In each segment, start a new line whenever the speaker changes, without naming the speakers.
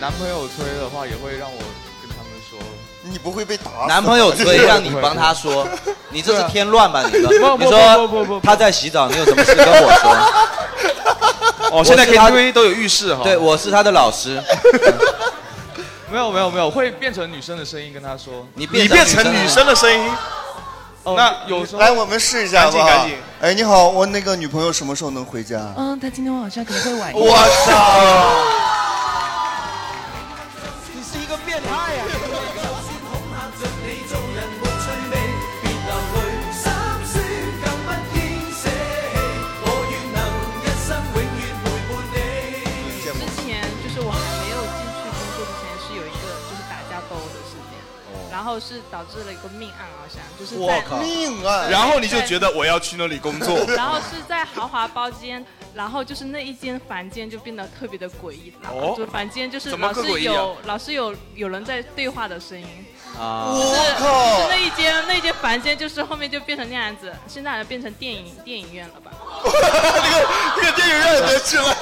男朋友催的话，也会让我跟他们说。
你不会被打死
男朋友催让你帮他 说，你这是添乱吧？你的，你说他在洗澡，你有什么事跟我说？
哦
我
现在
是他
KTV 都有浴室哈
对，我是他的老 师。
没有没有没有，会变成女生的声音跟他说。
你
变成你变成女生
的声音。哦，那有时候
来，我们试一下好
赶
不
紧
好
赶紧。
哎，你好，我那个女朋友什么时候能回家？
嗯，他今天晚上可能会晚一
我操！
你是一个变态啊呀、
之前就是我还没有进去工作之前，是有一个就是打架斗殴的事件，
哦
然后是导致了一个命案，好像就是在
命案
然后你就觉得我要去那里 工作
，然后是在豪华包间，然后就是那一间房间就变得特别的诡异，然后就房间就是
哦怎么
老
个
是
诡异啊
有老是有有人在对话的声音，
啊，
就是就
我
是那
靠！
一间那一间房间就是后面就变成那样子，现在好像变成电影电影院了吧？
这个电影院也别去了。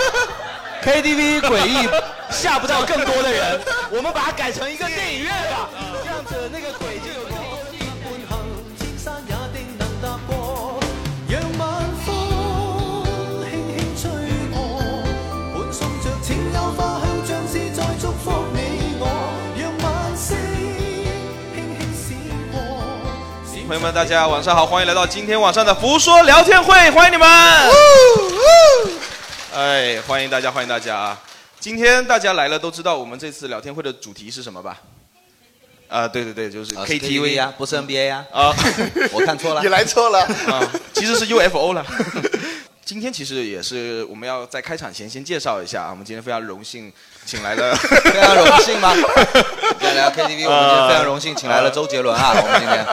KTV 诡异 吓不到更多的人，我们把它改成一个电影院吧，
啊
这样子那个鬼就有更多的伴行，千山也定能踏过，让晚风轻轻吹过，伴送着清幽花香，像是在祝福你我，让晚星轻轻闪过。
朋友们，大家晚上好，欢迎来到今天晚上的福说聊天会，欢迎你们！哎，欢迎大家，欢迎大家啊！今天大家来了都知道我们这次聊天会的主题是什么吧？啊，对对对，就是
啊是 KTV 呀，不是 NBA 呀，
啊，
我看错 了
你。来错 了。
啊，其实是 UFO 了。 今天其实也是我们要在开场前先介绍一下啊，我们今天非常荣幸请来了
非常荣幸吗？在聊 KTV，我们今天非常荣幸请来了周杰伦 啊，我们今天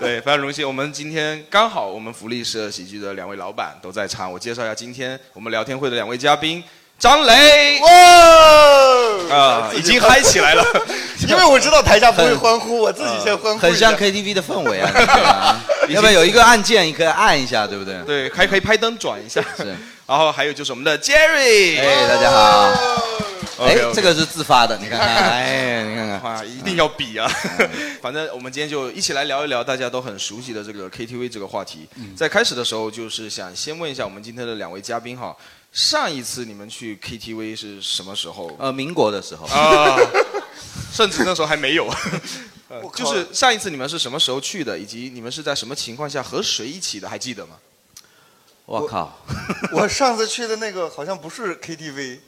对，非常荣幸。我们今天刚好我们福利社喜剧的两位老板都在场，我介绍一下今天我们聊天会的两位嘉宾，张雷
哦
哇！
啊、已经嗨起来了。
因为我知道台下不会欢呼，我自己先欢呼一下。
呃很像 KTV 的氛围 啊，你看啊要不要有一个按键，你可以按一下，对不对？
对，还可以拍灯转一下。
是。
然后还有就是我们的 Jerry，
哎，大家好。哎
OK，OK
这个是自 发的，你看看，哎，你看看，
哇，一定要比啊！ 反正我们今天就一起来聊一聊大家都很熟悉的这个 KTV 这个话题。
嗯
在开始的时候，就是想先问一下我们今天的两位嘉宾哈，上一次你们去 KTV 是什么时候？
呃，民国的时候，
啊， 甚至那时候 还没有。呃
我靠
就是上一次你们是什么时候去的，以及你们是在什么情况下和谁一起的，还记得吗？
我靠，
我上次去的那个好像不是 KTV，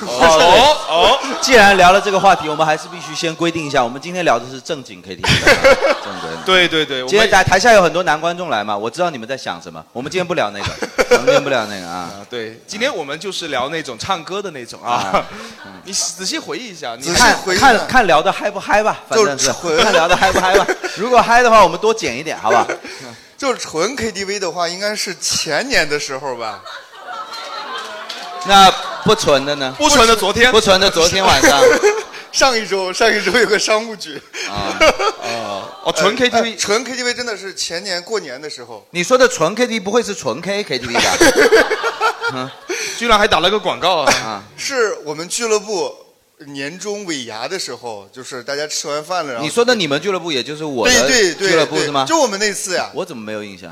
哦哦，
既然聊了这个话题，我们还是必须先规定一下，我们今天聊的是正经 KTV，的 啊正规的。
对对对，我
今天
们
台台下有很多男观众来嘛，我知道你们在想什么，我们今天不聊那 个，我们今天不聊那个啊。
啊，对，今天我们就是聊那种唱歌的那种啊
啊。
你仔细回忆一下，你
仔细
看
回忆呢
看看聊的嗨不嗨吧，反正
就是纯
看聊的嗨不嗨 吧。如果嗨的话，我们多减一点，好吧？
就是纯 KTV 的话，应该是前年的时候吧。
那不纯的呢？
不纯的昨天
不纯的昨天晚 上
上一周，上一周有个商务局，
啊，呃
哦，
哎
纯 KTV
纯 KTV 真的是前年过年的时候。
你说的纯 KTV 不会是纯 K KTV 吧？嗯
居然还打了个广告啊！
啊，
是我们俱乐部年终尾牙的时候，就是大家吃完饭了，然后
你说的你们俱乐部也就是我
对
的
对对
俱乐部是吗
对？就我们那次呀，
我怎么没有印象？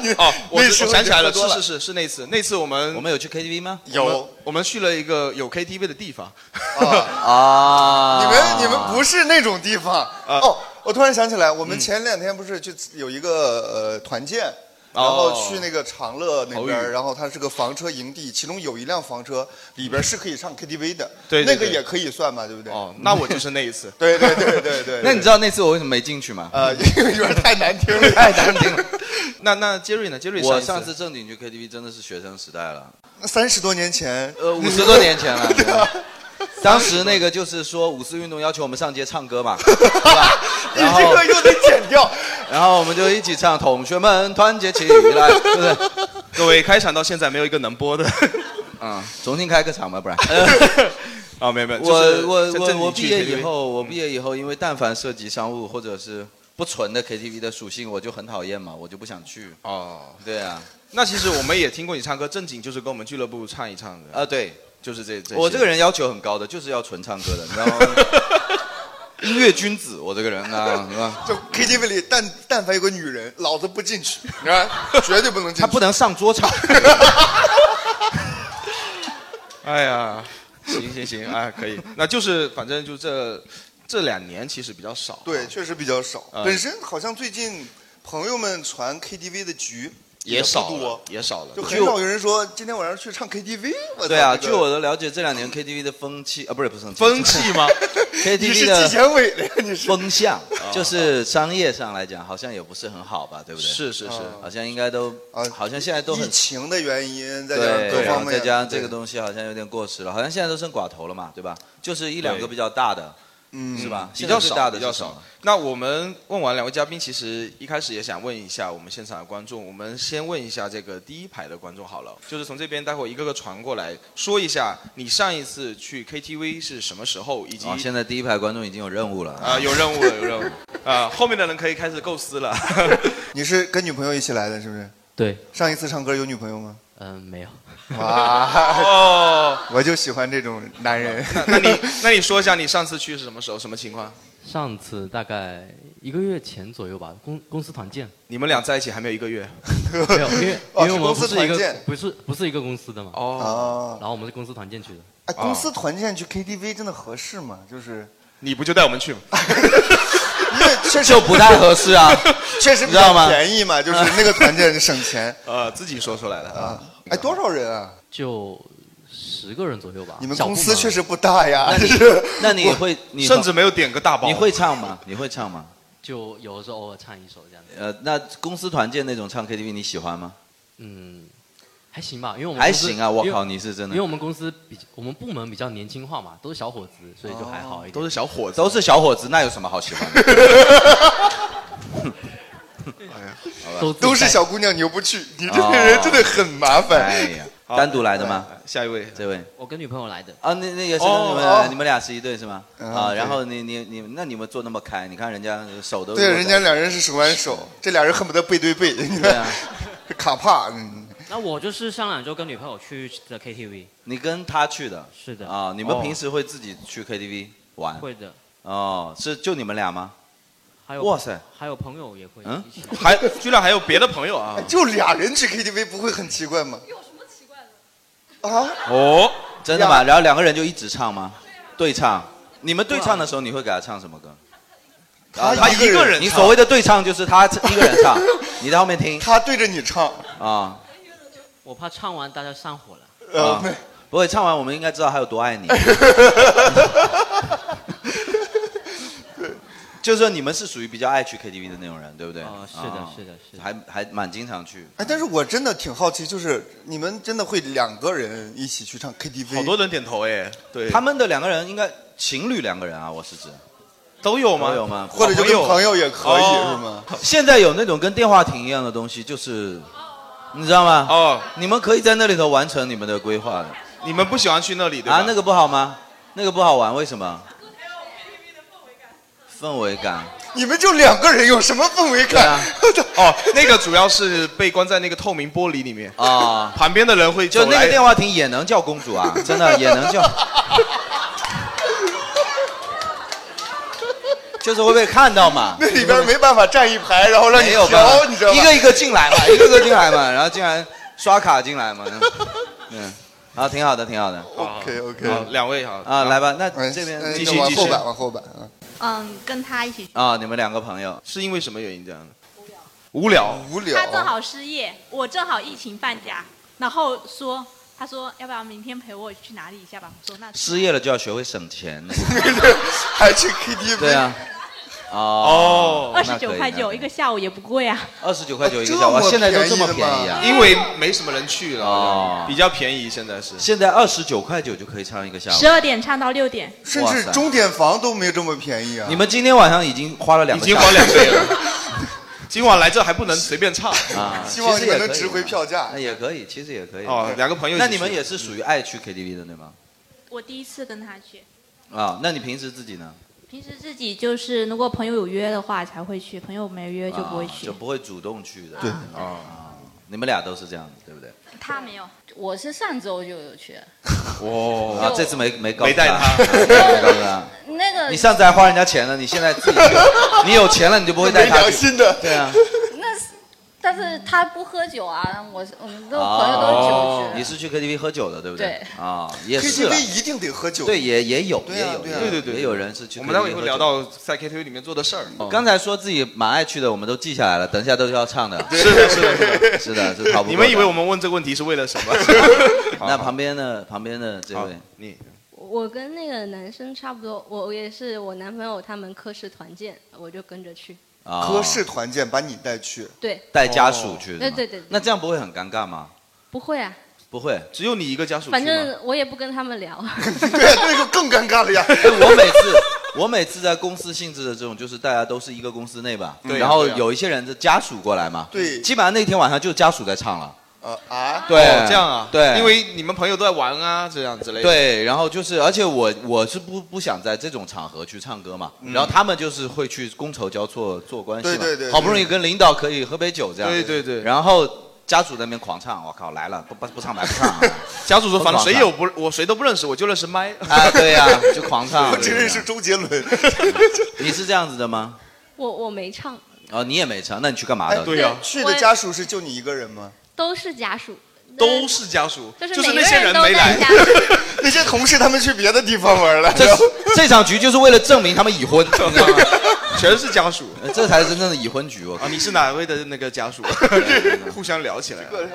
你
哦，我
那时
我
候
想起来
你
了，
喝多
是是是是那次，那次我们
我们有去 KTV 吗？
有
我们去了一个有 KTV 的地 方，
啊，
哦啊，
你
嗯
们你们不是那种地方哦。我突然想起来，我们前两天不是去有一个呃团建，
哦
然后去那个长乐那
哦
边，然后它是个房车营地，其中有一辆房车里边是可以唱 KTV 的，
对
那
对
个
对
也可以算嘛，对 不对？。
哦，那我就是那一次
对对对对对。
那你知道那次我为什么没进去吗？
呃， 因为有点太难听了，
太难听 了。
那那杰瑞呢？杰瑞
我
上
上
一
次正经去 KTV 真的是学生时代了。
三十多年前，
呃，五十多年 前了。对
啊
吧当时那个就是说五四运动要求我们上街唱歌 嘛，是吧？
你
然后
这个又得剪掉。
然后我们就一起唱《同学们团结起来》，对不对？
各位开场到现在没有一个能播的
啊、重新开个场吧， 不然。
啊，没有没有，
我
就是
我
在
我
正
我
经
毕
去
业以
KTV
后，我毕业以后，因为但凡涉及商务或者是不纯的 KTV 的属性，我就很讨厌嘛，我就不想去。
哦，
对啊，
那其实我们也听过你唱歌，正经就是跟我们俱乐部唱一唱的。
啊对，
就是这呃这些。
我这个人要求很高的，就是要纯唱歌的，你知道吗？音乐君子，我这个人啊，是吧？
就 KTV 里，但但凡有个女人，老子不进去，你
啊
看，绝对不能进去。
他不能上桌唱。
哎呀，行行行，哎，可以，那就是反正就这这两年其实比较少。啊
对，确实比较少。
呃
本身好像最近朋友们传 KTV 的局
也
不
少了
多，
也少了
就
对
很少有人说今天晚上去唱 KTV 我操。
对啊，
这
据
个
我的了解，这两年 KTV 的风气啊，不是不是
风气吗
你
？KTV
是
的
纪检委的呀，你是
风向，就是商业上来讲，好像也不是很好吧，对不哦对？
是是是
好像应该都，好像现在都
疫
很
情的原因，再加上
对，
各
然
方
后
面，
再加上这个
对
东西好像有点过时了，好像现在都剩寡头了嘛，对吧？就是一两个比较大的，
嗯
是吧？
比较
现在最
少，
大的
比
是
较
什么
少。。那我们问完两位嘉宾，其实一开始也想问一下我们现场的观众，我们先问一下这个第一排的观众好了，就是从这边待会一个个传过来，说一下你上一次去 KTV 是什么时候，以及
哦，现在第一排观众已经有任务了
啊、有任务了，有任务啊、后面的人可以开始构思了。
你是跟女朋友一起来的，是不是？
对。
上一次唱歌有女朋友吗？
嗯，没有。
哇
哦，
我就喜欢这种男 人。
那你那你说一下你上次去是什么时候，什么情况？
上次大概一个月前左右吧，公公司团建。
你们俩在一起还没有一个月，
没有，因 为因为我们不
哦是公
是一
司团
个
建
不是不是一个公司的嘛。
哦
然后我们是公司团建去的。
啊
哎，公司团建去 KTV 真的合适吗？就是
你不就带我 们去吗？
因为确实
就不太合适啊
确实比
你知道
较
吗
便宜嘛， 就是那个团建省钱。
呃，自己说出来的啊。
哎，多少人啊？
就十个人左右吧。
你们
小部
公
门
司确实不大呀，
那
就
你
是
那你会你
甚至没有点 个大包，
你会唱吗？你会唱吗？
就有的时候偶尔唱一首这样子。
呃，那公司团建那种唱 KTV 你喜欢吗？
嗯，还行吧，因为我们
还
公司
行啊我
因为
靠你是真的
因为我们公司比我们部门比较年轻化嘛，都是小伙子，所以就还好一点。
哦都是小伙子，
都是小伙子，那有什么好喜欢的？
都
都是小姑娘，你又不去，你这个人真的很麻
哦哎
烦。
呀，单独来的吗？
下一位，
这位
我跟女朋友来的，
啊，那那个是
哦
你们、
哦嗯
你们俩是一对是吗？啊，
对
然后你你你，那你们坐那么开，你看人家手都
对，
握
人家
在
两人是手挽手，这俩人恨不得背对背，你看
啊
这卡帕。嗯
那我就是上两周跟女朋友去的 KTV，
你跟他去的
是的，
啊？你们平
哦
时会自己去 KTV 玩？
会的，
哦，是就你们俩吗？
还有
哇塞，
还有朋友也会
嗯
一起。
还居然还有别的朋友
哦
啊！
就俩人去 KTV 不会很奇怪吗？有什么奇怪的？啊，
哦，
真的吗？然后两个人就一直唱吗？对唱。你们对唱的时候，你会给他唱什么歌？
他
啊
他一个人
你所谓的对唱就是他一个人 唱，你在后面听
他对着你唱，
啊。
我怕唱完大家上火了，
呃，
啊
没
不会唱完，我们应该知道他有多 爱你。就是说你们是属于比较爱去 KTV 的那种人，对不对？
哦是的
啊
是的是的
还还蛮经常去。
哎，但是我真的挺好奇，就是你们真的会两个人一起去唱 KTV？
好多人点头哎，对，
他们的两个人应该情侣两个人啊，我是指
都有吗？
都有吗？
或者就跟
好朋友
朋友也可以、
哦
是吗？
现在有那种跟电话亭一样的东西，就是你知道吗？
哦，
你们可以在那里头完成你们的规划的
你们不喜欢去那里对吧？
啊，那个不好吗？那个不好玩，为什么？氛围感，
你们就两个人有什么氛围
对
感？
啊，
哦，那个主要是被关在那个透明玻璃里面，
啊、
旁边的人会
就
走
那
来
个电话亭也能叫公主啊，真的也能叫，就是会被看到嘛。
那里边没办法站一排，然后让你
没有
调，
吧？
你知道
一
吗？
个一个进来嘛， 一个个进来嘛，然后进来刷卡进来 嘛，嗯，啊，挺好的，挺好的
OK
好
OK，
两位好
啊，来，吧，那
哎，
这边
哎
继
那
续
往
继
后
续
板，往后板啊。
嗯，跟他一起去。
啊，你们两个朋友
是因为什么原因这样的？无聊，
无
他正
聊，
好失业，我正好疫情放假，然后说，他说要不要明天陪我去哪里一下吧？我说那
失业了就要学会省 钱，
还去 KTV？
对啊，哦，
二十九块九一个下午也不贵啊。
二十九块九一个
这
小时，哇
么
现在都
便宜
这么
的
便
吗
宜啊！
因为无没什么人去了，好
哦
像比较便宜，现在是。
现在二十九块九就可以唱一个下午
十。二点唱到六点，
甚
哇
至
塞
钟点房都没这么便宜啊！
你们今天晚上已经花了两
已
个
经
小时，
花两倍 了。今晚来这还不能随便唱
啊，
希望你
其实
们
也
能
可以
值回票价
那也可以，其实也可以。
哦，两个朋友一起
那
去。
你们也是属于爱去 KTV 的对吗？
我第一次跟他去，
啊，那你平时自己呢？
平时自己就是如果朋友有约的话才会去，朋友没约就不会去。
啊就不会主动去的。
对
啊，你们俩都是这样的，对不对？
他没有，我是上周就有去，
哦啊，这次没没告
没带
他，
他
没告 诉他。
那个
你上次还花人家钱了，你现在自己，你有钱了你就不会带他
没
去。
良心的，
对啊。
那是，但是他不喝酒啊，我是我们都朋友都是酒
哦，
局。
你是去 KTV 喝酒的，对不
对
啊，也是啦
KTV 一定得喝酒
对，也也有，
对
也
啊
有，
对啊
也有
对对对
也有人是去。哦
我们待会也会聊。到在 KTV 里面做的事儿。
刚才说自己蛮爱去的，我们都记下来了，等一下都是要唱的。
是的是的是的
是的，是跑不过的。
你们以为我们问这个问题是为了什 么？
那旁边的旁边的这位，
你
我跟那个男生差不多，我也是我男朋友他们科室团建，我就跟着去。
啊
科室团建把你带去，
对
带家属去，
对
吗
对对对
那这样不会很尴尬吗？
不会啊，
不会，
只有你一个家属
反正我也不跟他们聊。
这个更尴尬了呀。
我每次我每次在公司性质的这种，就是大家都是一个公司内吧，
对呀啊
然后
对呀
有一些人的家属过来嘛，
对
基本上那天晚上就家属在唱了。
呃啊，
对
哦这样啊，
对
因为你们朋友都在玩啊，这样之类的。，
对，然后就是，而且我我是不不想在这种场合去唱歌嘛，
嗯
然后他们就是会去觥筹交错做关系嘛，
对对对对
好不容易跟领导可以喝杯酒这样，
对对对
然后家属在那边狂唱，我靠来了，不不不唱白不唱啊、
家属说反正谁
疯
有不我谁都不认识，我就认识麦。
啊，对呀、就狂 唱，
我只认
识
周杰伦，
你是这样子的吗？
我我没唱，
哦，你也没唱，那你去干嘛的？
呀
哎啊去的家属是就你一个人吗？
都是家属。
都是家属，
就是
就是
每
那
个
些
人
人
都
没
在
来。
家
那 些同事他们去别的地方玩了。
这这场局就是为了证明他们已婚，你 知道吗？
全是家属，
这才是真正的已婚局。我靠
啊，你是哪位的那个家属？ 互相聊起来了。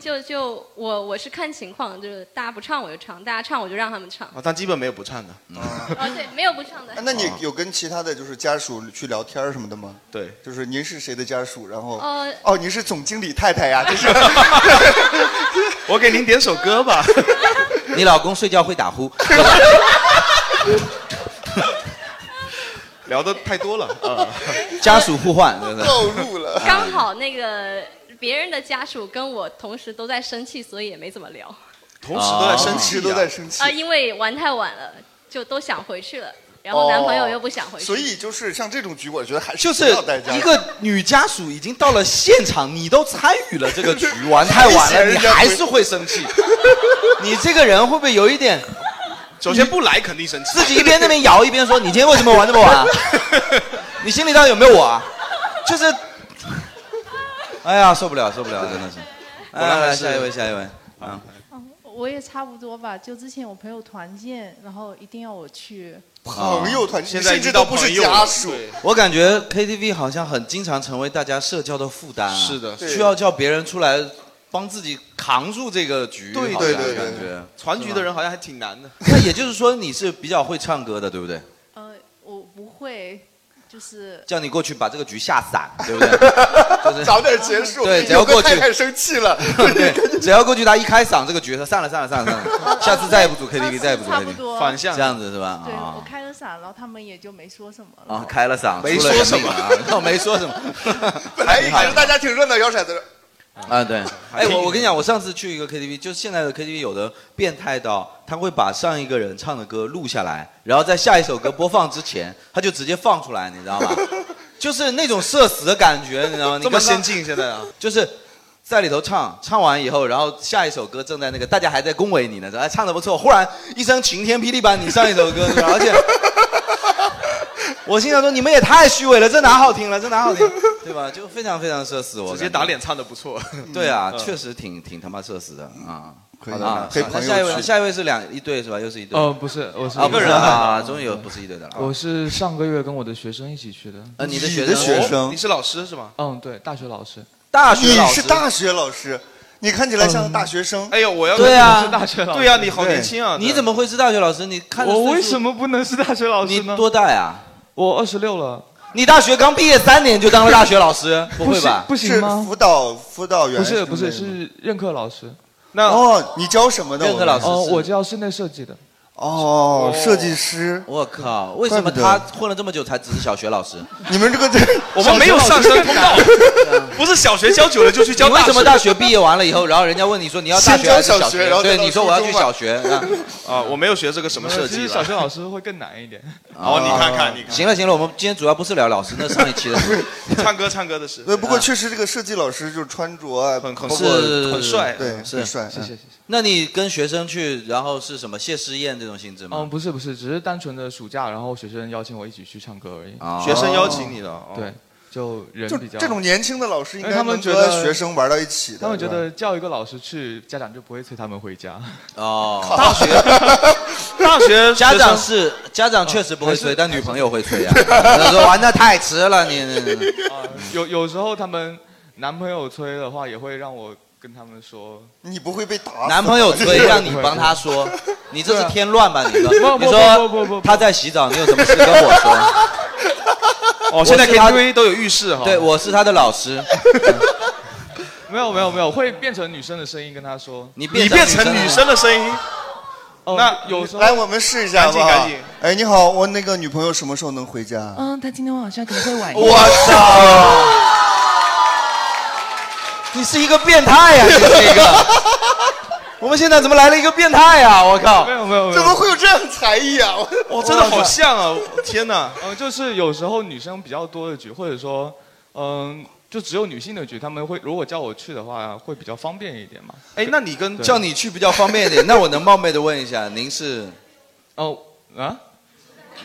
就就就我我是看情况，就是大家不唱我就唱，大家唱我就让他们唱。
啊，但基本没有不唱的。
嗯
哦，对，没有不唱的。
嗯啊那你
哦
有跟其他的就是家属去聊天儿什么的吗？
对，
就是您是谁的家属，然后
呃
哦，您是总经理太太呀，这是
我给您点首歌吧。
你老公睡觉会打呼，
聊的太多了啊。
家属互换，啊对不对？
入 了
刚好那个别人的家属跟我同时都在生气，所以也没怎么聊。
同时都在生
同
气、
时都在生气
啊，因为玩太晚了，就都想回去了，然
哦
后男朋友又不想回去，
所以就是像这种局，我觉得还是
就是
不要带家属
一个女家属已经到了现场，你都参与了这个局， 玩太晚了，你还是会生气。你这个人会不会有一点？
首先不来肯定生气，
自己一边那边摇一边说：“你今天为什么玩这么晚啊？你心里到底有没有我啊？”就是，哎呀，受不了，受不了，真的是。
果然还
来来，
是
下一位，下一位。啊，
嗯
我也差不多吧，就之前我朋友团建，然后一定要我去。
朋友
啊
团，
现
现
在已
甚
经
至
到
都
朋
不
友了
是家属，
我感觉 KTV 好像很经常成为大家社交的负担、啊。
是的对
需要叫别人出来帮自己扛住这个局。
对
好像
对对
感
对
觉
传局的人好像还挺难的。
那也就是说，你是比较会唱歌的，对不对？
呃，我不会，就是
叫你过去把这个局吓散，对不对？就 是
早点结束。
对，只要
有
过
个
去
太太生气了，
对，只要过去他一开嗓，这个角色散了散了散了散 了， 下次再也不组 KTV，再也不组
呃差不多
KTV，
反向
这样子是吧？
对、
啊
我开了伞，然后他们也就没说什么了。
啊，开了嗓，
没
出了
说
人
什
命
么
啊，然 后没说什么，
本来一开始大家挺热闹，摇骰子，
啊，对， 哎，我我跟你讲，我上次去一个 KTV，就现在的 KTV 有的变态到，他会把上一个人唱的歌录下来，然后在下一首歌播放之前，他就直接放出来，你知道 吗？就是那种社死的感觉，你知道吗？你
这么
刚刚
先进现在啊？
就是在里头唱，唱完以后，然后下一首歌正在那个，大家还在恭维你呢，说哎唱的不错，忽然一声晴天霹雳般，你上一首歌，对吧而且我心想说你们也太虚伪了，这哪好听了，这哪好 听，对吧？就非常非常社死，我
直接
感觉
打脸唱的不错。
对啊，
嗯
确实挺挺他妈社死的啊。
可以
好的
的
啊
陪
好
朋
那下
友
一位，
去
下一位是两一对是吧？又是一对。
哦，不是，我是
啊，不是 啊，终于有
有
不是一对的了。
我是上个月跟我的学生一起去的。
呃哦你的学生你的学生哦
你是老师是吗？
嗯，对，大学老师。
你是大学老师，你看起来像个大学生。
哎呦，我要
对啊，
对啊，你好年轻啊！
你怎么会是大学老师？你看着
我为
岁数
什么不能是大学老师呢？你
多大呀？
我二十六了。
你大学刚毕业三年就当了大学老师，不会吧？
不行吗？
辅导辅导员
不是不
之类
是
的
是任课老师。
那
哦，你教什么的？我们
哦，我教室内设计的。
哦，设计师，
我靠，为什么
怪不得
他混了这么久才只是小学老师？
你们这个这
我们没有上升通道， 不是小学教久了就去教
你
大
为
学。
什么大学毕业完了以后，然后人家问你说你要大学还是
先教小学
学？
然后再
对，
到
你说
初
我要
中
去
吧
小学 啊。
啊，我没有学这个什么设计
其实
了
小学老师会更难 一点。
哦你看看你看
行了行了，我们今天主要不是聊老师，那上一期的事
唱歌唱歌的事。
对，不过确实这个设计老师就是穿着啊，很
很是
啊
对，
是
很帅。嗯
那你跟学生去，然后是什么谢师宴这种性质吗？
嗯，不是不是，只是单纯的暑假，然后学生邀请我一起去唱歌而
哦
已。
学生邀请你的哦
对，就人
就
比较
这种年轻的老师应
因为
该
他们
能
觉
和
得
学生玩到一起的
他们觉
是吧
得叫一个老师去，家长就不会催他们回家。
哦，
大学
大 学
家
学
长
生
是家长确实不会催，但女朋友会 催啊。 他说玩的太迟了，你你你
啊有有时候他们男朋友催的话，也会让我跟他们说，
你不会被打死
男朋友催让你帮他 说，你这是添乱吧？你说
不
你
不不不
说他在洗澡，你有什么事跟我说？
哦，现在
我是他
KTV 都有浴室哈。
对，我是他的老师。
没有没有没有，会变成女生的声音跟他说，
你
变成你变成女生的声音。
那有时候
来，我们试一下好
赶
不
紧
好
赶紧？
哎，你好，我那个女朋友什么时候能回家？
嗯，他今天晚上可能会晚一
我操！
你是一个变态呀、你是一 个。我们现在怎么来了一个变态呀、我靠！
没有没有没有
怎么会有这样的才艺啊？我
真的好像啊！天哪！
嗯、就是有时候女生比较多的局，或者说，嗯、就只有女性的局，他们会如果叫我去的话，会比较方便一点嘛。
哎，那你跟
叫你去比较方便一点。那我能冒昧的问一下，您是？
哦啊，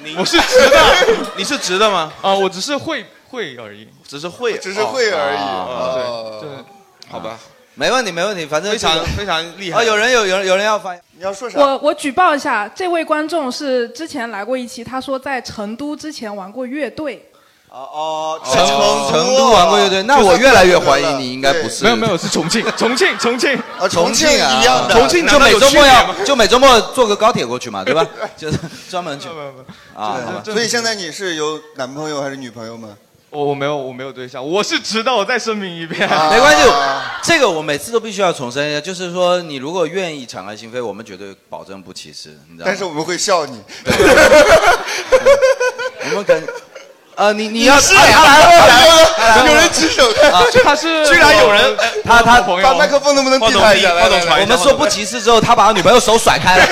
我是直的，你是直的吗？
啊，我只是会会而已，
只是会，
只是会而已
哦
哦
对
对，
好吧，
啊没问题没问题，反正
非常
这个
非常厉害
哦，有人有有人有人要发言，
你要说
我我举报一下，这位观众是之前来过一期，他说在成都之前玩过乐队。
哦，
成成都玩过乐队，那我越来越怀疑你应该不是。
没有没有，是重庆，重庆，重庆
啊
重庆啊，
重庆难道
就每
有
周
区
末
别
要
吗
就每周末坐个高铁过去 嘛，对吧？就是专门去啊，好吧
对，所以现在你是有男朋友还是女朋友吗？
我我没有我没有对象，我是直到我再声明一 遍，
啊
没关系，这个我每次都必须要重申一下，就是说你如果愿意敞开心扉，我们绝对保证不歧视，你知道吗？
但 是我们会笑你。
我们肯，呃，你你要
是
啊他来了，他来了，他来了
有人举手
啊，
他是 居然有人哎
呃他他
朋友把麦克风能不能递他一下来来来
我们说不歧视之后，他把他女朋友手甩 开了，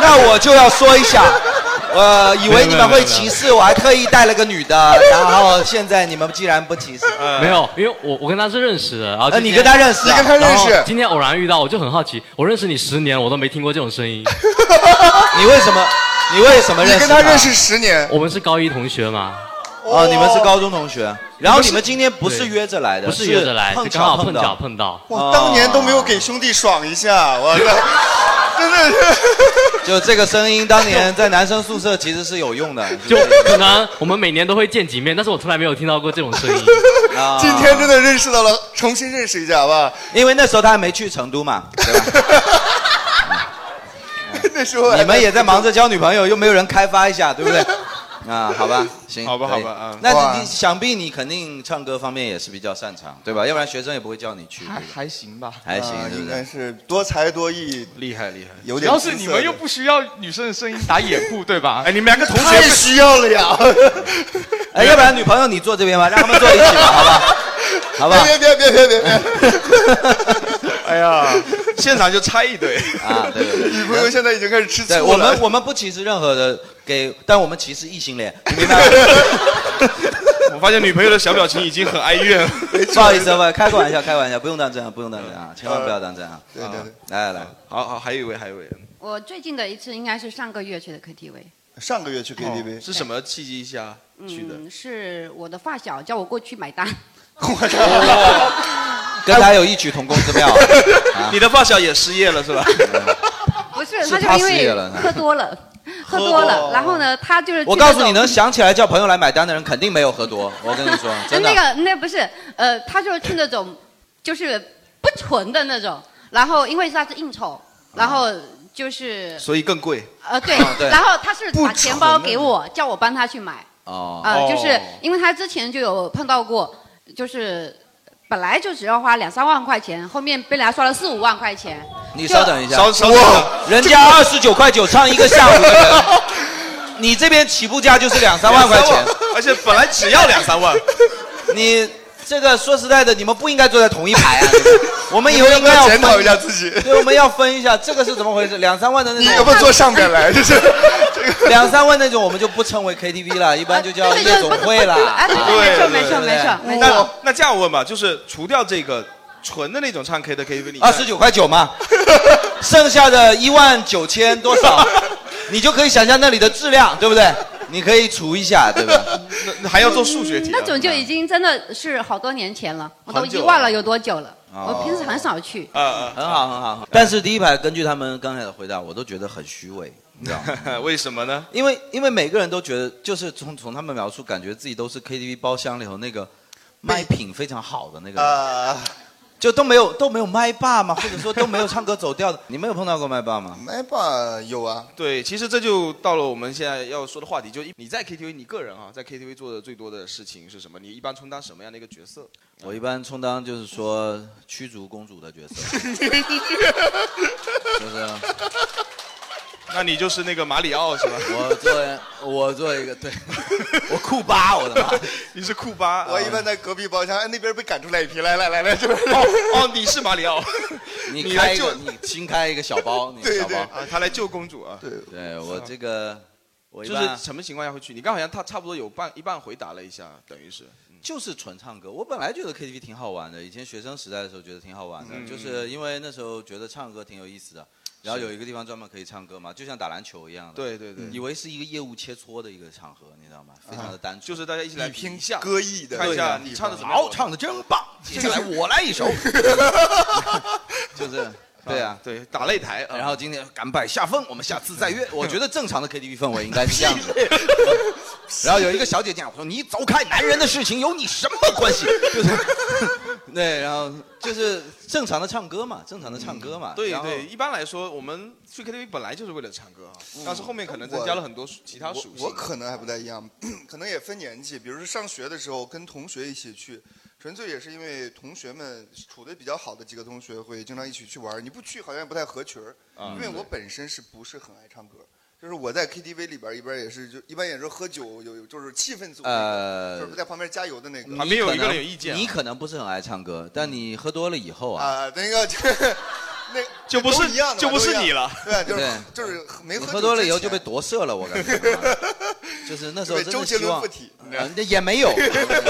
那我就要说一下。呃，以为你们会歧视，我还特意带了个女的，然后现在你们既然不歧视，
啊呃没有，因为我我跟他是认识的，然后今天、
呃你跟他认识啊你跟他认识
然后今天偶然遇到，我就很好奇，我认识你十年，我都没听过这种声音。
你为什么？你为什么认识？
你跟他认识
十年？
我们是高一同学嘛，
哦，你们是高中同学，然后你们今天不是
对
约着来的，
不是约着来，
碰
是刚好
碰
碰巧碰到。
哦
我当年都没有给兄弟爽一下，我操， 真的是。
就这个声音，当年在男生宿舍其实是有用 的，
就可能我们每年都会见几面，但是我从来没有听到过这种声音。
啊
今天真的认识到了，重新认识一下好吧。
因为那时候他还没去成 都嘛，对吧？
那时候
你们也在忙着交女朋友，又没有人开发一下，对不对？ 啊，好吧，行，
好吧
可以
好吧啊
那
哇
你你想必你肯定唱歌方面也是比较擅长，对吧？要不然学生也不会叫你去，
还还行吧，
还行，对
啊应
不
该
对？
是多才多艺，
厉害厉害，
有
主
点。
要是你们又不需要女生的声音 打掩护，对吧？
哎，你们两个
同学太需要了呀！
哎，要不然女朋友你坐这边吧，让他们坐一 起吧，好吧？好吧？
别别别别别别！
哎呀，现场就拆一堆
啊！对对对，
女朋友现在已经开始吃醋
对
了。
我们我们不歧视任何的给，但我们歧视异性恋，你明白吗？
我发现女朋友的小表情已经很哀怨了
不好意思，不，开个玩笑，开个玩笑，不用当真啊，不用当真啊，千万不要当真啊。
对对对，
来来来，
好好，还有一位，还有一位，
我最近的一次应该是上个月去的 KTV，
上个月去 KTV
哦是什么契机下去的？
嗯，是我的发小叫我过去 买单，
跟他有异曲同工之妙啊。 啊
你的发小也失业了是吧？
不是，
是
他就因
他失业
为
了
喝多 了，喝
多
多了，
了
然后呢，他就是
我
去那
告诉你，
种
能想起来叫朋友来买单的人，肯定没有喝多。我跟你说，真的。
呃那个那不是，呃，他就是去那种就是不纯的那种，然后因为他是应酬，然后就是
所以更贵
呃对
哦，对
然后他是把钱包
纯的
给我，叫我帮他去买，
哦
啊、就是因为他之前就有碰到过，就是本来就只要花两三万块钱，后面被人家刷了四五万块钱，
你稍等一下，
稍稍等
哇人家二十九块九唱一个下午的人，你这边起步价就是两三万块钱，
而且本来只要两三万，
你这个说实在的，你们不应该坐在同一排啊！我们以后
你们
应该
要
要
检讨
分
一下自己
对，我们要分一下，这个是怎么回事？两三万的那种，
你要不坐上边来就是
两三万那种，我们就不称为 KTV 了，一般就叫夜总会啦。
对，
对对对对
那哦那这样问吧，就是除掉这个纯的那种唱 K 的 KTV，你
啊
二十九块九 嘛，剩下的一万九千多少，你就可以想象那里的质量，对不对？你可以除一下，对吧？
那还要做数学题啊
那种就已经真的是好多年前了，我都
很
已
久
经忘了有多久了。
哦
我平时很少去，
啊，
很好，很好。很好但是第一排，根据他们刚才的回答，我都觉得很虚伪，你知道吗？
为什么呢？
因为因为每个人都觉得，就是从从他们描述，感觉自己都是 KTV 包厢里头那个卖品非常好的那
啊
个人，
呃
就都没有都没有麦霸嘛，或者说都没有唱歌走调的。你们有碰到过麦霸吗？
麦霸哎有啊，
对，其实这就到了我们现在要说的话题，就一你在 KTV，你个人啊，在 KTV 做的最多的事情是什么？你一般充当什么样的一个角色？
我一般充当就是说驱逐公主的角色，就是啊
那你就是那个马里奥是吧？
我做我做一个 对，我酷巴，我的妈！
你是酷巴，
我一般在隔壁包厢，哎，那边被赶出来一批，来来来来这边。
哦哦，你是马里奥，
你
你
开
来
一
救
个，你新开一个小包，你
对
小
对
包
啊，他来救公主啊。
对，
对我这个我一
就
般
是什么情况下会去？你刚好像他差不多有半一半回答了一下，等于是。嗯
就是纯唱歌。我本来觉得 KTV 挺好玩的，以前学生时代的时候觉得挺好玩的，
嗯
就是因为那时候觉得唱歌挺有意思的。然后有一个地方专门可以唱歌嘛，就像打篮球一样的。
对对对
以为是一个业务切磋的一个场合，你知道吗？非常的单纯，
就是大家一起来比一下
歌艺的
看一下
对
你唱的怎么样。
哦好，唱的真棒，接下来我来一首。 就是。对啊，
对，打擂台。
然后今天甘拜下风，我们下次再约。我觉得正常的 KTV 氛围应该是这样子。然后有一个小姐姐，我说你走开，男人的事情有你什么关系？ 就是，对，然后就是正常的唱歌嘛，正常的唱歌嘛。
嗯对
然后
对，一般来说，我们去 KTV 本来就是为了唱歌啊，
嗯
但是后面可能增加了很多属其他属性。
嗯我。我可能还不太一样， 可能也分年纪。比如说上学的时候跟同学一起去，纯粹也是因为同学们处的比较好的几个同学会经常一起去玩儿，你不去好像也不太合群儿。
啊
因为我本身是不是很爱唱歌？就是我在 KTV 里边儿一边儿也是就一般也是喝酒，有有就是气氛组那个、
呃
就是在旁边加油的那个。
你可能你可能不是很爱唱歌，但你喝多了以后啊，
啊，那个就 那
就不是
都一样的嘛
就不是
都一样
你了
对，就是
对
就是没
你
喝
喝多了以后
之前
就被夺舍了，我感觉。就是那时候
就被
真
周
的
杰
希
伦
望
附体，
呃那也没有，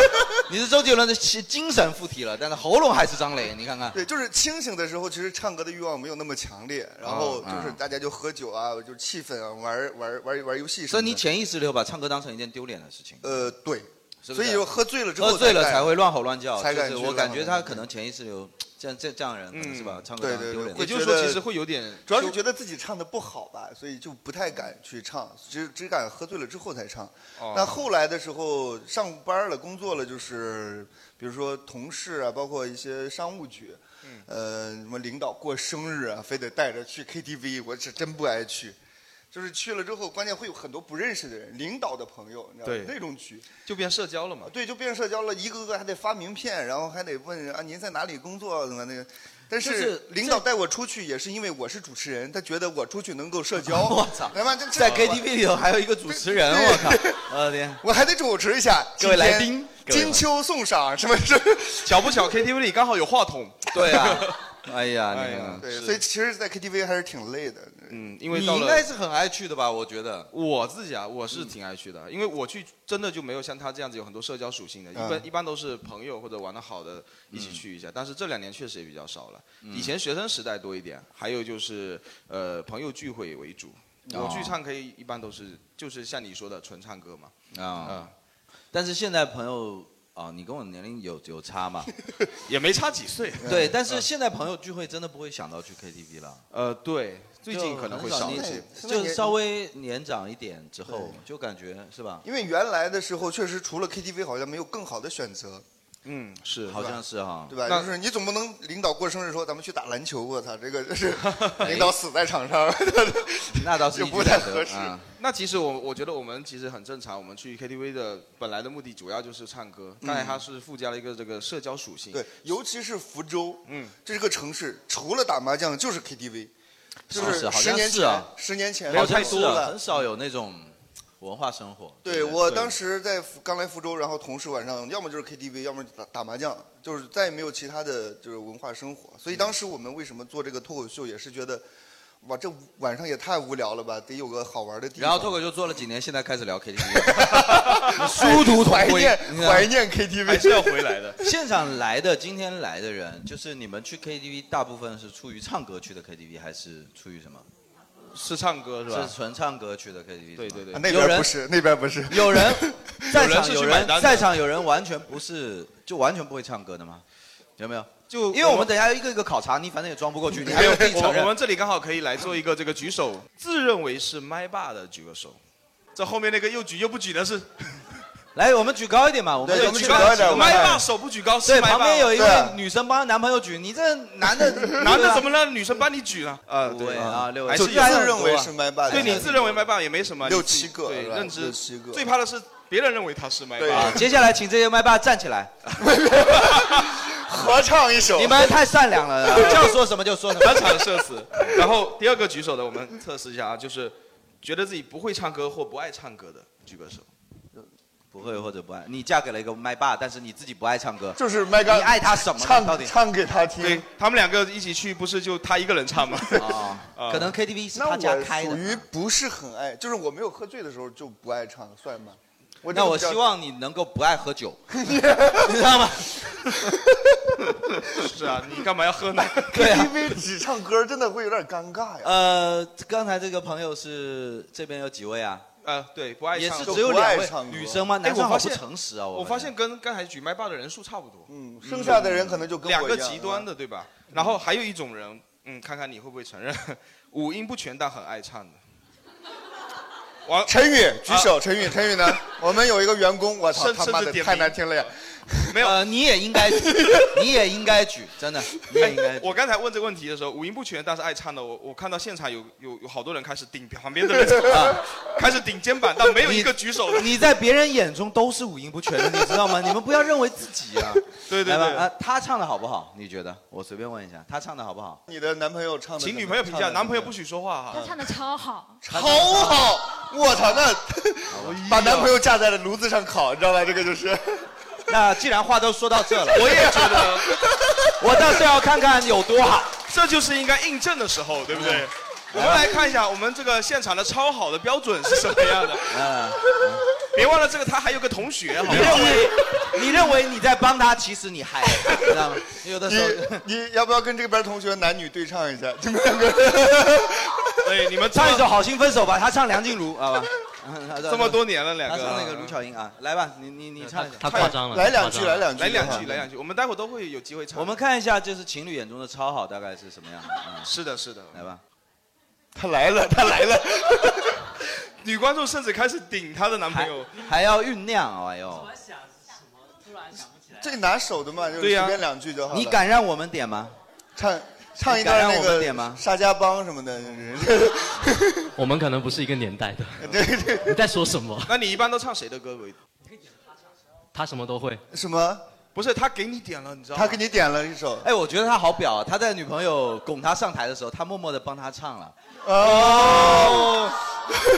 你是周杰伦的精神附体了，但是喉咙还是张磊，你看看。
对，就是清醒的时候，其实唱歌的欲望没有那么强烈，然后就是大家就喝酒啊，就是气氛啊，玩玩玩玩游戏什
所
么的。
以你潜意识里头把唱歌当成一件丢脸的事情。
呃，对，
是不是啊
所以就喝醉了之后
喝醉了
才敢
才会乱吼乱叫。
才敢
就是
去
我
乱
感
吼
觉
乱
他可能潜意识里有这样这这样的人，可能是吧？唱歌
对
当
对
成丢
嗯对，
脸。
会觉得主要是觉得自己唱的不好吧，所以就不太敢去唱，只只敢喝醉了之后才唱。
哦
那后来的时候，上班了，工作了，就是比如说同事啊，包括一些商务局，
嗯
呃，什么领导过生日啊，非得带着去 KTV，我是真不爱去。就是去了之后，关键会有很多不认识的人，领导的朋友，你知道吗
对
那种局
就变社交了嘛。
对，就变社交了，一个个还得发名片，然后还得问啊您在哪里工作怎么那个。但
就是是
领导带我出去也是因为我是主持人，他觉得我出去能够社交。
我操
来吧，这
在 KTV 里头还有一个主持人，
对
我靠，我的天！
我还得主持一下。
各位
今天
来宾各位
金秋送赏什么是？
巧不巧 KTV 里刚好有话筒。
对啊，哎呀，你看看，
对，所以其实，在 KTV 还是挺累的。
嗯， 因为
你
到了
应该是很爱去的吧？我觉得
我自己啊，我是挺爱去的，因为我去真的就没有像他这样子有很多社交属性的，一般、
嗯
一般都是朋友或者玩的好的一起去一下，但是这两年确实也比较少了，以前学生时代多一点，还有就是呃朋友聚会为主，
哦
我去唱 K 一般都是就是像你说的纯唱歌嘛，
啊，但是现在朋友啊，你跟我年龄有有差嘛？
也没差几岁
对，
嗯
但是现在朋友聚会真的不会想到去 KTV 了。
呃对，最近
就
可能
很
会
少
少
那
一
些
些，
就稍微年长一点之后，就感觉是吧？
因为原来的时候确实除了 KTV 好像没有更好的选择。
嗯，是，
好像是哈
对吧？
那
就是你总不能领导过生日说咱们去打篮球，我操， 这个就是
哎
领导死在场上，
那倒是
就
一举
不太
两得
合适。
啊
那其实我我觉得我们其实很正常，我们去 KTV 的本来的目的主要就是唱歌，
嗯
刚才它是附加了一个这个社交属性。
对，尤其是福州，嗯，这个城市除了打麻将就是 KTV，就是
好
十
像
年
是
前
啊，，
十年前
好像
太
是
多
啊
了
很。少有那种文化生活。
对我当时在福刚来福州，然后同事晚上要么就是 KTV，要么打打麻将，就是再也没有其他的就是文化生活。所以当时我们为什么做这个脱口秀，也是觉得，哇，这晚上也太无聊了吧，得有个好玩的地方。
然后脱口秀做了几年，现在开始聊 KTV，殊 途同
怀
归
念，
你知道吗
怀念 KTV 还是要回来的
现场来的，今天来的人，就是你们去 KTV，大部分是出于唱歌去的 KTV，还是出于什么？
是唱歌是吧
是纯唱歌去的 KTV。对对
对
啊那边不是那边不是
有人在
有人
场
是
有
去
人
买单的
在场有人完全不是，就完全不会唱歌的吗？有没有？
就
因为我们等一下要一个一个考察，你反正也装不过去，你还有自己
我
承
我
认
们。这里刚好可以来做一个这个举手，自认为是麦霸的举个手。这后面那个又举又不举的是，
来，我们举高一点嘛，啊我们
对
就
我们举高一点
麦
麦
霸
霸手不举高是
对，
麦霸
旁边有一
对
位女生帮她男朋友举，你这男 的
男的
么？
怎么让女生帮你举呢？啊，
对啊六位
还是
就
有
自认为是麦霸的
对你自认为麦霸也没什么，
六
你自己
七个
对
是吧
认知
六七个
最怕的是别人认为他是麦
啊
霸。，
接下来请这些麦霸站起来，
合唱一首
你们太善良了，叫说什么啊就说什么。
当场社死。啊然后第二个举手的，我们测试一下啊，就是觉得自己不会唱歌或不爱唱歌的，举个手。
不会或者不爱，你嫁给了一个麦霸，但是你自己不爱唱歌，
就是麦霸
你爱他什么呢？
唱
到底
唱给他听。
对他们两个一起去，不是就他一个人唱吗？啊
可能 KTV 是
那
他
我
家开的
属。于不是很爱，就是我没有喝醉的时候就不爱唱，算吧。我这
那
个
我
比较
希望你能够不爱喝酒，你知道吗？
是啊，你干嘛要喝呢？
啊
KTV 只唱歌真的会有点尴尬呀。
呃，刚才这个朋友是这边有几位啊？
呃，对，不爱
也
唱
是
歌
只有
不爱
两位
唱歌
女生吗？
哎
男生
我
好
发
不
现
诚实啊！
我发现跟刚才举麦霸的人数差不多，嗯
剩下的人可能就跟我一
两
样
个极端的，对吧？然后还有一种人，嗯，看看你会不会承认， 五音不全但很爱 唱的。王
陈宇举手，
啊
陈宇，陈宇呢？ 我们有一个员工，我操，
甚
他妈
甚
的
至点名
太难听了呀！
没有，
呃你也应该， 你也应该举，真的，你也应该。
哎我刚才问这个问题的时候，五音不全但是爱唱的，我我看到现场有有有好多人开始顶旁边的人，
啊
开始顶肩膀，但没有一个举手的。
你在别人眼中都是五音不全的，你知道吗？你们不要认为自己啊。
对对
来吧
对
啊，他唱的好不好？你觉得？我随便问一下，他唱的好不好？
你的男朋友唱的怎么样，
请女朋友评价，男朋友不许说话
啊
哈。
他唱的超好，
超好，我操， 那
哎
把男朋友架在了炉子上烤，你知道吧？这个就是。
那既然话都说到 这了，
我也觉得，
我倒是要看看有多 好。
这就是应该印证的时候，对不对？我们来看一下我们这个现场的超好的标准是什么样的。
嗯，
别忘了这个他还有个同学，好
你
不
认
好？
为 你认为你在帮他，其实你害了，你知道吗？有的时候。
你你要不要跟这边同学男女对唱 一下？你们两个，
对，你们
哎唱一首《好心分手》吧，他唱梁静茹，好吧？嗯
这么多年了两个
他唱那个卢巧音啊，来吧，你你你唱一下，
他夸张了来两句夸张了来两句来两句来两句我们待会儿都会有机会唱
我们看一下，就是情侣眼中的超好大概是什么 样？嗯
是的，是的，
来吧。
他来 了，他来了。
女观众甚至开始顶她的男朋友，
还要酝酿，哎呦，
这拿手的嘛，就是
对呀
随便两句就好了。
你敢让我们点吗？
唱唱一
你敢
段
让
那
我们
个
点吗嗯
沙家浜什么的，
我们可能不是一个年代的。 你在说什么？
那你一般都唱谁的歌为？
他什么都会。
什么？
不是他给你点了，你知道吗？
你点了一首。
哎，我觉得他好表啊，他在女朋友拱他上台的时候，他默默的帮他唱了。
哦，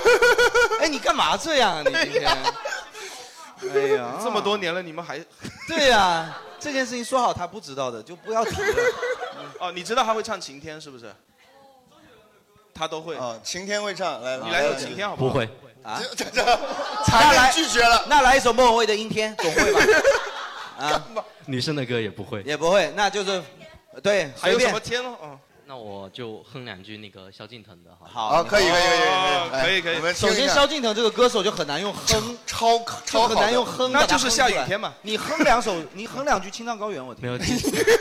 哎，你干嘛这样啊？你 今天？哎呀，
这么多年了，你们还
对呀、这件事情说好他不知道的就不要提了。
哦，你知道他会唱《晴天》是不是？他都会。
啊，晴天会唱，来，
你来首晴天好不好不会
啊，
这 这才来拒绝了。
那来一首莫文蔚的《阴天》，总会 吧？啊，
女生的歌也不会。
也不会，那就是对，随便
天呢？哦，
那我就哼两句那个萧敬腾的哈。
好啊可以可以可以可以哦可以可以可以我们听一下首先萧敬腾这个歌手就很难用哼，
超
就很难用哼把它哼出来。
嘛
你哼两首， 你哼两句《青藏高原》，我听。没有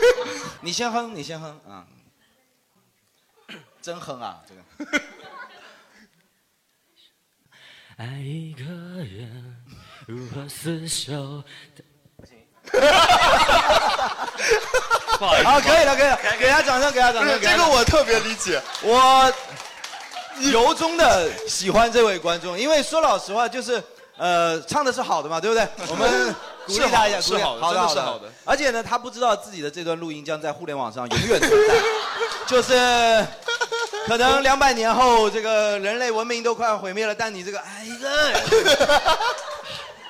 你先哼，你先哼啊。真哼啊，这个。
爱一个人如何厮守？
不好意思
好，啊可以了，可以了，给他掌声，给他掌
不
声。
是
给他
这个
掌声
我特别理解，
我由衷的喜欢这位观众，因为说老实话，就是呃，唱的是好的嘛，对不对？我们鼓励他一下，
是
鼓励他
好
好
的真的是
好
好的
而且呢，他不知道自己的这段录音将在互联网上永远存在，就是可能两百年后，这个人类文明都快毁灭了，但你这个哎一个。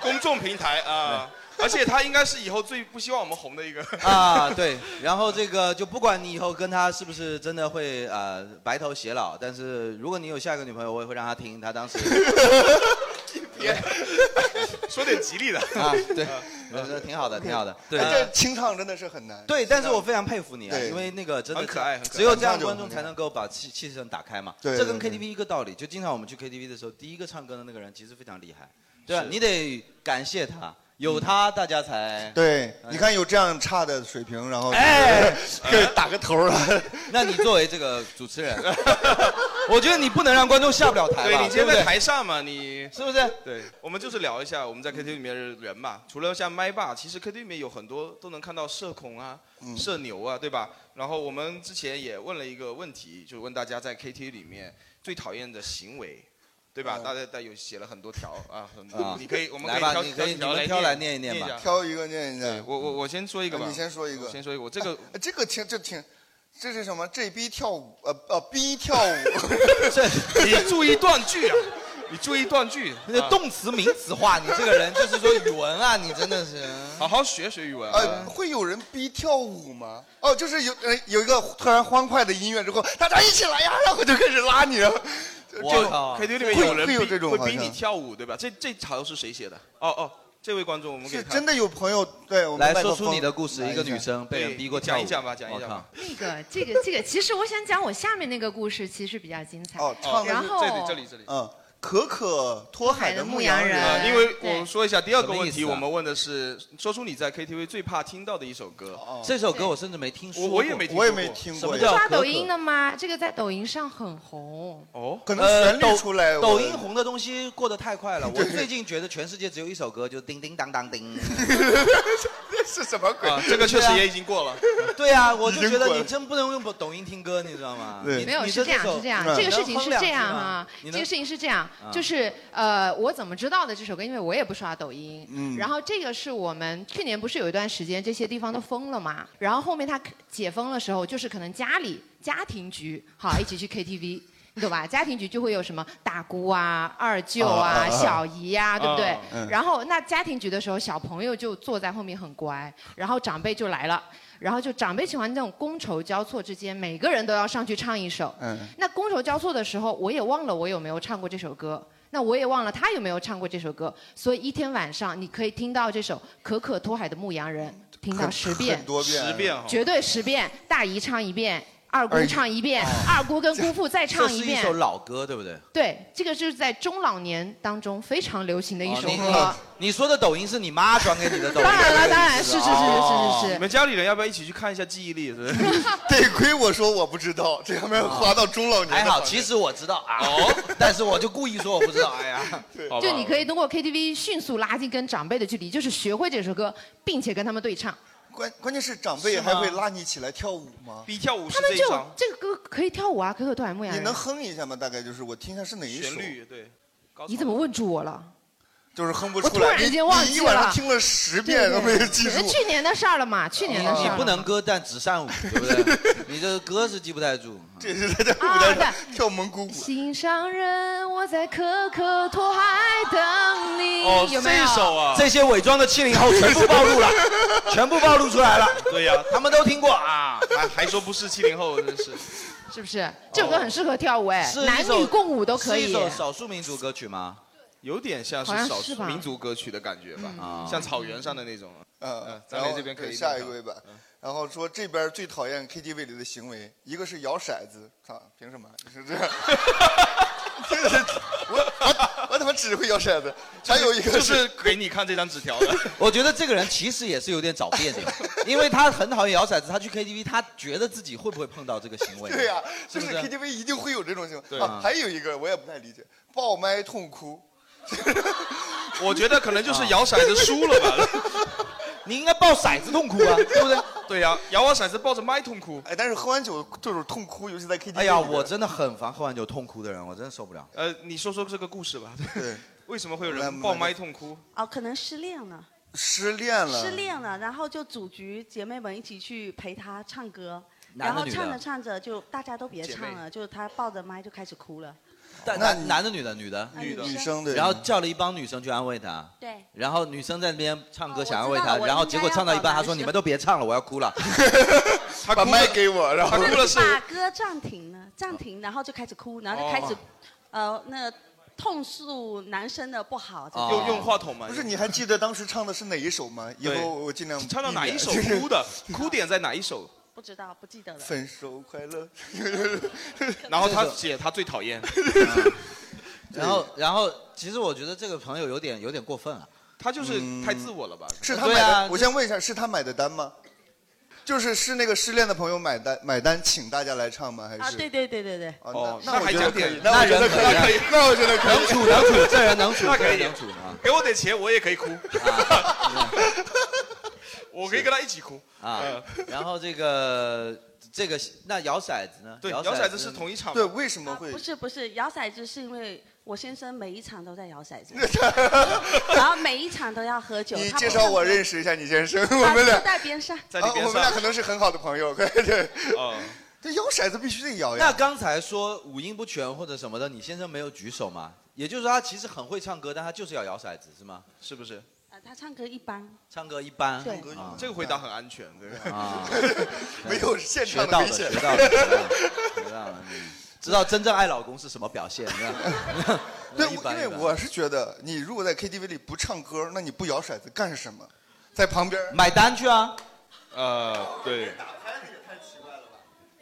公众平台啊， 而且他应该是以后最不希望我们红的一个
啊，对，然后这个就不管你以后跟他是不是真的会呃白头偕老，但是如果你有下一个女朋友，我也会让她听她当时
说点吉利的
啊，对，
嗯
我觉得挺好的， 挺好的，
哎
呃
这清唱真的是很难。
对，但是我非常佩服你啊，
对
因为那个真的
很可爱很可爱
只有这样观众才能够把气气氛打开嘛。
对
这跟
对
KTV 一个道理，就经常我们去 KTV 的时候，第一个唱歌的那个人其实非常厉害，对吧
是？嗯
你得感谢他，有他大家才
对，
呃
你看有这样差的水平，然后
哎
给打个头了。
那你作为这个主持人，我觉得你不能让观众下不了台吧？
对你今天
不对
在台上嘛，你
是不是？
对，我们就是聊一下我们在 KTV 里面的人嘛。除了像麦霸，其实 KTV 里面有很多都能看到社恐啊、
嗯
社牛啊，对吧？然后我们之前也问了一个问题，就是问大家在 KTV 里面最讨厌的行为。对吧？
嗯
大家大家有写了很多条啊，很
啊
多。你可以，我们
来吧
挑
你可以
挑几条
你们
来
挑来啊
念
念一念吧
一下
挑一个念一下。啊
我我我先说一个吧，
你先说一个
我先说一个。我这个
哎这个挺这挺，这是什么？这逼跳舞，呃呃，逼跳 舞。
你注意断句啊，你注意断句，
那个动词名词化，你这个人就是说语文啊，你真的是
好好学学语文啊
呃，会有人逼跳舞吗？哦，就是有呃有一个突然欢快的音乐之后，大家一起来呀，然后就开始拉你。这
我
种
靠！KTV 里面
会
有人
会有
逼
这种
会
好
逼
像
你跳舞，对吧？这这条是谁写的？哦哦，这位观众，我们给
是
他
真的有朋友对我们
来
麦克
说出
风
你的故事
来
一个女生被人
对
逼过
你讲
跳
一
舞
讲吧，讲一讲吧。
那个，这个，这个，其实我想讲我下面那个故事，其实比较精彩。
哦，唱的
然
是
后
里，嗯，可可托海的牧羊人，
啊因为我说一下第二个问
什么意
题，
思啊
我们问的是说出你在 KTV 最怕听到的一首歌。
这首歌我甚至没听说
我
过，
我也没听哦过我也没听过
什么
是
叫
刷
可可
抖音的吗？这个在抖音上很红。
哦，
可
能旋律
呃抖
出来
呃
我
抖音红的东西过得 太快了。我最近觉得全世界只有一首歌，就是叮叮当当叮。
这是什么鬼
啊，这个确实也已经过了。
对啊，我就
已经
觉得
过了
你真不能用抖音听歌，你知道吗？
对
你
没有，
你
是这样，
首
是这样，
嗯
这个事
能
情
哼
是
两
这
句
样
吗
哈，
你
这
能
个事情是这样
啊，
就是呃，我怎么知道的这首歌？因为我也不刷抖音，
嗯
然后这个是我们去年不是有一段时间这些地方都封了嘛，然后后面他解封的时候，就是可能家里家庭局好一起去 KTV。你懂吧？家庭局就会有什么大姑啊、二舅
啊
啊、
啊啊
小姨呀、对不对？
啊嗯
然后那家庭局的时候，小朋友就坐在后面很乖，然后长辈就来了，然后就长辈喜欢那种觥筹交错之间，每个人都要上去唱一首。
嗯
那觥筹交错的时候，我也忘了我有没有唱过这首歌，那我也忘了他有没有唱过这首歌，所以一天晚上你可以听到这首可可托海的《牧羊人》，听到十遍，
很多遍，
十遍哦
绝对十遍，大姨唱一遍，二姑
二姨
唱一遍，
哦
二姑跟姑父再
这
唱一
是一
遍。
首老歌，对不对？
对，这个就是在中老年当中非常流行的
哦
一首
哦你
歌。
你你说的抖音是你妈转给你的抖音？
当
啊
然了当然是是是是是
哦你们家里人要不要一起去看一下记忆力？是不是
得亏我说我不知道，这要不然滑到中老年的哦
还好，
行业
其实我知道啊， 但是我就故意说我不知道。 哎呀，
就你可以通过 KTV 迅速拉近跟长辈的距离，就是学会这首歌，并且跟他们对唱。
关关键是长辈
是
还
吗
会拉你起来跳舞吗？
比跳舞
他们就这个歌可以跳舞啊，可可托海牧羊
你
人。
能哼一下吗？大概就是我听一下是哪一首
旋律对，
你怎么问住我了？
就是哼不
我
出
突
来。
然
你
间忘
你一
记
晚上
了
听了十遍都没有记
你们
住。哦
去年的事儿了嘛？去年的事
你
儿
不
了。
能歌，但只善舞，对不对？你这歌是记不 太住。
这是在舞台上 跳蒙古舞。
啊心上人，我在可可托海等你。
哦
有没有？
啊
这些伪装的七零后全部暴露了，全部暴露出来了。
对呀，
他们都听过啊，
还还说不是七零后，真是。
是不是？这首歌很适合跳舞哎
是，一
男
首
女共舞都可
是
以
一。首少数民族歌曲吗？
有点像
好像
是少
是
数
吧
民族歌曲的感觉吧，啊
嗯
像草原上的那种。啊
嗯，
咱
然
们
后
这边可以
对下一
弄嗯到
位吧。然后说这边最讨厌 KTV 里的行为，一个是摇骰子，操，凭什么？你是这样？ 我我我他妈只会摇骰子，还有一个
就是给你看这张纸条 的。
我觉得这个人其实也是有点找别 扭，因为他很讨厌摇骰子，他去 KTV，他觉得自己会不会碰到这个行为？
对
啊
呀、就是是
不是
KTV 一定会有这种情
对
况。啊
啊，
还有一个我也不太理解，爆麦痛哭。啊
我觉得可能就是摇骰子输了吧。
你应该抱骰子痛哭啊，对不对？
对呀、摇摇骰子抱着麦痛哭。
哎，但是喝完酒就是痛哭，尤其在 KTV。
哎呀，我真的很烦喝完酒痛哭的人，我真的受不了。
呃，你说说这个故事吧。
对，
为什么会有人抱麦痛哭？
哦，可能失恋了。
失恋了。
失。恋了，然后就组局，姐妹们一起去陪她唱歌，
男
然
的
后
女的
唱着唱着就大家都别
姐妹
唱了，就她抱着麦就开始哭了。
但男男的女的女的
啊女的女生对
然后叫了一帮女生去安慰他，
对，
然后女生在那边唱歌想安慰
啊我
他，
知道
然后
我应该
结果唱到一半，
要找
他说
男生
你们都别唱了，我 要哭了，
他
把麦给我，然后
他 哭了是
把歌暂停了，暂停，然后就开始哭，然后就开始
哦，
呃，那痛诉男生的不好，这
哦
种
啊话筒吗
不是，你还记得当时唱的是哪一首吗？以
对
后我尽量
唱到哪一首
避免
哭 的？哭点在哪一首？
不知道不记得了。
分手快乐。
然后他写他最讨厌，
然后然后其实我觉得这个朋友有点有点过分了，啊
他就是太自我了吧？
嗯是他买
对
的？
啊
我先问一下，是他买的单吗？就是是那个失恋的朋友买单买单，请大家来唱吗？还是？
啊，对对对对对。
哦，
那
那我
还
觉
讲
得可以
点，
那我觉
那
得
人
可以
可 以，
那我觉得可以，
能处能处这人能 处
那
这人能
处啊。
给我点钱，我也可以哭， 我可以跟他一起哭
啊
呃。
然后这个这个那摇骰子呢？
对
骰
摇骰子是同一场吗
对，为什么会
啊不？是不是，摇骰子是因为我先生每一场都在摇 骰子，然后每一场都要喝酒。
你
他不
介绍我
能
认识一下你先生，
喝
我们俩
他就在边上，
啊我们俩可能是很好的朋友，对对。
哦，
这摇骰子必须得摇呀。
那刚才说五音不全或者什么的，你先生没有举手吗？也就是说他其实很会唱歌，但他就是要摇骰子是吗？
是不是？
呃他唱歌一般，
唱歌一般，
对唱歌一
这个回答很安全，对，
啊
没有现场
学
的
到
危
了，
险
学到了，学到了学到了，嗯知道真正爱老公是什么表现，是吧
对，
一
我
般
因为
一般
我是觉得，你如果在 KTV 里不唱歌，那你不摇骰子干什么？在旁边
买单去啊。
呃，对。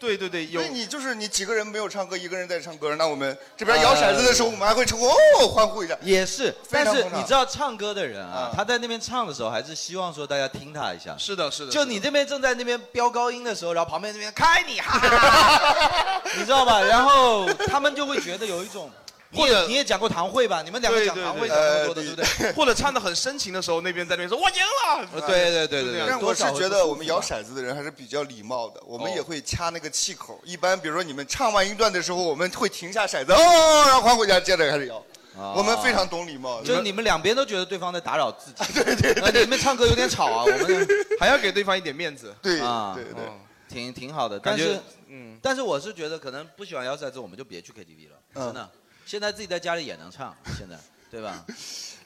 对对对，有
所以你就是你几个人没有唱歌，一个人在唱歌，那我们这边摇骰子的时候，我们还会成功哦欢呼一下。
也是，
非
但
常
是
捧场
你知道唱歌的人啊，他在那边唱的时候，还是希望说大家听他一下。
是的，是的
就你这边正在那边飙高音的时候，然后旁边那边开你哈，你知道吧？然后他们就会觉得有一种，或者你也讲过堂会吧？你们两个讲堂会讲过多的，对不对？
对？ 或者唱的很深情的时候，那边在那边说“我赢了”，
但我是觉
啊
得我们摇骰子的人还是比较礼貌的，我们
哦
也会掐那个气口。一般比如说你们唱完一段的时候，我们会停下骰子，哦，然后欢呼一下，接着开始摇。
哦
啊
我们非常懂礼貌。
就你们两边都觉得对方在打扰自己，对对对，你们唱歌有点吵啊，我们
还要给对方一点面子。
对
啊
对对
哦挺挺好的，
感
但
觉
是
嗯，
但是我是觉得可能不喜欢摇骰子，我们就别去 KTV 了，
嗯
真的。现在自己在家里也能唱，现在对吧？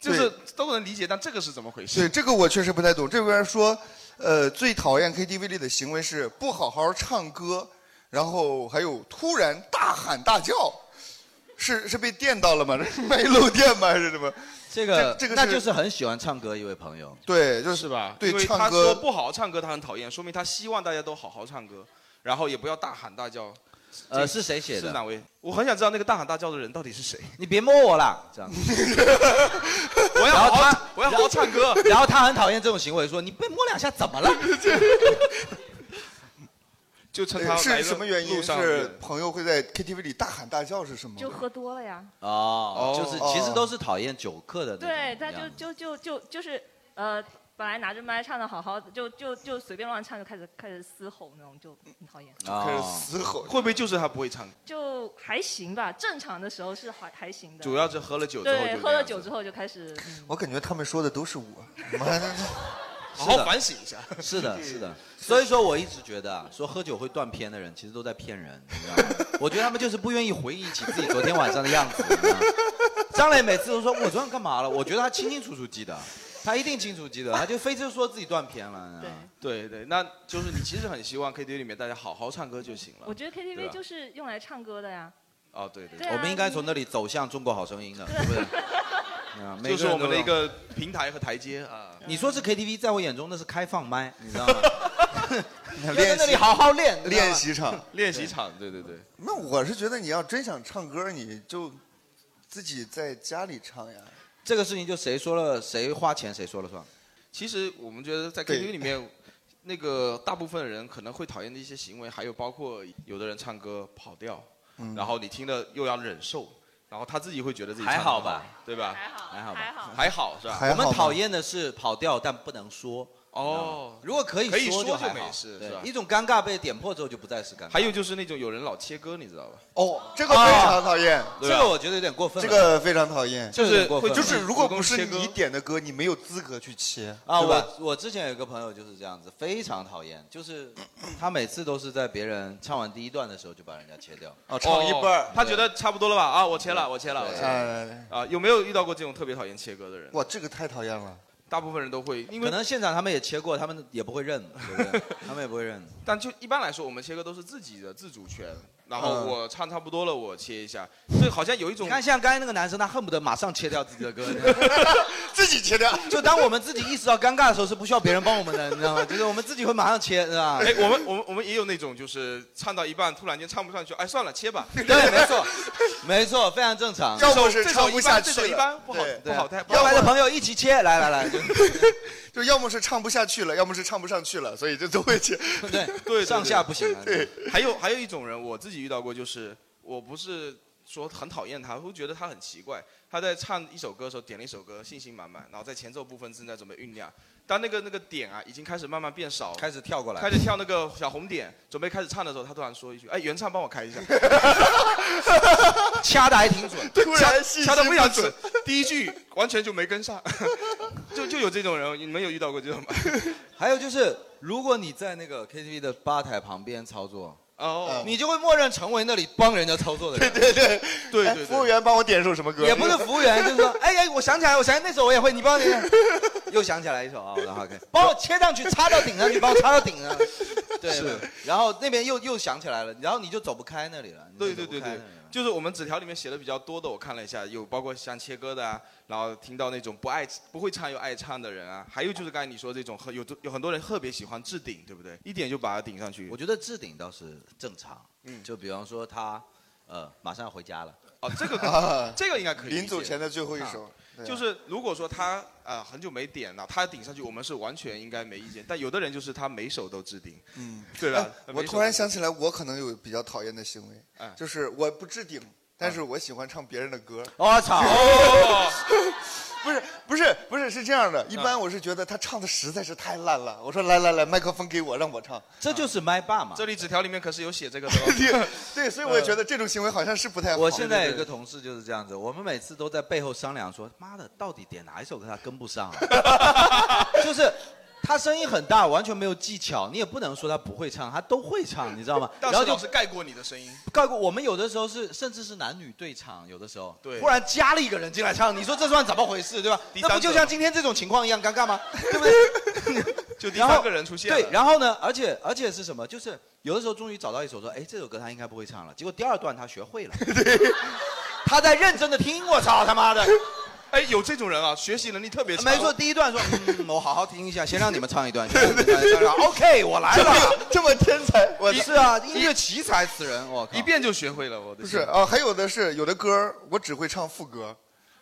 就是都能理解，但这个是怎么回事？
对，这个我确实不太懂。这边说，呃，最讨厌 KTV 里的行为是不好好唱歌，然后还有突然大喊大叫，是是被电到了吗？ 这是麦漏电吗？还是什么？
这个
这个
那就是很喜欢唱歌一位朋友，
对，就是
吧
对
因，为
唱
他
歌
说不好好唱歌，他很讨厌，说明他希望大家都好好唱歌，然后也不要大喊大叫。
呃
这
是谁写的
是哪位？我很想知道那个大喊大叫的人到底是谁。
你别摸我啦，这样。
我要好好，我要好好唱歌。
然后他很讨厌这种行为，说你被摸两下怎么了？
就趁他来
呃是
的
什么原因？
路上
是朋友会在 KTV 里大喊大叫是什么？
就喝多了呀。
哦，就是
哦
其实都是讨厌酒客的那种
对，他就
样子
就就就就是呃，本来拿着麦唱的好好的，就就就随便乱唱，就开始开始嘶吼那种，就很讨厌。
啊
开始嘶吼
会不会就是他不会唱歌？
就还行吧，正常的时候是还还行的。
主要是喝了酒之后就
对，
那
喝了
样
酒之后就开始。嗯
我感觉他们说的都是我， 妈 的，
好好反省一下。
是 的，是的。所以说，我一直觉得啊，说喝酒会断片的人，其实都在骗人，你知道吗？我觉得他们就是不愿意回忆起自己昨天晚上的样子。你知道吗张磊每次都说我昨天干嘛了，我觉得他清清楚楚记得，他一定清楚记得，他就非就说自己断片了。你知道吗
对对，那就是你其实很希望 KTV 里面大家好好唱歌就行了。
我觉得
对
KTV
吧
就是用来唱歌的呀。
哦，对对
对啊
我们应该从那里走向中国好声音的，对啊不对？啊每
就
个
是
人
我们
都
的一
要
个平台和台阶啊。
你说是 KTV，在我眼中那是开放麦，你知 道吗？ 啊要在
练
那
习
里好好练，你知道吗
练习场，
练习场，对对对。
那我是觉得你要真想唱歌，你就自己在家里唱呀。
这个事情就谁说了谁花钱谁说了算。
其实我们觉得在
对
KTV 里面，那个大部分人可能会讨厌的一些行为，还有包括有的人唱歌跑调，
嗯
然后你听了又要忍受，然后他自己会觉得自己
还
唱得
好吧
对吧？还
还好吧还好
还好是吧？
我们讨厌的是跑调但不能说，
哦，
如果可以
可以
说
说
还好
没事，
对
是吧？
一种尴尬被点破之后就不再是尴尬。
还有就是那种有人老切割，你知道吧？
哦，
这个非常讨厌，
啊对吧这个我觉得有点过分了
这个非常讨厌，
就是会
就是如果不是
主动
你点的歌，你没有资格去切
啊，
对吧
我我之前有一个朋友就是这样子，非常讨厌，就是他每次都是在别人唱完第一段的时候就把人家切掉，
哦他觉得差不多了吧？啊，我切了，我切了，我切
哎
了。啊，有没有遇到过这种特别讨厌切割的人？
哎哇，这个太讨厌了。
大部分人都会，因为
可能现场他们也切过，他们也不会认，对 不对？他们也不会认。
但就一般来说，我们切割都是自己的自主权。然后
嗯
我唱差不多了，我切一下。这好像有一种
你看，像刚才那个男生，他恨不得马上切掉自己 的歌，
自己切掉。
就当我们自己意识到尴尬的时候，是不需要别人帮我们的，你知 道吗？就是我们自己会马上切，是吧？
哎，我 们我们我们也有那种，就是唱到一半突然间唱不上去，哎，算了，切吧。
对，没错，没错，非常正常。
要不是唱不下去了这首一般不好
对
不好太
要来的朋友一起切，来来来， 就
就要么是唱不下去了，要么是唱不上去了，所以就都会切。
对
对，
上下不行啊
对，还有还有一种人，我自己遇到过，就是我不是说很讨厌他，我会觉得他很奇怪。他在唱一首歌的时候，点了一首歌，信心满满，然后在前奏部分正在准备酝酿，当那个那个点啊已经开始慢慢变少，
开始跳过来
开始跳那个小红点，准备开始唱的时候，他突然说一句：“哎，原唱帮我开一下。”
掐的还挺准，
突然
掐
信
掐的
心
非常
不准
准，第一句完全就没 跟上，就就有这种人，你们有遇到过这种吗？
还有就是，如果你在那个 KTV 的吧台旁边操作，
哦，
你就会默认成为那里帮人家操作的人。对
对
对
哎服务员帮我点首什么歌？
也不是服务员， 就是说，哎哎，我想起来，我想起来那首我也会，你帮你又想起来一首啊，然后 OK，帮我切上去，插到顶上去，帮 我插到顶上。对
是，
然后那边又又想起来了，然后你就走不开那里了。你就
对
走
对
不开
对
那里
对
了，
就是我们纸条里面写的比较多的，我看了一下，有包括像切歌的啊，然后听到那种不爱不会唱又爱唱的人啊，还有就是刚才你说这种很有有很多人特别喜欢置顶，对不对？一点就把它顶上去。
我觉得置顶倒是正常。嗯，就比方说他，呃，马上要回家了。
哦，这个这个应该可以理解。
临走前的最后一首
啊
对
就是如果说他呃很久没点了，他顶上去，我们是完全应该没意见。但有的人就是他每首都置顶，
嗯，
对吧
哎？我
每首
突然想起来，我可能有比较讨厌的行为，
哎
就是我不置顶，但是我喜欢唱别人的歌。
我操！
不是不是不是是这样的，一般我是觉得他唱的实在是太烂了，我说来来来，麦克风给我，让我唱。
这就是麦霸嘛。
这里纸条里面可啊是有写这个的哦
对，所以我也觉得这种行为好像是不太好。
我现在有一个同事就是这样子，我们每次都在背后商量说，妈的，到底点哪一首歌他跟不上、 啊，就是。他声音很大，完全没有技巧，你也不能说他不会唱，他都会唱，你知道 吗？
但
然
是
后就
老师盖过你的声音。
告诉我们有的时候是，甚至是男女对唱，有的时候，
对
忽然加了一个人进来唱，你说这算怎么回事，对吧？
第
那
三
不就
者
像
嘛
今天这种情况一样 尴尬吗？
就第
然后
三个人出现了
对，然后呢？而且而且是什么？就是有的时候终于找到一首说，哎，这首歌他应该不会唱了。结果第二段他学 会了，他在认真的听。我操他妈的！
哎，有这种人啊，学习能力特别强。
没错，第一段说，嗯，我好好听一下，先让你们唱一段，先让你们唱一段。OK，我来了。
这么天才，我
是啊，音乐奇才，此人，我靠，一
遍就学会了，我的
不是啊，还有的是有的歌儿我只会唱副歌，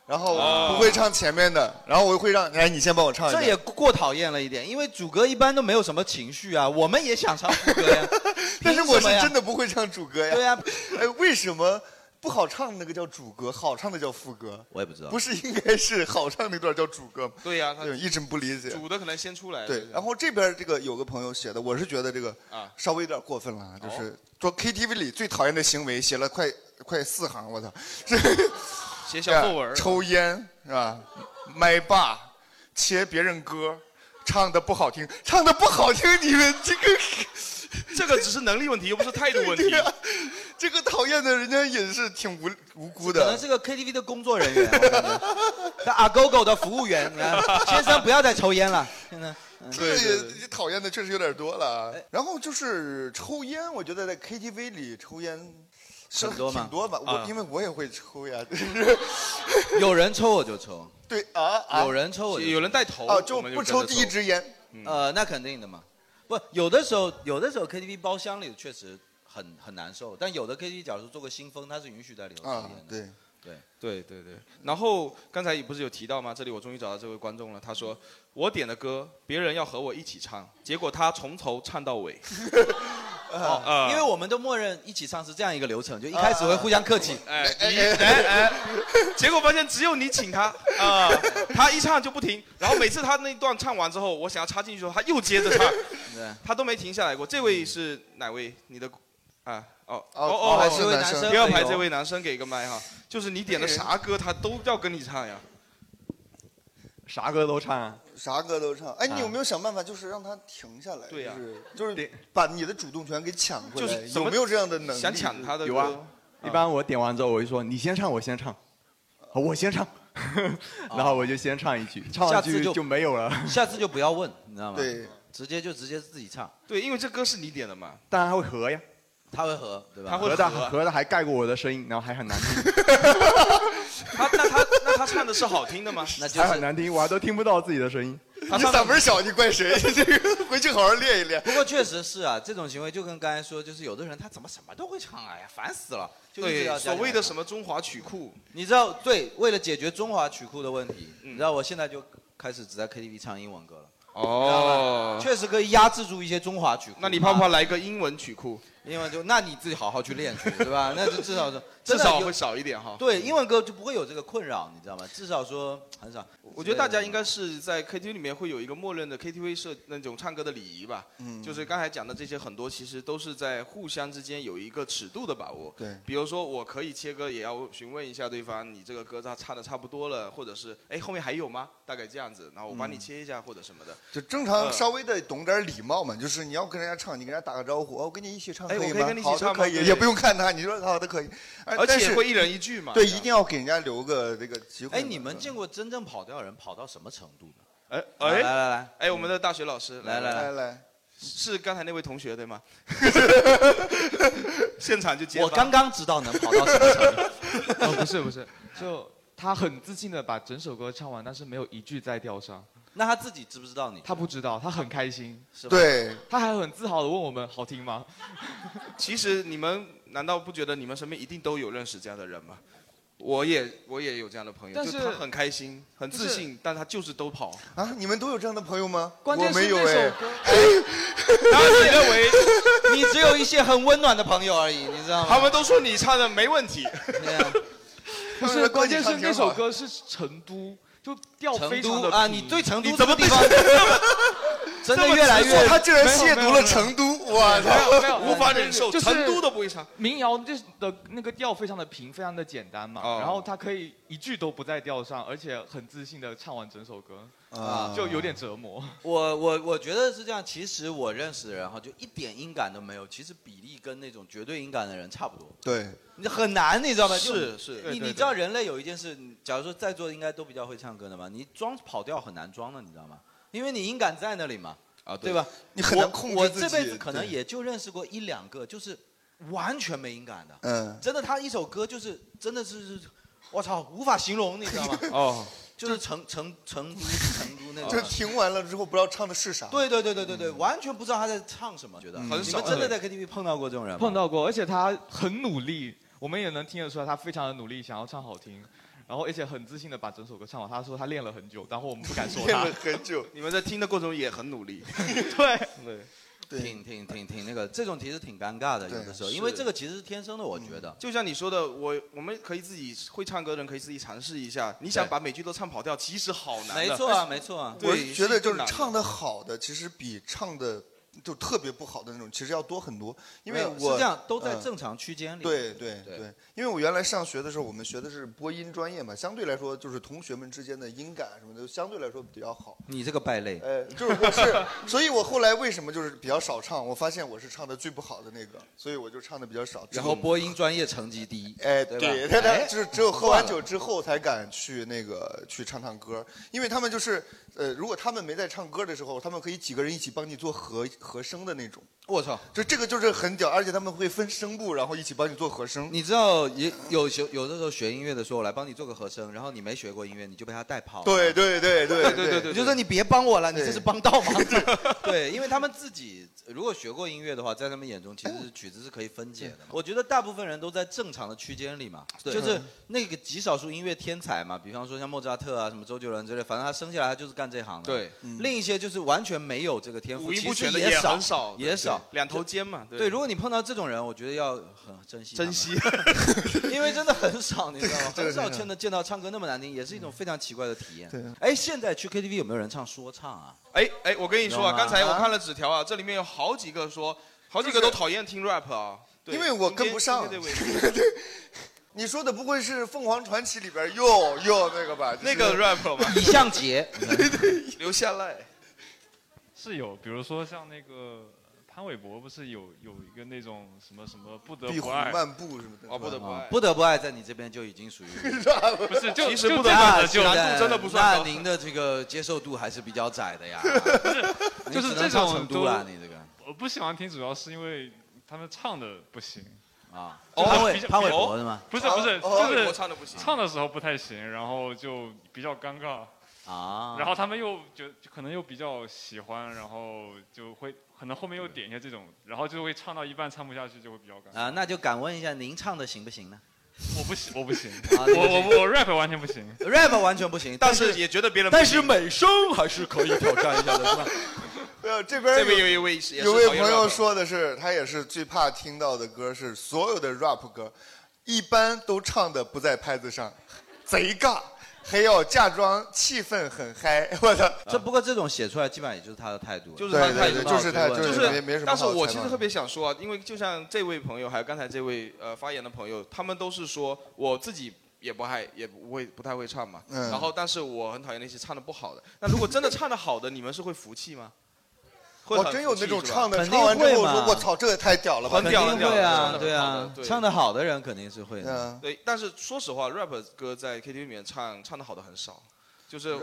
然后
哦
不会唱前面的，然后我会让哎你先帮我唱一
这
下。
也过讨厌了一点，因为主歌一般都没有什么情绪啊，我们也想唱副歌 呀，
但是
凭什么
我是
呀
真的不会唱主歌呀。
对呀、
哎，为什么不好唱那个叫主歌，好唱的叫副歌？
我也不知道
不是应该是好唱那段叫主歌 吗？哎
对呀他
一直不理解。
主的可能先出来。
对，然后这边这个有个朋友写的，我是觉得这个
啊哦
稍微有点过分了，就是说 KTV 里最讨厌的行为，写了快快四行，我操， 是
写小作文儿
抽烟是吧？麦霸，切别人歌，唱的不好听，唱的不好听，你们这个
这个只是能力问题，又不是态度问题
对啊 这个讨厌的人家也是挺无无辜的，
可能是个 KTV 的工作人员，我感觉那阿狗狗的服务员，你看先生不要再抽烟了，现在。嗯
这也讨厌的确实有点多了。啊
哎
然后就是抽烟，我觉得在 KTV 里抽烟是
很多吗
挺多吧，我
啊
因为我也会抽 呀，
有人抽我就抽，
对啊，啊
有人抽我就抽，
有人带头
啊就我们就不抽跟着抽第一嗯支烟。
嗯
啊
呃，那肯定的嘛。不，有的时候，有的时候 KTV 包厢里确实很很难受，但有的 KTV 假如做个新风，它是允许在里头抽
啊
烟的。
对。
对
对对对，然后刚才不是有提到吗？这里我终于找到这位观众了，他说 我点的歌，别人要和我一起唱，结果他从头唱到尾。
哦，
呃
因为我们都默认一起唱是这样一个流程，就一开始会互相客气。
哎哎哎哎，结果发现只有你请他啊、他一唱就不停，然后每次他那段唱完之后，我想要插进去的时候，他又接着唱，
对嗯
他都没停下来过。这位是哪位？你的啊？哦
哦
哦，
还是位男生
第二排
哎呦
这位男生给个麦哈，就是你点的啥歌，他都要跟你唱呀。
啥歌都唱，啊
啥歌都唱。哎，
啊
你有没有想办法，就是让他停下来？对呀，就是就是把你的主动权给抢回来。有没有这样的能力？
有啊，一般我点完之后，我就说你先唱，我先唱，
哦
好我 先唱，然后我就先唱一句，唱
下
完
次
就
就
就没有了。
下次就不要问，你知道吗？
对，
直接就直接自己唱。
对，因为这歌是你点的嘛。
当然他会合呀，
他会合，对吧？
合的
啊
合的还盖过我的声音，然后还很难 听，
他那他那他唱的是好听 的吗？那
还很难听，我还都听不到自己的声音。
他唱的
小，你怪 谁？这个回去好好练一练。
不过确实是啊，这种行为就跟刚才说，就是有的人他怎么什么都会唱，哎呀，烦死了。就一直要加
对，
进来
所谓的什么中华曲库，
你知道，对，为了解决中华曲库的问题，你知道我现在就开始只在 KTV 唱英文歌了。
嗯哦
你知道吗确实可以压制住一些中华曲库。啊
那你怕不怕来个英文曲库？
英文就那你自己好好去 练去，对吧？啊那就至少是
至
真的
少
有
会少一点哈。
对，英文歌就不会有这个困扰，你知道吗？至少说很少。
我觉得大家应该是在 KTV 里面会有一个默认的 KTV 社那种唱歌的礼仪吧，
嗯
就是刚才讲的这些很多，其实都是在互相之间有一个尺度的把握。
对
比如说我可以切歌，也要询问一下对方，你这个歌他唱的差不多了，或者是哎后面还有吗？大概这样子，然后我帮你
嗯
切一下或者什么的。
就正常
嗯
稍微的懂点礼貌嘛，就是你要跟人家唱，你跟人家打个招呼，哦我跟你一起唱
哎
以
我可以
吗？
跟你一起
好的
唱吗
可以，
对
也不用看他，你说好的可以，哎
而且
但是
会一人一句嘛
对，
这样
一定要给人家留个这个机会嘛。
哎，你们见过真正跑调的人跑到什么程度呢？
哎
来来来，
哎，我们的大学老师，
来来来
来，
是刚才那位同学 对吗？现场就接。
我刚刚知道能跑到什么程度。
哦，不是不是，就他很自信的把整首歌唱完，但是没有一句在调上。
那他自己知不知道你？
他不知道，他很开心，
是
吧对，
他还很自豪的问我们好听吗？
其实你们难道不觉得你们身边一定都有认识这样的人吗？我也我也有这样的朋友，
但
就是他很开心，很自信，但他就是都跑。
啊，你们都有这样的朋友吗？
关键
我
是
没有
那
哎
首。然后你认为
你只有一些很温暖的朋友而已，你知道吗？啊
他们都说你唱的没 问题。
不是，关键是那首歌是成都，就调非常的
成都啊
平
你对成都
你怎么
这个地方
对成 都
真的越来越
这么直说
他竟然
没有
亵渎
没有
了
没有
成都
没有
哇
没有没有
无法忍受
就是
成都都不会唱
民谣，就是的那个调非常的平，非常的简单
哦
嘛，然后他可以一句都不在调上，而且很自信的唱完整首歌，
啊
就有点折磨。
我我我觉得是这样，其实我认识的人哈，就一点音感都没有，其实比例跟那种绝对音感的人差不多。
对，
你很难，你知道吧？就是
是对
你
对
你知道人类有一件事，你假如说在座的应该都比较会唱歌的嘛，你装跑调很难装的，你知道吗？因为你音感在那里嘛，
啊
对吧？
你很难控制
我我
自己
这辈子可能
对
也就认识过一两个，就是完全没音感的。
嗯
真的，他一首歌就是真的是，是我操，无法形容，你知道 吗？
哦，
就是成成成都成都那种。
就听完了之后不知道唱的是啥。
对对对对对对，完全不知道他在唱什么，觉得
嗯
你
很
们
少
真的
对
在 KTV 碰到过这种人吗？
碰到过，而且他很努力，我们也能听得出来，他非常的努力，想要唱好听，然后而且很自信的把整首歌唱完。他说他练了很久，然后我们不敢 说他。
很久，
你们在听的过程中也很努力。
对
对
挺挺挺挺那个，这种其实挺尴尬的，有的时候，因为
是
这个其实是嗯天生的，我觉得。
就像你说的，我我们可以自己会唱歌的人可以自己尝试一下。你想把每句都唱跑调，其实好难的。
没 错啊没错啊
我
对
觉得就是
难的
唱的好的，其实比唱的就特别不好的那种，其实要多很多。因为
没有
我
是这样，都在
嗯
正常区间里。
对对
对
对，因为我原来上学的时候，我们学的是播音专业嘛，相对来说就是同学们之间的音感什么的，相对来说比较好。
你这个败类，
呃，就是我是，所以我后来为什么就是比较少唱？我发现我是唱的最不好的那个，所以我就唱的比较少。
然后播音专业成绩第一，
哎，
对
对，
吧？
他他
哎
就是只有喝完
断
酒
了
之后才敢去那个去唱唱歌，因为他们就是呃，如果他们没在唱歌的时候，他们可以几个人一起帮你做和和声的那种。
我操，
就这个就是很屌，而且他们会分声部，然后一起帮你做和声。
你知道也有有有的时候学音乐的说，我来帮你做个和声，然后你没学过音乐，你就被他带跑了。
对对对对对对对对
你就说你别帮我了，你这
对
是帮倒 忙。对，因为他们自己如果学过音乐的话，在他们眼中其实是曲子是可以分解的嘛。我觉得大部分人都在正常的区间里嘛，
对
嗯
就是那个极少数音乐天才嘛，比方说像莫扎特啊、什么周杰伦之类，反正他生下来他就是干这行的。
对嗯
另一些就是完全没有这个天赋，
五音不
其实
全的
也也
也
少，
很少
也少，
两头尖嘛对
对，如果你碰到这种人，我觉得要很珍惜他们，
珍惜
因为真的很少，你知道吗？
对
很少
对
见到见到唱歌那么难听，也是一种非常奇怪的体验。
嗯对
哎，现在去 KTV 有没有人唱说唱啊？
哎哎，我跟你说
有
啊，
吗
刚才我看了纸条啊，这里面有好几个说，好几个都讨厌听 rap 啊，对
因为我跟不上
今天今天这位
你说的不会是凤凰传奇里边哟哟那个吧？就是
那 个 rap 吧，
李向杰，
留下来。
是有，比如说像那个潘玮柏，不是有有一个那种什么什么不得不爱
步什么的
哦，不得不爱。
啊不得不爱在你这边就已经属于
不 是就其实就不得不爱就
那
难度真的不算高
那您的这个接受度还是比较窄的 呀， 你
就是
只
这
能唱
种
成
都
都了，你这个。
我不喜欢听，主要是因为他们唱的不行
啊
哦潘玮潘玮柏是吗
不是不是，
哦
就
潘玮
是
柏唱得不行
唱的时候不太行，然后就比较尴尬
啊
然后他们又觉可能又比较喜欢，然后就会可能后面又点一些这种，然后就会唱到一半唱不下去，就会比较尴尬。
啊，那就敢问一下，您唱的行不行呢？
我不行，我不行，
啊
我我我 rap 完全不行
rap 完全不行，但是
也觉得别人不
但
行
是美声还是可以挑战一下的，是吧？
没有这边
这边有一位也是
有位
讨厌
朋友
rap
说的是，他也是最怕听到的歌是所有的 rap 歌，一般都唱的不在拍子上，贼尬，还要假装气氛很嗨。我操，
这不过这种写出来，基本上也就是他的态度了，
就是他的态度，
就是
就是
没没什么
但是
好
我
采
其实
访
特别想说啊，因为就像这位朋友，还有刚才这位呃发言的朋友，他们都是说我自己。也不爱，也不会不太会唱嘛。
嗯
然后，但是我很讨厌那些唱的不好的。那如果真的唱的好的，你们是会服气吗？会
我
很
真
服
有那
气
种
是吧
唱的，
肯定
唱完之后
会
我
嘛
说我操，这也太屌了吧！
肯定会啊，对啊，
对
唱的好的人肯定是会
嗯
的。
对，但是说实话，rap 歌在 KTV 里面唱唱的好的很少，就是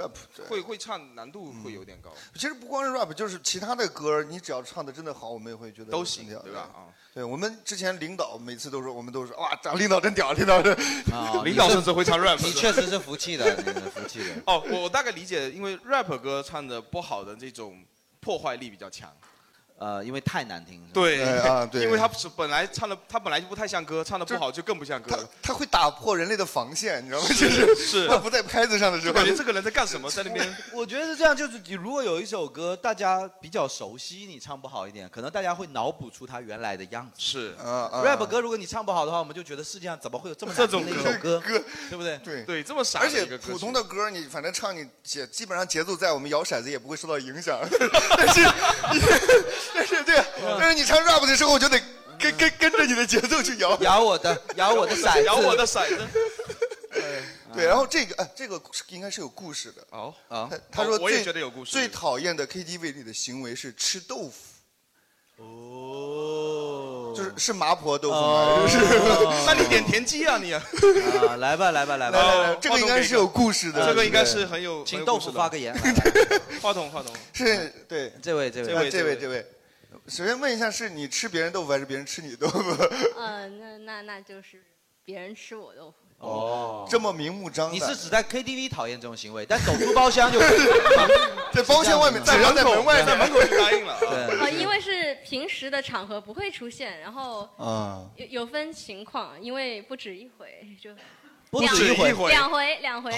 会会唱难度会有点高。
其实不光是 rap，就是其他的歌，你只要唱的真的好，我们也会觉得
都行
很屌
对吧啊，
对我们之前领导每次都说，我们都说哇，长领导真屌，领导真
啊，
领导甚至会唱 rap，
你确实是服气 的，你是服气的。
哦，我我大概理解，因为 rap 歌唱的不好的这种破坏力比较强。
呃，因为太难听。是吧
对
哎啊
因为他是本来唱的，他本来就不太像歌，唱的不好就更不像歌了。
他会打破人类的防线，你知道吗？就是
是
他不在拍子上的时
就
候，
感觉这个人在干什么，在那边
我觉得是这样，就是你如果有一首歌大家比较熟悉，你唱不好一点，可能大家会脑补出它原来的样子。
是
啊啊
rap 歌如果你唱不好的话，我们就觉得世界上怎么会有这么难听的一首歌，对不对？
对
对，这么傻
而
的
且
一个歌曲
普通的歌，你反正唱你节基本上节奏在，我们摇骰子也不会受到影响。 但是，但是对，但是你唱 rap 的时候，我就得跟跟跟着你的节奏去摇。
摇我的， 摇我的骰子摇我的
骰子。
对，然后这个呃，这个是应该是有故事的。
哦
啊
他他说
哦我也
最
觉得有故事
最讨厌的 KTV 里的行为是吃豆腐。哦，就是是麻婆豆腐吗？就是，
哦 那你点田鸡啊你？
哦
哦
啊，来吧，来吧，来吧，
来来来这个应该是有故事的
这个应该是很有。
请
很有
豆
故事
腐
的
发个言。
话筒话筒。
是对
这位这
位
啊
这
这
位
位这位，首先问一下，是你吃别人豆腐还是别人吃你豆腐？
呃，那那那就是别人吃我 豆腐。
哦，这么明目张胆。
你是只在 KTV 讨厌这种行为， 但走出包厢 就
在包厢外面在门口在门口
就答应了。
呃，因为是平时的场合不会出现，然后
啊，
有有分情况，因为不止一回，就
不止一回
两回两回，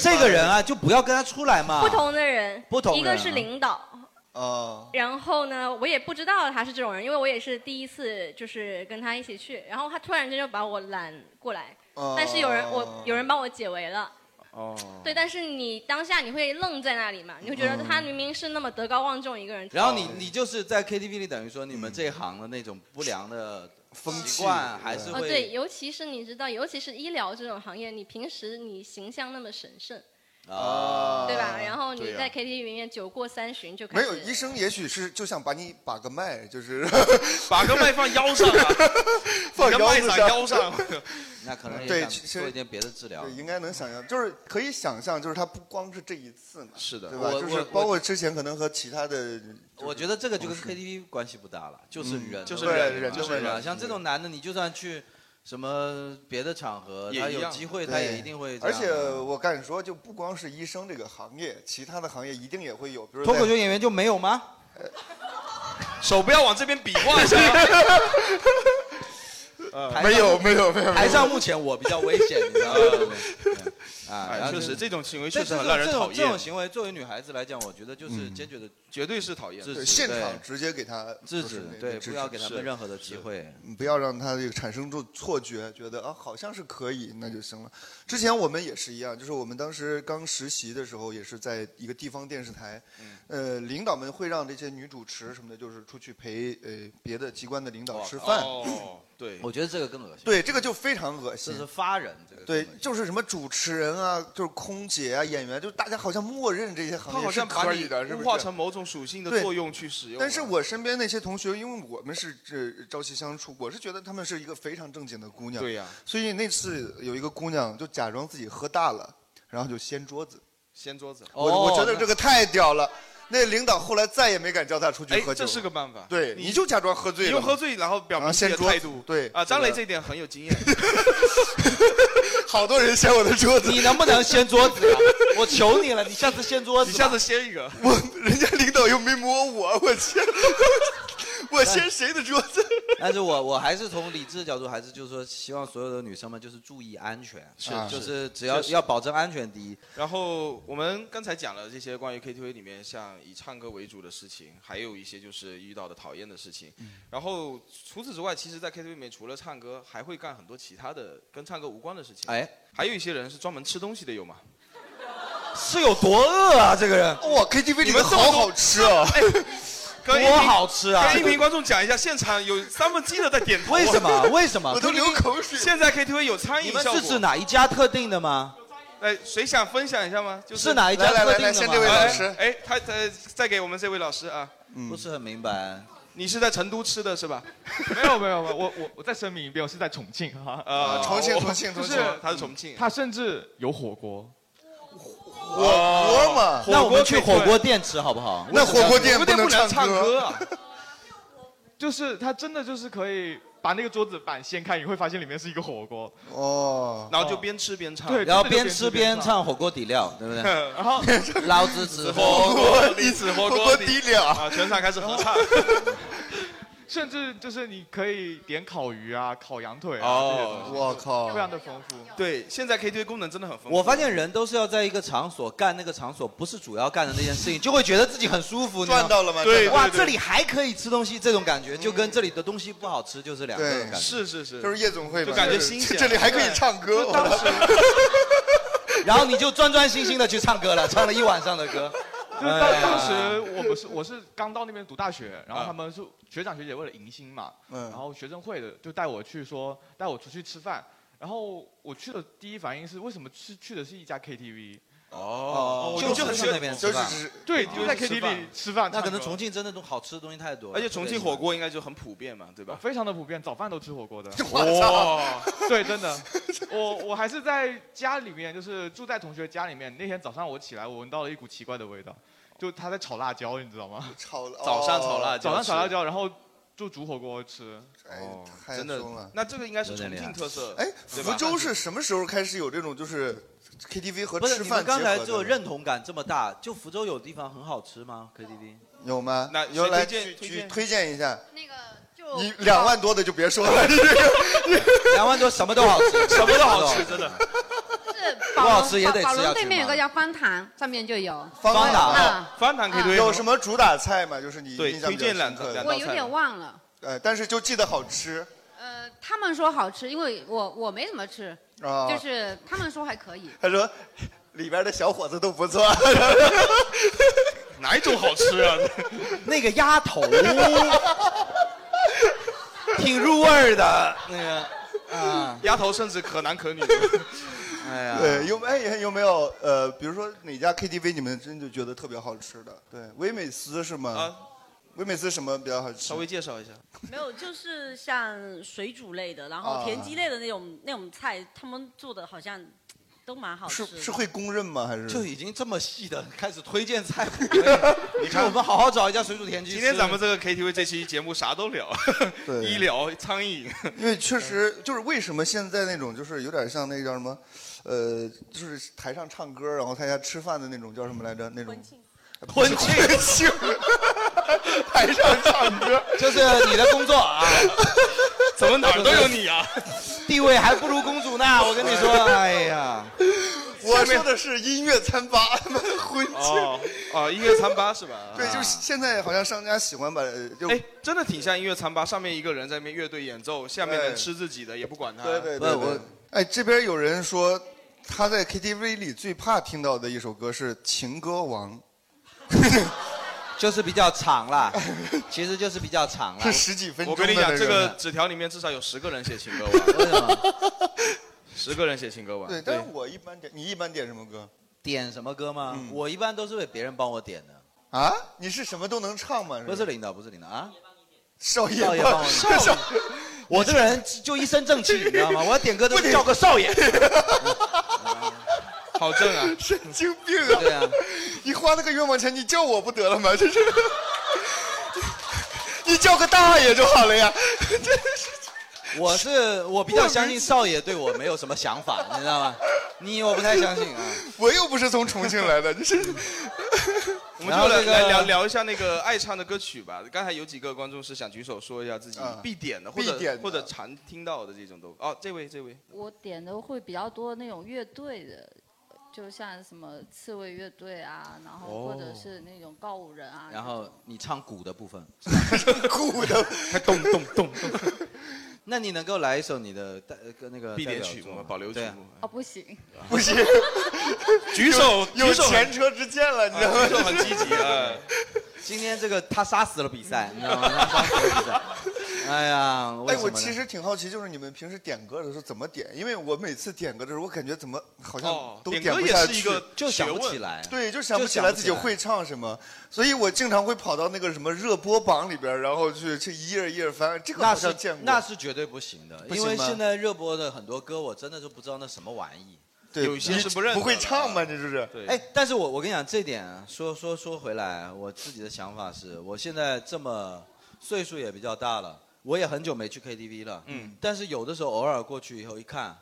这个人啊，就不要跟他出来嘛。
不同的人，
啊不同人啊
一个是领导，
哦，
然后呢，我也不知道他是这种人，因为我也是第一次就是跟他一起去，然后他突然间就把我揽过来，
哦
但是有人我有人帮我解围了。
哦。
对，但是你当下你会愣在那里嘛？你会觉得他明明是那么德高望重一个人，
嗯然后
哦
你你就是在 KTV 里，等于说你们这一行的那种不良的习惯，还是
哦，
会
对，尤其是你知道，尤其是医疗这种行业，你平时你形象那么神圣，
啊
对吧？然后
对
你
呀
在 KTV 里面酒过三巡就开
没
始
有，医生也许是就想把你把个脉，就是
把个脉放腰上 啊，
放
你的脉
子
长腰上
那可能也
对
想
其实
做一点别的治疗
对，。应该能想象，就是可以想象，就是他不光是这一次嘛，
是的
对吧？
我
就
我
是包括之前可能和其他的，
我觉得这个就跟
同事
KTV 关系不大了，就是人的问题
嗯
嘛，
就是人的
就是
问题
人。像这种男的，你就算去什么别的场合，
也
呃他
一样
有机会，
对
他也一定会这
而
样的。
且我敢说，就不光是医生这个行业，其他的行业一定也会有，比如
脱口秀
在
演员就没有吗？
手不要往这边比划一下。
台上
没有没有没嗯有没有
台上目前我比较危险，你知 道吗？ 啊
哎
然后
确
就
实
是
这种行为
但
确实
这
很
种
让人
这种
讨
这种
厌嗯
行为作为女孩子来讲，我觉得就是坚决的，
绝对是讨厌
制止
对现
对
场直接 给他
制
就是
止
那，
对，
那制
不要
止
给他
是
们任何的机会。
你不要让他这个产生这种错觉，觉得啊好像是可以，那就行了。之前我们也是一样，就是我们当时刚实习的时候，也是在一个地方电视台，呃，领导们会让这些女主持什么的，就是出去陪呃别的机关的领导吃饭。
哦，对，
我觉得这个更恶心。
对，这个就非常恶心，
这是发人，这个
对，就是什么主持人啊，就是空姐啊、演员，就是大家好像默认这些行
他
业
好像
是
把
可
你
以的，是不
物
是？
化成某种属性的
对
作用去使用。
但是我身边那些同学，因为我们是这朝夕相处，我是觉得她们是一个非常正经的姑娘。
对呀
所以那次有一个姑娘就假装自己喝大了，然后就掀桌子。
掀桌子，哦
我我觉得这个太屌了。那领导后来再也没敢叫她出去
哎
喝酒。
这是个办法
对，
你
你就假装喝醉
你
了嘛。
用喝醉然后表明
然后
自
掀
己的
桌
态
子
度，
对
啊，张磊
个
这一点很有经验。
好多人掀我的桌子。
你能不能掀桌子 啊？我求你了，你下次掀桌子吧。
你下次掀一个。
我人家领导又没摸我，我 掀，我掀谁的桌子？
但是我我还是从理智的角度，还是就是说，希望所有的女生们就是注意安全，
是
啊
是
就是只要
确实
要保证安全第一。
然后我们刚才讲了这些关于 KTV 里面像以唱歌为主的事情，还有一些就是遇到的讨厌的事情。
嗯
然后除此之外，其实，在 KTV 里面除了唱歌，还会干很多其他的跟唱歌无关的事情。
哎，
还有一些人是专门吃东西的，有吗？
是有多饿啊？这个人
哇，KTV
你们这么多！哎跟一
多
名
好吃啊
跟一名观众讲一下，现场有三分之一的在点头。
为什么？为什么？
口水。
现在 KTV 有餐饮
你们
哎效
是指
果。
哪一家特定的吗？
哎，谁想分享一下吗？就是
哪一家来来来特定的来先吗这位老师
哎，哎他再再给我们这位老师啊，
不是很明白。
你是在成都吃的是吧？
没有没有没有，我我我再声明一遍，我是在重庆哈。呃
啊重庆重庆
就
重
是
庆他是重庆
他甚至有火锅。哦
火
火
锅嘛
那我们去火锅店吃好不好？
那火锅
店
不能
能
唱歌
歌啊。
就是他真的就是可以把那个桌子板掀开，你会发现里面是一个火锅。
哦
然后就边吃边唱，
对
然后
真的就
边吃边唱火锅底料，对不对？
然
后
老子只
火
火
锅
锅，
底
子
火锅
锅
底
底
料啊，全场开始合唱。
甚至就是你可以点烤鱼啊、烤羊腿啊这些
哦
东西，啊
我靠
非常的丰富。
对，现在 KTV 功能真的很丰富。
我发现人都是要在一个场所干那个场所不是主要干的那件事情，就会觉得自己很舒服。你知道
赚到了吗对
哇，
对对
这里还可以吃东西，这种感觉就跟这里的东西不好吃就是两个
对
感觉。
是 是是
就是夜总会嘛
就感觉
就是
新鲜
这里还可以唱歌
对就当时
然后你就专专心心的去唱歌了，唱了一晚上的歌。
就是当当时我不是我是刚到那边读大学，然后他们是学长学姐为了迎新嘛，
嗯
然后学生会的就带我去说带我出去吃饭，然后我去的第一反应是为什么去去的是一家 KTV。
哦就
很
是去那边吃饭
对，
哦
就在
就是吃
KTV
饭
里吃饭。
那可能
唱歌
重庆真的都好吃的东西太多了
而且重庆火锅应该就很普遍嘛，对吧？
非常的普遍，早饭都吃火锅 的。
哇，
对，真的， 我我还是在家里面，就是住在同学家里面。那天早上我起来，我闻到了一股奇怪的味道，就他在炒辣椒，你知道吗？
炒
早上炒辣椒
早上炒辣
吃
椒，然后就煮火锅吃。
哦
哎
太
真的
凶了，
那这个应该是重庆特色。
哎，
对
福
吧
州是什么时候开始有这种就是 KTV 和
不是
吃
你
饭
们
结合
刚
的
才
呢？
就认同感这么大，就福州有地方很好吃吗？KTV
有吗？
那
有
谁
来
推荐
举
推
举
荐
推荐一下。
那个
就你两万多的就别说 了，这个
两万多什么都好吃，
什么都好吃，
真
的。
宝
不好
龙
吃也得
宝
吃下
龙对
去
面有
嘛
个叫方糖，上面就有
方
糖
糖
啊，
方糖
KTV
有什么主打菜吗？就是你
对
印象比较
推荐两
深刻的
我有点忘了。
呃，但是就记得好吃
呃，他们说好吃，因为我我没怎么吃，
哦
啊。
就是他们说还可以。
他说里边的小伙子都不错，
哪一种好吃啊？
那个鸭头 挺入味儿的那个啊，
鸭头甚至可男可女。
哎 呀
对，有哎有没有呃，比如说哪家 KTV 你们真就觉得特别好吃的？对，唯美思是吗？唯美思什么比较好吃？
啊稍微介绍一下。
没有，就是像水煮类的，然
啊
后田鸡类的那种、那种菜，他们做的好像都蛮好吃
是
的。
是会公认吗？还是
就已经这么细的开始推荐菜谱了。 你看，我们好好找一家水煮田鸡吃。
今天咱们这个 KTV 这期节目啥都聊，医疗、苍蝇。
因为确实就是为什么现在那种就是有点像那叫什么，呃，就是台上唱歌 然后台下吃饭的那种叫什么来着？那种婚庆，
婚
庆， 台上唱歌，
就是你的工作啊，
怎么哪儿都有你啊，
地位还不如公主呢。我跟你说，哎呀，
我说的是音乐餐吧，他们婚
哦
庆。
哦，音乐餐吧是吧？ 啊
对，就是现在好像商家喜欢把呃就
哎，真的挺像音乐餐吧，上面一个人在那边乐队演奏，下面
对
人吃自己的，也不管他。
对对对对。哎，这边有人说他在 KTV 里最怕听到的一首歌是《情歌王》。
就是比较长啦，其实就是比较长啦，
是 十几分
我跟你讲，这个纸条里面至少有十个人写情歌 王，十个人写情歌 王。
对，但是我一般点，你一般点什么歌？
点什么歌吗？我一般都是为别人帮我点的。
啊？你是什么都能唱吗？
不是领导，不是领导啊。
少
爷帮
帮
我
少
点。
爷
少 我这个人就一身正气，你知道吗？我要点歌都是叫个少 爷。
好正啊！
神经病啊！
对啊，
你花那个冤枉钱，你叫我不得了吗？这是， 你叫个大爷就好了呀。
我是我比较相信少爷对我没有什么想法，你知 道吗？你我不太相信啊。
我又不是从重庆来的，这是。
我们
然后
就来
这个
来聊聊一下那个爱唱的歌曲吧。刚才有几个观众是想举手说一下自己
啊
嗯
必点的，或
必点
者
的
或者常听到的这种都。哦，这位这位，
我点的会比较多那种乐队的，就像什么刺猬乐队啊，然后
哦
或者是那种告五人啊。
然后你唱鼓的部分，
鼓的，
还咚咚咚咚。 那你能够来一首你的代呃跟那个
必点曲
目
目保留曲目
啊，不行，
不行，
举手
有
举手
前车之鉴了，你知道吗？
啊举手很积极啊。
今天这个他杀死了比赛，你知道吗？他杀死了比赛。哎呀，为
哎，
什么
我
呢
其实挺好奇，就是你们平时点歌的时候怎么点？因为我每次点歌的时候，我感觉怎么好像
哦
都
点
点
歌
不
也
下
是
去，
一 个就想不学问起
来
对，就想不
就
起
想
来
不
自
起
己
来
会唱什么，所以我经常会跑到那个什么热播榜里边，然后去去一页一页翻，这个好
那
像
是
见过。
那是绝对不行的，
不行
因
吗
为现在热播的很多歌，我真的就不知道那什么玩意。
对有些是不认得的不会唱吗这就是对
哎，但是我我跟你讲这点啊，说说说回来，我自己的想法是，我现在这么岁数也比较大了，我也很久没去 KTV 了。
嗯
嗯，但是有的时候偶尔过去以后一看，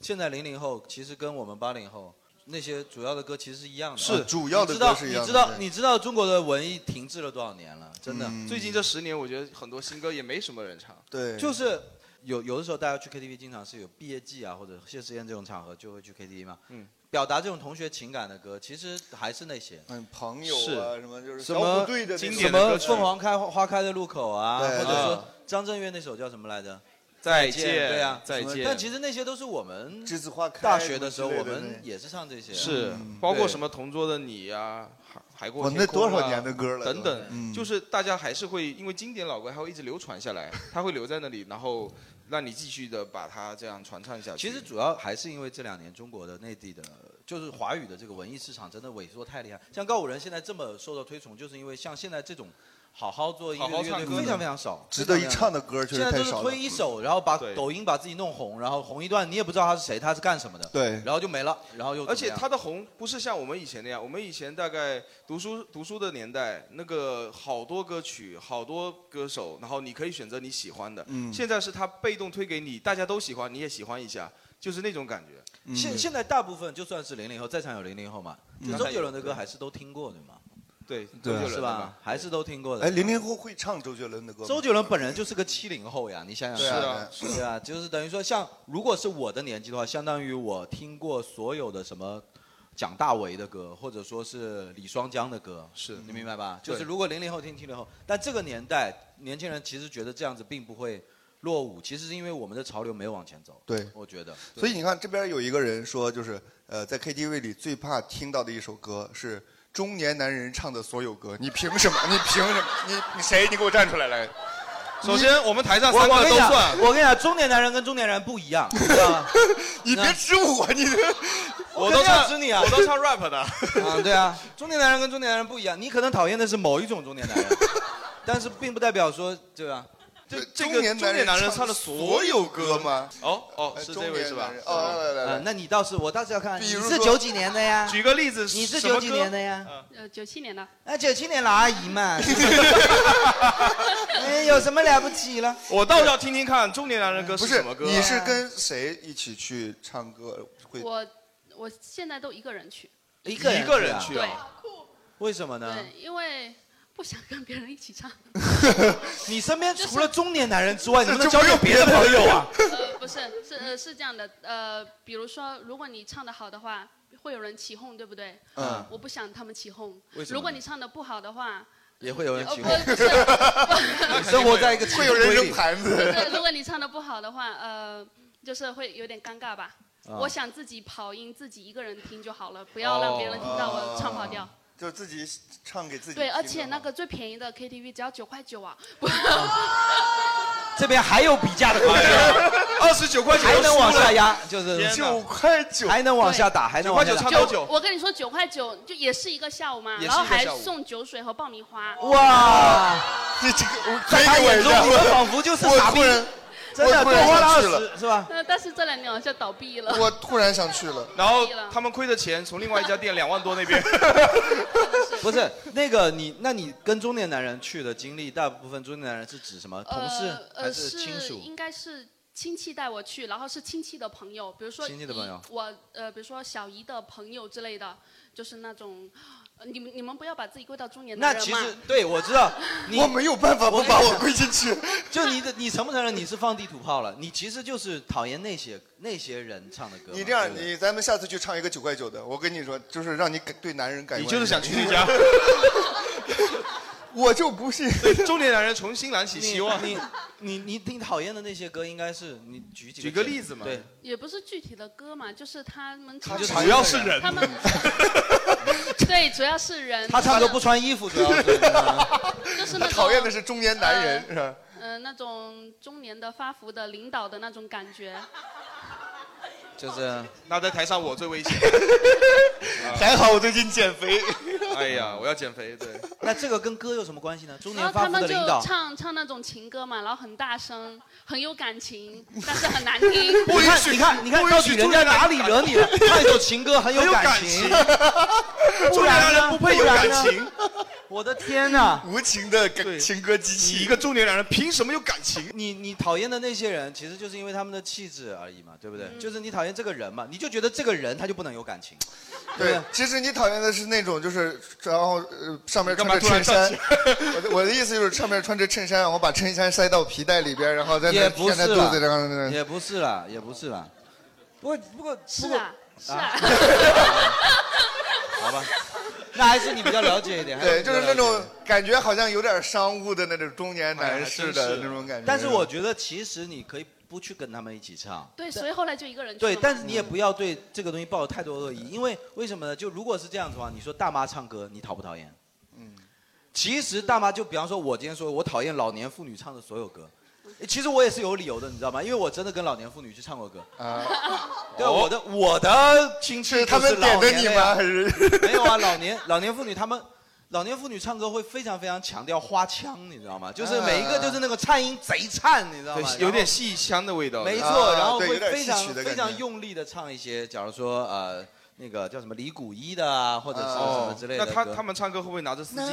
现在零零后其实跟我们八零后。那些主要的歌其实是一样的，啊
是主要的歌是一样的
你知道，你知道
对
你知道中国的文艺停滞了多少年了？真的，
嗯
最近这十年，我觉得很多新歌也没什么人唱。
对
就是有有的时候大家去 KTV，经常是有毕业季啊或者谢师宴这种场合就会去 KTV 嘛。
嗯
表达这种同学情感的歌，其实还是那些，
嗯，朋友啊什么就是
什
小
么
虎队的那种
什么凤凰开花开的路口啊，
对
或者
啊
说张震岳那首叫什么来着？
再见
对啊，
再见
但其实那些都是我们
栀子花开
大学的时候，
什么
我
之类的
们
对
也是唱这些啊，
是
嗯，
包括
对
什么同桌的你啊呀，海海阔
哇
天
那
空啊
多少年的歌了
等
对
等，
嗯
就是大家还是会因为经典老歌还会一直流传下来，它会留在那里，然后让你继续的把它这样传唱下去。
其实主要还是因为这两年中国的内地的，就是华语的这个文艺市场真的萎缩太厉害。像告五人现在这么受到推崇，就是因为像现在这种好好做音乐
好好
的
唱
乐
歌
队
的
非常非常少，
值得一唱的歌确
现
实
在
太
都是
少了
推。一首，然后把抖音把自己弄红，然后红一段你也不知道他是谁，他是干什么的，
对
然后就没了，然后又
而且
怎么样
它的红不是像我们以前那样，我们以前大概读书读书的年代，那个好多歌曲、好多歌手，然后你可以选择你喜欢的。
嗯
现在是他被动推给你，大家都喜欢，你也喜欢一下，就是那种感觉。
嗯
现现在大部分就算是零零后，在场有零零后嘛，
嗯
就周杰伦的歌还是都听过的嘛，
对
对周杰伦
是
的
吧
嘛？
还是都听过的。
哎，零零后会唱周杰伦的歌吗？
周杰伦本人就是个七零后呀，你想想
是啊
看对啊，就是等于说像如果是我的年纪的话，相当于我听过所有的什么蒋大为的歌，或者说是李双江的歌，是你明白吧？
对
就是如果零零后听七零后，但这个年代年轻人其实觉得这样子并不会落伍，其实是因为我们的潮流没有往前走。
对
我觉得。
所以你看，这边有一个人说，就是呃，在 KTV 里最怕听到的一首歌是中年男人唱的所有歌。你凭什么？你凭什么？你你谁？你给我站出来来！
首先我们台上
我
三个
我跟你
都
讲
算
我跟你讲，中年男人跟中年人不一样，知道吗？
你别指我，你
我都唱
指你啊，
我都唱 rap 的。
啊，对啊，中年男人跟中年男人不一样，你可能讨厌的是某一种中年男人， 但是并不代表说，对吧？
这
这个中年男人唱的所有歌吗？哦哦，是这位是吧？
哦来来来
呃那你倒是，我倒是要看，你
如
是
说
九几年的呀？
举个例子，
你是
什么
九几
歌
年的呀？
呃，九七年的，
啊，九七年老阿姨嘛，哎有什么了不起了？
我倒要听听看中年男人歌
不
是
是
什么歌。啊
你是跟谁一起去唱歌？会
我我现在都一个人去，
啊
一个人
一个人去
对
啊？
为什么呢？
对，因为
不想跟别人一起 唱。
你身边除了中年男人之外，你
这
能不能交点别的朋友啊？
不是，是 呃是这样的，呃，比如说，如果你唱的好的话，会有人起哄，对不对？
嗯
我不想他们起哄。
为什么
如果你唱的不好的话，
也会有人起哄
呃不是不是
你生活在一 个
会有人
规律
扔
盘
子对，如果你唱的不好的话，呃，就是会有点尴尬吧。
啊
我想自己跑音，自己一个人听就好了，不要让别
哦
人听到我唱跑调。
哦，就自己唱给自己听
对，
的
而且那个最便宜的 KTV 只要九块九啊，
这边还有比价的款项，二十九块九还能往下压，就是
九块九，
还能往下打，还能往下打。
九，我跟你说九块九就也是一个下午嘛，
也是一个
然后还
下午
送酒水和爆米花。
哇！
你这个
在他眼中，你们仿佛就是傻逼，真的
我突
多
然
花了
想
二
去了
十是 吧？
呃，但是这两年好像倒闭了。呃
我突然想去了，
然后他们亏的钱从另外一家店两万多那边，
不是那个你，那你跟中年男人去的经历，大部分中年男人是指什么？同事
呃
还
呃
是亲属？
应该是亲戚带我去，然后是亲戚的朋友，比如说
亲戚的朋友
姨我呃，比如说小姨的朋友之类的，就是那种。呃你们你们不要把自己归到中年
那
男人
其
嘛。
实对我 知道，你
我没有办法不把我归
进去。 就你的，你承不承认你是放地图炮了？你其实就是讨厌那些那些人唱的歌嘛。
你这样
对，不对
你咱们下次去唱一个九块九的，我跟你说，就是让你改对男人改观。
你就是想去那家
我就不信。
中年男人重新燃起希望。
你你你你讨厌的那些歌，应该是你举几
举个例子嘛
对，
也不是具体的歌嘛，就是他们
他
唱
主要是人
他 们 对，主要是人。
他唱歌不穿衣服，主要是。
就是那
嗯他
种
讨厌的是中年男人，是吧？
嗯、那种中年的发福的领导的那种感觉。
就是啊
那在台上我最 危险。
还好我最近减肥。
哎呀，我要减肥， 对。
那这个跟歌有什么关系呢？中
然后
年发
他
福
们
的
就
领导，
唱唱那种情歌嘛，然后很大声，很有感 情，但是很 难听。
你看你看你看，到底人家哪里惹你了？唱一首情歌很有感情，
中
不
年男
然
人
呢？
不配有感
不然
情
呢。 我的天哪！
无情的感情歌机器，
一个中年男人凭什么有感情？
你你讨厌的那些人，其实就是因为他们的气质而已嘛，对不对？
嗯
就是你讨厌这个人嘛，你就觉得这个人他就不能有感情。
对
对，
其实你讨厌的是那种，就是然后呃上面
你
穿
干嘛
着衬
突然
衫， 我的我的意思就是上面穿着衬衫，然后把衬衫塞到皮带里边，然后在那
也不
垫
是
在肚子上。
啦，也不是啦，也不是啦。不过不过
是啊是啊，
好吧， 那还是你比较了解一点。还
对，
比较
就
了
是
解
那种感觉好像有点商务的那种中年男士哎的那种感觉。
哎但是我觉得其实你可以不去跟他们一起唱。
对，所以后来就一个人去了
对，
嘛
但是你也不要对这个东西抱有太多恶意，因为为什么呢？就如果是这样子的话，你说大妈唱歌，你讨不讨厌？
嗯，
其实大妈就比方说，我今天说我讨厌老年妇女唱的所有歌，其实我也是有理由的，你知道吗？因为我真的跟老年妇女去唱过歌。
啊，哦
对，我的我的亲戚
是他们
就是老年
点的你吗
呀
还是
没有啊？老年老年妇女他们。老年妇女唱歌会非常非常强调花腔，你知道吗？就是每一
啊
个就是那个颤音贼颤，你知道吗？
呃对，有点戏腔的味道。啊
没错，然后会非常非常用力的唱一些，假如说呃那个叫什么李谷一的啊，或者是什么之类的
哦
歌。
那他他们唱歌会不会拿着丝巾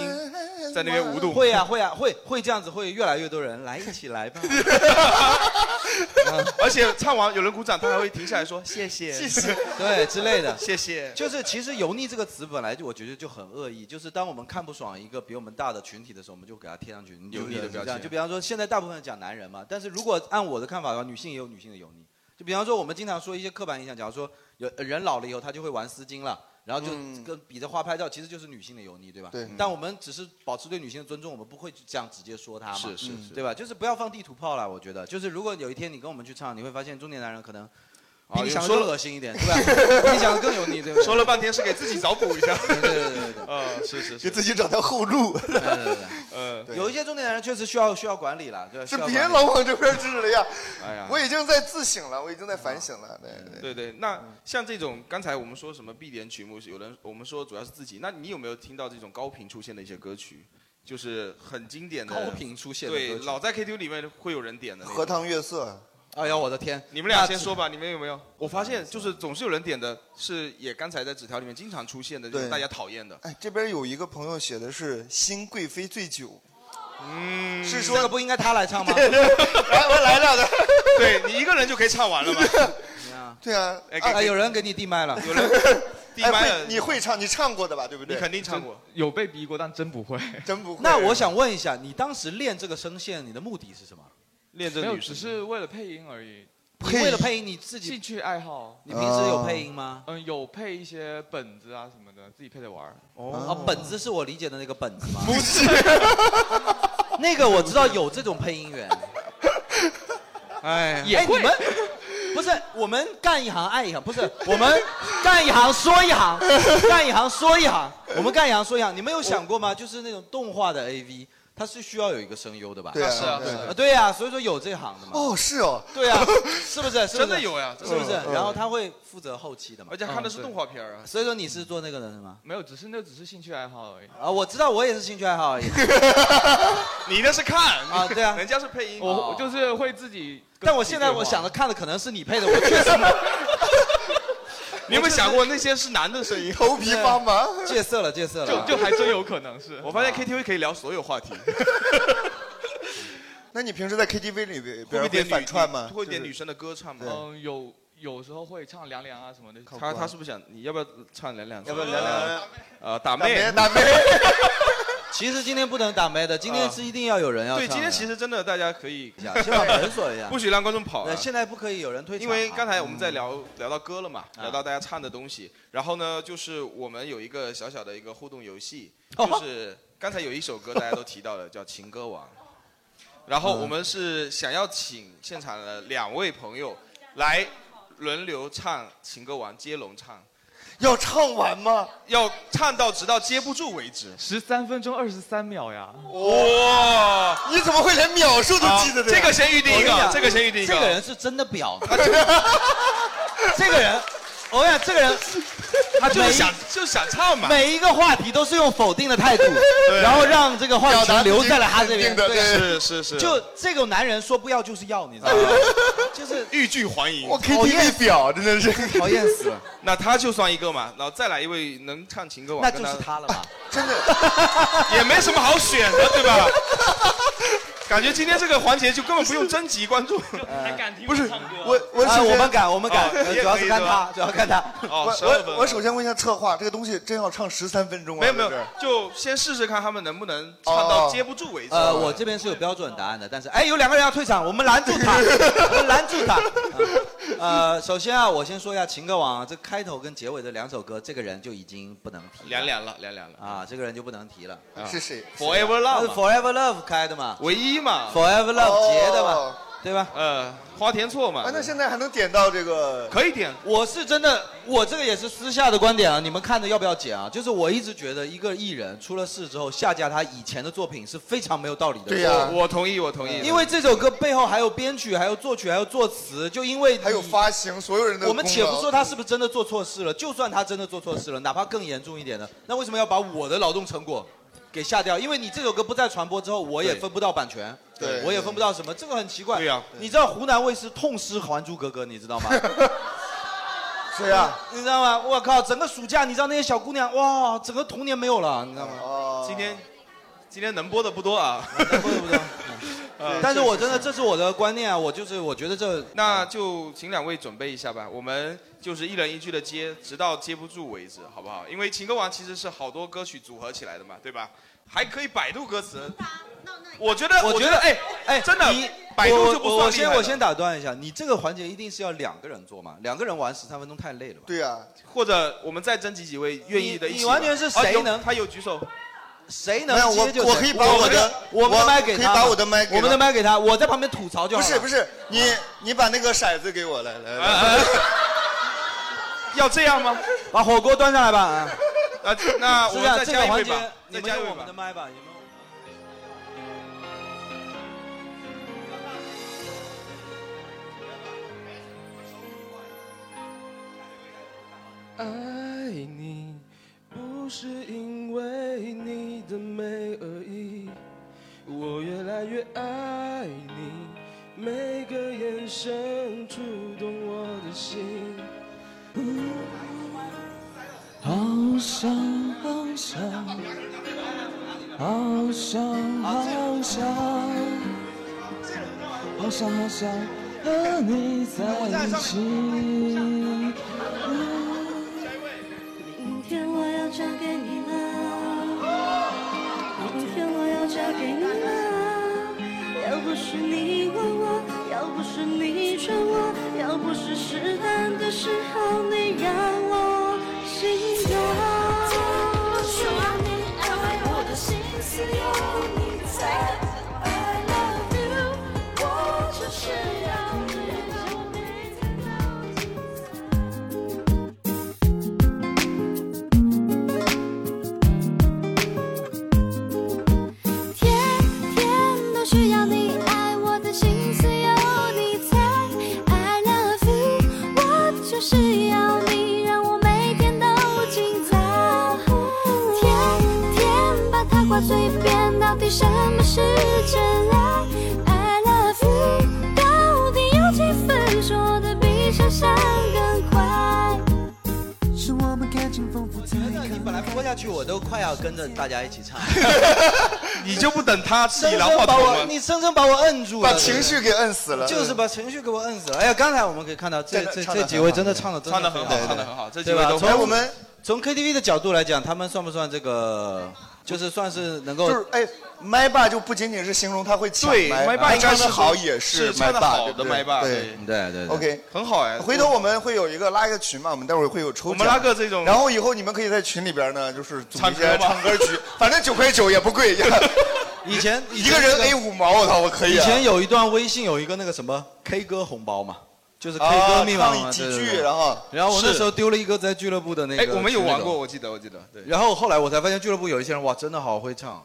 在那边舞动？
会啊会啊会会这样子，会越来越多人来一起来吧。
而且唱完有人鼓掌，他还会停下来说谢谢
谢 谢对之类的
谢谢。
就是其实“油腻”这个词本来就我觉得就很恶意，就是当我们看不爽一个比我们大的群体的时候，我们就给他贴上去你
油腻的标
这样
签
就比方说，现在大部分讲男人嘛，但是如果按我的看法的话，女性也有女性的油腻。就比方说，我们经常说一些刻板印象，假如说有呃人老了以后他就会玩丝巾了。然后就跟比着花拍照，其实就是女性的油腻，对吧？
对
但我们只是保持对女性的尊重，我们不会这样直接说她嘛，
是是是
对吧？就是不要放地图炮啦，我觉得。就是如果有一天你跟我们去唱，你会发现中年男人可能比你想的
啊说
更
了
恶心一点，对 吧？ 比你想的更油腻，对吧？
说了半天是给自己找补一下。
对对对对对，
啊，是是
给自己找条后路。
呃
有一些中年男人确实需要需要管理了，对吧？
这
需要
别
管理
老往这边指了呀！
哎呀
我已经在自省了，我已经在反
哎
省了。对对
对对，那像这种刚才我们说什么必点曲目，是有人我们说主要是自己，那你有没有听到这种高频出现的一些歌曲？就是很经典的
高频出现的歌
对，
曲
老在 KTV 里面会有人点的那种。
荷塘月色，
哎呀，我的天！
你们俩先说吧，你们有没有？我发现就是总是有人点的，是也刚才在纸条里面经常出现的，就是
对
大家讨厌的。
哎，这边有一个朋友写的是“新贵妃醉酒”，
嗯，
是说
这个不应该他来唱吗？
来，我来了的。
对你一个人天就可以唱完了吧？
对啊，
哎
啊
给给
有人给你递麦了，
有人
哎
递麦
会
了
你会 唱，你唱过的吧？对不对？
你肯定唱过，
有被逼过，但真不会，
真不会
那我想问一下，你当时练这个声线，你的目的是什么？
练
没有，只是为了配音而已。
你为了配音，你自己
兴趣爱好？
你平时有配音吗？
啊
嗯，有配一些本子啊什么的，自己配着玩儿。
啊
哦，本子是我理解的那个本子吗？
不是，
那个我知道有这种配音员。
哎
也会。你们 不是我们干一行爱一行，不是我们干一行说一行，干一行说一行，我们干一行说一行。你们有想过吗？就是那种动画的 AV，它是需要有一个声优的吧？
对啊
是啊对啊
对呀，所以说有这行的嘛。
哦，是哦，
对啊，是不是？是不是
真的有呀
是不是
真的有？
然后他会负责后期的嘛，
而且看的是动画片儿啊
所以说你是做那个的是吗？
没有，只是那只是兴趣爱好而已。
啊，我知道，我也是兴趣爱好而 已。
你那是看
啊，对啊，
人家是配音哦
我我就是会自己。
但我现在我想着看的可能是你配的，我 确实没有。
你有没有想过那些是男的声音？
头皮发麻。
戒色了，戒色了。
就就还真有可能是。
我发现 KTV 可以聊所有话题，
那你平时在 KTV 里边
会
会
点女
反串吗？
会点
就是
女生的歌唱吗？
嗯，有有时候会唱凉凉啊什么的。
他他是不是想你要不要唱两两？
要不要聊聊
呃，打妹，
打 妹。
其实今天不能打麦的，今天是一定要有人要哎
对，今天
实
其实真的大家可以一
先把门锁一下
不许让观众跑啊。
现在不可以有人退场啊，嗯
因为刚才我们在聊、聊到歌了嘛，聊到大家唱的东西，然后呢，就是我们有一个小小的一个互动游戏，
哦
就是刚才有一首歌大家都提到了，叫《情歌王》，然
嗯
后我们是想要请现场的两位朋友来轮流唱《情歌王》，接龙唱。
要唱完吗？
要唱到直到接不住为止。
十三分钟二十三秒呀！
哇！啊
你怎么会连秒数都记得的呀
这个咸鱼第
啊我跟你
一个，
讲
这个咸鱼第一个。
这个人是真的婊子。这个人，我跟你讲，这个人，
他就是
每一
想就是想唱嘛。
每一个话题都是用否定的 态度，然后让这个话
表达
题
自己
留在了他这
肯
边。
定的
对
对是是是啊
就这种男人说不要就是要，你知道吗？ 就是
欲拒还迎。
我 KTV 讨厌死
表真的是
讨厌死了。
那他就算一个嘛，然后再来一位能唱情歌王，
那就是他了嘛。
真的
也没什么好选的，对吧？ 感觉今天这个环节就根本不用征集观众，还敢听不是
我我
啊
首先
我们敢我们敢呃
哦
主要是看他
也可以
主要看他
哦，
我
十二分
我我首先问一下策划，这个东西真要唱十三分钟啊？
没有没有
对不对，
就先试试看他们能不能唱到
哦
接不住为止。
呃，我这边是有标准答案的，但是哎，有两个人要退场，我们拦住他，我们拦住 他。呃，首先啊，我先说一下《情歌王》这开头跟结尾的两首歌，这个人就已经不能提了
凉凉了，凉凉了。
啊，这个人就不能提了。
啊
是谁
？Forever
他是
Love 嘛
Forever Love 开的嘛，
唯一嘛
Forever Love 结的嘛，
哦
对吧？
呃，花田错嘛
啊，那现在还能点到这个？
可以点。
我是真的，我这个也是私下的观点啊，你们看着要不要剪啊？就是我一直觉得一个艺人出了事之后下架他以前的作品是非常没有道理的。
我我同意，我同意。
因为这首歌背后还有编曲，还有作曲，还有作词，就因为还有
发行，所有人都
我们且不说他是不是真的做错事了，就算他真的做错事了，哪怕更严重一点的，那为什么要把我的劳动成果给下掉？因为你这首歌不再传播之后，我也
对
分不到版权，
对
我也分不到什么，这个很奇怪。
对呀啊
你知道湖南卫视痛失《还珠格格》，你知道 吗？啊
谁呀、
你知道吗？我靠，整个暑假，你知道那些小姑娘，哇，整个童年没有了，你知道吗？哦
今天今天能播的不多啊， 呃
嗯但是我真的，这是我的观念啊，我就是我觉得这
那就请两位准备一下吧，我们就是一人一句的接，直到接不住为止，好不好？因为情歌王其实是好多歌曲组合起来的嘛，对吧？还可以百度歌词。我觉得，
我
觉
得
哎
哎，
真的
你，
百度
我
就不
我
算
我
厉害
先
了
我先打断一下，你这个环节一定是要两个人做嘛？两个人玩十三分钟太累了吧？
对呀、
或者我们再征集几位愿意的一起
啊你完全是谁能
啊有他有举手，
谁
没有
能
我
接就
我
谁
可以把我的
我们的
我
麦给
可以
他嘛，
把我的麦给他
我们的麦给他，我在旁边吐槽就
不
好。
是不，是，你你把那个骰子给我来来来，
要这样吗？
把火锅端上来吧。啊，
啊，那我
是
们
这样
再
这
加
个
一位
环节
吧，
你
再
们
加一
用
位
我
吧
们的。麦吧，你们。
爱你不是因为你的美而已，我越来越爱你，每个眼神触动我的心。
好想好想，好想好想，好想好想和你在一起。
明天我要嫁给你了，明天我要嫁给你了。要不是你问我，要不是你劝我，要不是适当的时候你让我心动。我说你爱我的心思有你在。I love you，我就是要你就每天到你。天天都需要你爱，我的心思有你猜。I love you，我就是要你让我每天都精彩。天天把它挂嘴边，到底什么是真爱？I love you，到底有几分说的比想象更快？
是我们感情丰富才可
本来播下去我都快要跟着大家一起唱，
你就不等他自己
深
拿
深
话
把
筒
我，
吗？
你深深把我摁 住了，
把情绪给
摁死了
就是把情绪给我摁死了。哎呀，刚才我们可以看到这
真的
这
唱
这
得
几
很
位
好
真的唱的真的
唱得很
非常
好唱得很好这几
对吧
位都
从
哎我们
从 KTV 的角度来讲，他们算不算这个？就是算是能够
就是哎，麦霸就不仅仅是形容他会抢
对麦
麦
霸应该
唱
是
的好也是
是
麦
唱得
霸，
好
对不
的
对
麦霸，
对。
对对
OK，
很好哎。
回头我们会有一个拉一个群嘛，我们待会儿会有抽奖。
我们拉个这种
然后以后你们可以在群里边呢，就是组一些
唱歌吗
唱歌局，反正九块九也不贵。
以前以
一
前
个人
这
A 五毛，我操，我可以
以
啊。
前有一段微信有一个那个什么 K 歌红包嘛，就是
是
K
啊
歌密码嘛，
几
对对
句，
对
然后
然后我那时候丢了一个在俱乐部的那个
哎，，我们有玩
那种
过，我记得，我记得，对。
然后后来我才发现俱乐部有一些人哇，真的好会唱，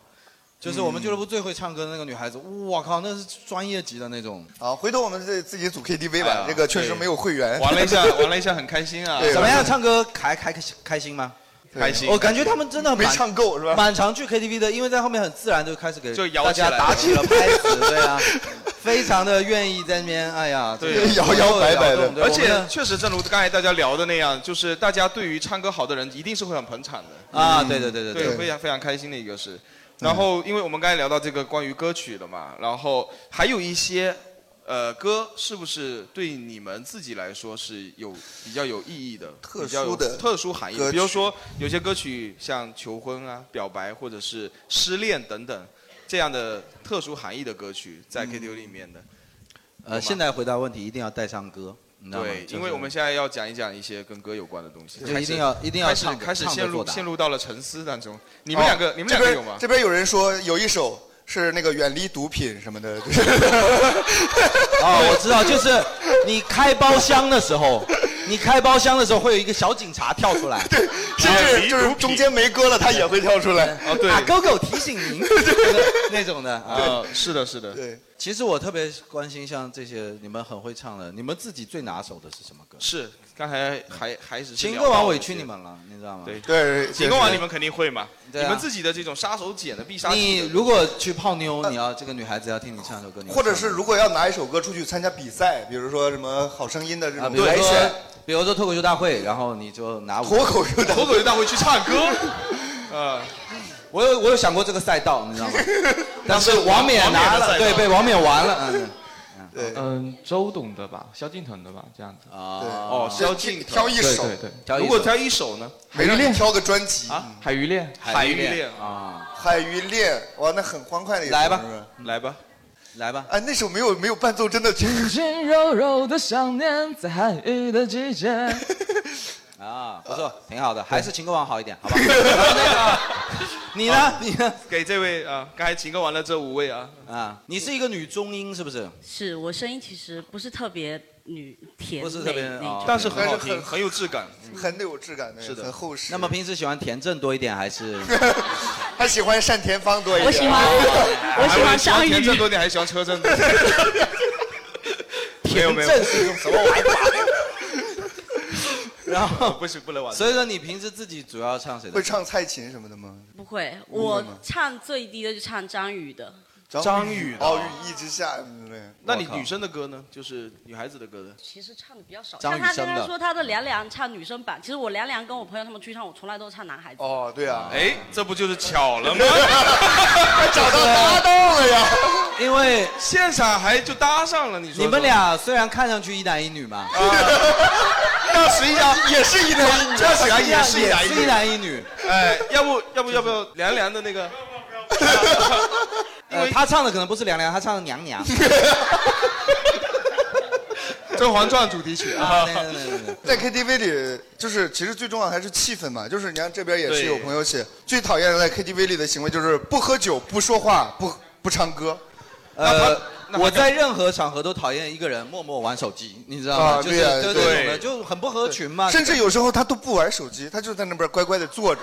就是我们俱乐部最会唱歌的那个女孩子，我靠，那是专业级的那种。
啊，回头我们自自己组 KTV
哎呀
吧，这个确实没有会员。
嗯玩了一 下，玩了一下很开心啊。
怎么样，唱歌开开开心吗？
对开心
我感觉他们真的
没
唱够是吧
蛮常去 KTV 的，因为在后面很自然就开始给
就
大
摇起
家
来
打起 了拍子，对啊，非常的愿意在那边，哎
啊
呀，这个动对
而
我
且
们
确实正如刚才大家聊的那样，就是大家对于唱歌好的人一定是会很捧场的嗯
啊对对对对嗯
对
对
非常非常开心的一个事。然后，因为我们刚才聊到这个关于歌曲的嘛，然后还有一些呃歌，是不是对你们自己来说是有比较有意义的、
特殊的
比较有特殊含义
歌
的？
曲
比如说有些歌曲像求婚啊、表白或者是失恋等等这样的特殊含义的歌曲，在
嗯
KTV 里面的。
呃，现在回答问题一定要带上歌，你知道吗
对，
就是
因为我们现在要讲一讲一些跟歌有关的东西，
就
开
一
始
定要一定要
开始
唱
开始
唱
陷
着作
入
答
陷入到了沉思当中。 你们两个，
哦
你们两个
这边
有吗？
这边有人说有一首是那个远离毒品什么的，就是
哦，我知道，就是你开包厢的时候，你开包厢的时候会有一个小警察跳出来，哎对，
甚至就是中间没歌了，他也会跳出来。
哦，对
啊，狗狗提醒您那种的啊，
对是的，是的。
对，
其实我特别关心像这些你们很会唱的，你们自己最拿手的是什么歌？
是刚才还还是
秦歌王委屈你们了，你知道吗？
对
对
秦歌王你们肯定会嘛？你
对啊
们自己的这种杀手锏的必杀
你
技的，
如果去泡妞，你要这个女孩子要听你唱首歌，你会
或者
唱
是如果要拿一首歌出去参加比赛，比如说什么《好声音》的这
啊，
种
比如
海
说
选，
比如说脱口秀大会，然后你就拿
脱口秀
脱口秀大会去唱歌，呃，
我有我有想过这个赛道，你知道吗？但是
那是
王冕
王冕的
拿了，
赛道
对，被王冕玩了。嗯，
对，
嗯，周董的吧，萧敬腾的吧，这样子。
啊
哦，萧敬腾
挑一首
对对
挑
对，
一首如果挑一首呢？
每个人挑个专辑
啊，海鱼恋，
海域恋
啊，
海鱼恋，哇，那很欢快的一首
来吧
是是
来吧，
来吧。
哎，那首没有没有伴奏，真的挺
轻轻柔柔的想念，在寒雨的季节。
啊，不错，挺好的，还是秦歌王好一点，好吧？ 那个你呢？你呢？
给这位啊，刚才秦歌王的这五位啊，
啊，你是一个女中音是不是？
是我声音其实不是特别女甜美
不是特别
那
啊
种，
但是很好听，很有质感。嗯
很有质感的，
是的
很厚实。
那么平时喜欢田震多一点还是？
他喜欢单田芳多一点。
我 喜欢
我
还有田震多点，还是喜欢车震 多点？没有没有
田震是一种什么玩法？ 然后
不行，不能玩。
所以说你平时自己主要唱谁的？
会唱蔡琴什么的吗？
不会，
你会
我
吗
唱最低的就唱张宇的。
张宇的
哦，雨一直下。对
那你女生的歌呢？就是女孩子的歌呢？
其实唱的比较少，
张
像
雨
他
生
刚
的
刚说他的凉凉唱女生版，其实我凉凉跟我朋友他们去唱，我从来都是唱男孩子。
哦，对啊，
哎，这不就是巧了吗？
找到搭档了呀！
因为
现场还就搭上了，你说
你
啊
们俩虽然看上去一男一女嘛，
那实际 上
也是一男一女
那实际上也是
也是一男一女。
哎，要不要不要不要凉凉的那个？
呃，他唱的可能不是凉凉，他唱的娘 娘。
《甄嬛传》主题曲
啊对对对对
在 KTV 里，就是其实最重要的还是气氛嘛。就是你看这边也是
对
有朋友写，最讨厌的在 KTV 里的行为就是不喝酒、不说话、不不唱歌。
呃，我在任何场合都讨厌一个人默默玩手机，你知道吗？
啊
就是
对啊
就
对
这种的，就很不合群嘛。
甚至有时候他都不玩手机，他就在那边乖乖的坐着。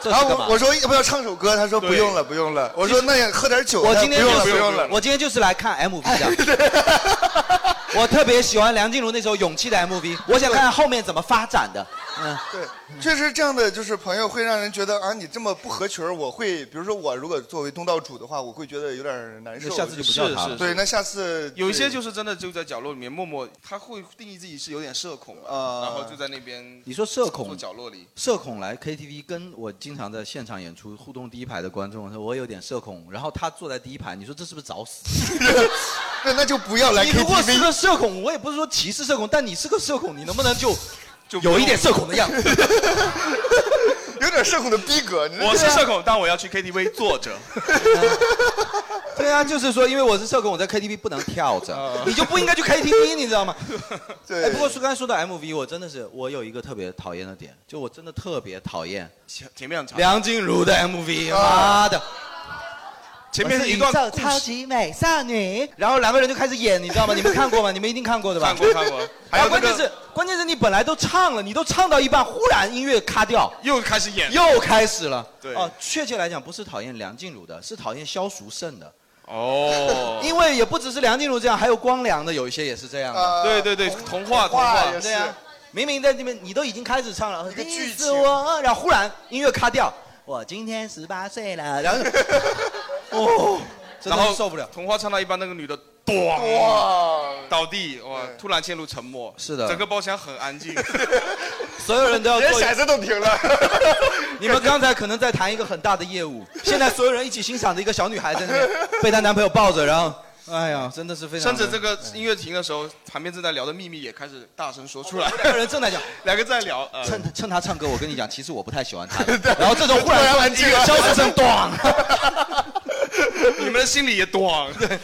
这是
然后
干嘛
我我说要不要唱首歌，他说
对
不用了，不用了。我说那也喝点酒。
我
他
今天
不用了，
就是
不用了。
我今天就是 来看 MV 的。 我特别喜欢梁静茹那首《勇气》的 MV，我想看看后面怎么发展的。嗯，
对，确实这样的就是朋友会让人觉得啊，你这么不合群儿我会比如说我如果作为东道主的话，我会觉得有点难受。
那下次就不叫他了是是
对，那下次
有一些
对
就是真的就在角落里面默默，他会定义自己是有点社恐吧，
啊
然后就在那边。
你说社恐
坐角落里，
社恐来 KTV，跟我经常在现场演出互动第一排的观众说，我有点社恐，然后他坐在第一排，你说这是不是找死？
那那就不要来
你如果
KTV
是个社恐，我也不是说歧视社恐，但你是个社恐，你能不能就
就
有一点社恐的样子？
有点社恐的逼格。
我
啊
是社恐，但我要去 KTV 坐着。
对啊，就是说，因为我是社恐，我在 KTV 不能跳着，
啊
你就不应该去 KTV，你知道吗？
对
哎，不过说刚才说到 MV，我真的是我有一个特别讨厌的点，就我真的特别讨厌
前前面很长
梁静茹的 MV，
啊
妈的，
前面是一
我
段
是宇宙超级美少女，然后两个人就开始演，你知道 吗？你们看过吗？你们一定看过的吧？
看过看过还有
然后关
那个
键是关键是你本来都唱了，你都唱到一半，忽然音乐卡掉，
又开始演
又开始了。
对
哦，确切来讲不是讨厌梁静茹的，是讨厌萧淑慎的。
哦
因为也不只是梁静茹这样，还有光良的有一些也是这样的。
对对对，呃童话童话
对啊，明明在那边你都已经开始唱了，你是我，然后忽然音乐卡掉，我今天十八岁了，然后 哦，真
然
的
后
是受不了。
童话唱到一半，那个女的
哇
咣倒地，哇，突然陷入沉默。
是的
整个包厢很安静，
所有人都要做一
连骰子都
停了。
你们刚才可能在谈一个很大的业务，现在所有人一起欣赏着一个小女孩在那边被她男朋友抱着，然后，哎呀， 真的是非常嗯的。
甚至这个音乐停的时候，旁边正在聊的秘密也开始大声说出来。
两个人正在讲，
两个在聊，呃，
趁趁她唱歌，我跟你讲，其实我不太喜欢 她。 然后这时候忽然
突然安静了
消失声，咣，
你们的心里也咣。对，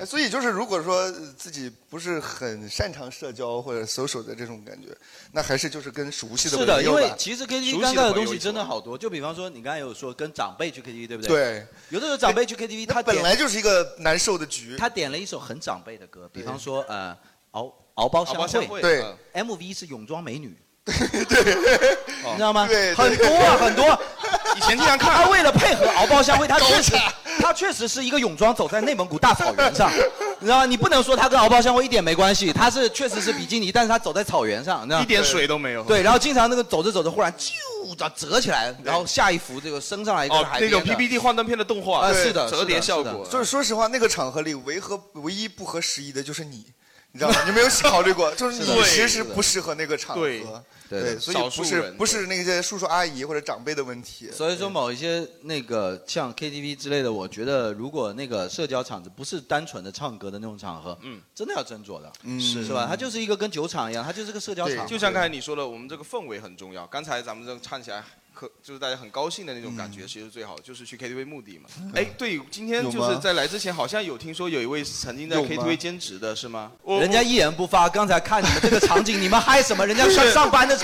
哎所以就是，如果说呃自己不是很擅长社交或者 social 的这种感觉，那还是就是跟熟悉的
是的，
朋友
因为
吧
其实 KTV 尴尬的东西真的好多，就比方说你刚才有说跟长辈去 KTV，对不对？
对。
有的时候长辈去 KTV，他
本
点
来就是一个难受的局。
他点了一首很长辈的歌，比方说呃，敖敖包
敖包相
相
会
会，
对
呃，MV 是泳装 美女。对，你知道吗？
对对
很多啊，很多。
以前经常 看
他为了配合敖包相会，他
搞
确 实
起来，
他确实是一个泳装走在内蒙古大草原上，你知道吗？你不能说他跟敖包相会一点没关系，他是确实是比基尼，但是他走在草原上，你知道吗
一点水都没有。
对，然后经常那个走着走着，忽然就折折起来，然后下一幅这个升上来一个
哦，
海
那
边
种
的
PPT 幻灯片的动画，
啊
对
是的
折叠
是的
效
是的
果。啊
就是说实话，那个场合里唯合唯一不合时宜的就是你，你知道吗？你没有考虑过，就是
是的
你
对
其实不适合那个场合。
对
对
对，
的
所以
少
不
数
是
人
不是那些叔叔阿姨或者长辈的问题。
所以说，某一些那个像 KTV 之类的，我觉得如果那个社交场子不是单纯的唱歌的那种场合，嗯，真的要斟酌的，
嗯
是是吧？它就是一个跟酒场一样，它就是个社交场，
就像刚才你说的，我们这个氛围很重要。刚才咱们这唱起来，可就是大家很高兴的那种感觉，其实最好就是去 KTV 目的嘛。哎，对，今天
嗯有
就
吗
是在来之前，好像有听说有一位曾经在
有吗
KTV 兼职的是吗？我
人家一言不发。刚才看你们这个场景，你们嗨什么？人家上
是
上班的场 景。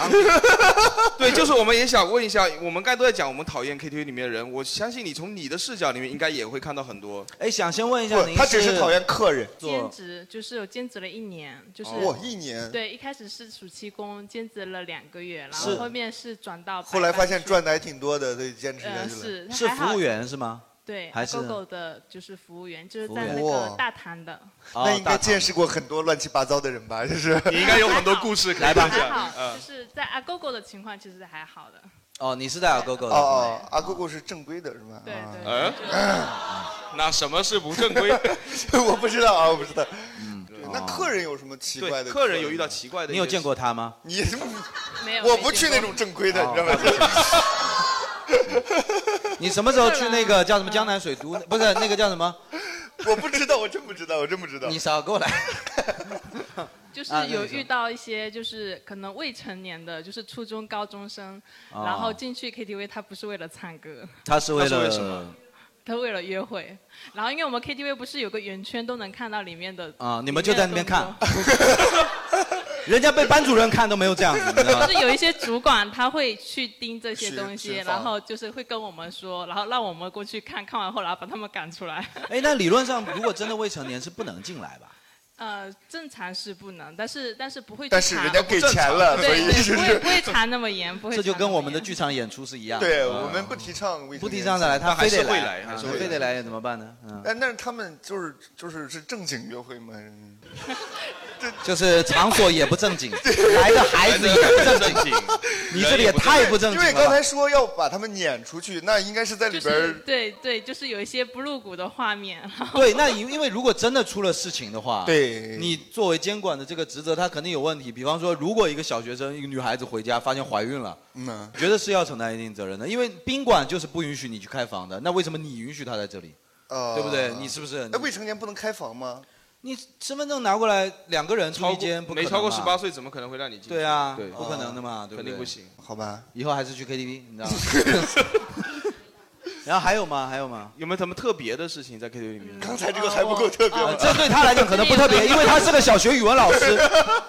对，就是我们也想问一下，我们刚才都在讲我们讨厌 KTV 里面的人，我相信你从你的视角里面应该也会看到很多。
哎，想先问一下您，
客人
兼职就是有兼职了一年，就是
哦哇一年
对，一开始是暑期工，兼职了两个月，然
是
后后面是转到
后来发
白
现
班去
赚的还挺多的，所以坚持下
呃
去了。
是
是
还好
服务员是吗？
对
还是
狗狗的就是服务员，就是
服务哦
在
员
那
哇
个大堂的。
那应该见识过很多乱七八糟的人吧？ 就是
你应该有很多故事可以
来吧
分 享
还好，
嗯
就是在阿狗狗的情况其实还好的。
哦，你是带小狗狗的。
哦，阿狗狗是正规的是吧？对
嗯，那什么是不正规？
我不知道啊，我不知道。那客人有什么奇怪的？啊
对客人有遇到奇怪的一些事，
哦你有见过他吗？
你
没有
我不去那种正规的，你知道吗？
哦 你什么时候去那个叫什么江南水都？不是那个叫什么？
我不知道，我真不知道，我真不知道。啊
你少过来。
就是
啊那
有
你说
遇到一些就是可能未成年的，就是初中高中生，
哦
然后进去 KTV，他不是为了唱歌，
他是为
他是为
了
什么？
他为了约会。然后因为我们 KTV 不是有个圆圈都能看到里面的
啊，你们就在那边看。 人家被班主任看都没有这样子， 你知道吗
就是有一些主管他会去盯这些东西，
学学法
然后就是会跟我们说，然后让我们过去看看完后，然后把他们赶出来。
哎，那理论上如果真的未成年是不能进来吧？
呃，正常是不能，但是但是不会去查。
但是人家给钱了
对
所以
对
就是
不会不会查那么严，不会查
这就跟我们的剧场演出是一样的。
对
嗯
我们不提倡未成年
不提倡的来，他
但还
非
是
得
会来还
啊
嗯
是会来
非得来怎么办呢？嗯，
哎，但是他们就是就是是正经约会吗？
就是场所也不正 经， 来的孩子也不正经， 你这里也太不正
因
经
为
了吧。
刚才说要把他们撵出去，那应该是在里边
就是
儿
对对，就是有一些不入骨的画面。然后 呃
对，那因因为如果真的出了事情的话，
对，
你作为监管的这个职责，他肯定有问题。比方说，如果一个小学生、一个女孩子回家发现怀孕了，
嗯，
觉得是要承担一定责任的，因为宾馆就是不允许你去开房的。那为什么你允许他在这里？
呃，
对不对？你是不是？
那未哎成年不能开房吗？
你身份证拿过来，两个人住
超
一间，不可
过没
能
超过
吧
十八岁，怎么可能会让你进去？
对啊，
对，哦
不可能的嘛，对
肯
对
定不行。
好吧，
以后还是去 KTV，你知道吗？ 然后还有吗？还有吗？嗯
有没有什么特别的事情在 KTV 里面？
刚才这个还不够特别
呃
吗？
这 对他来讲可能不特别，因为他是个小学语文老 师，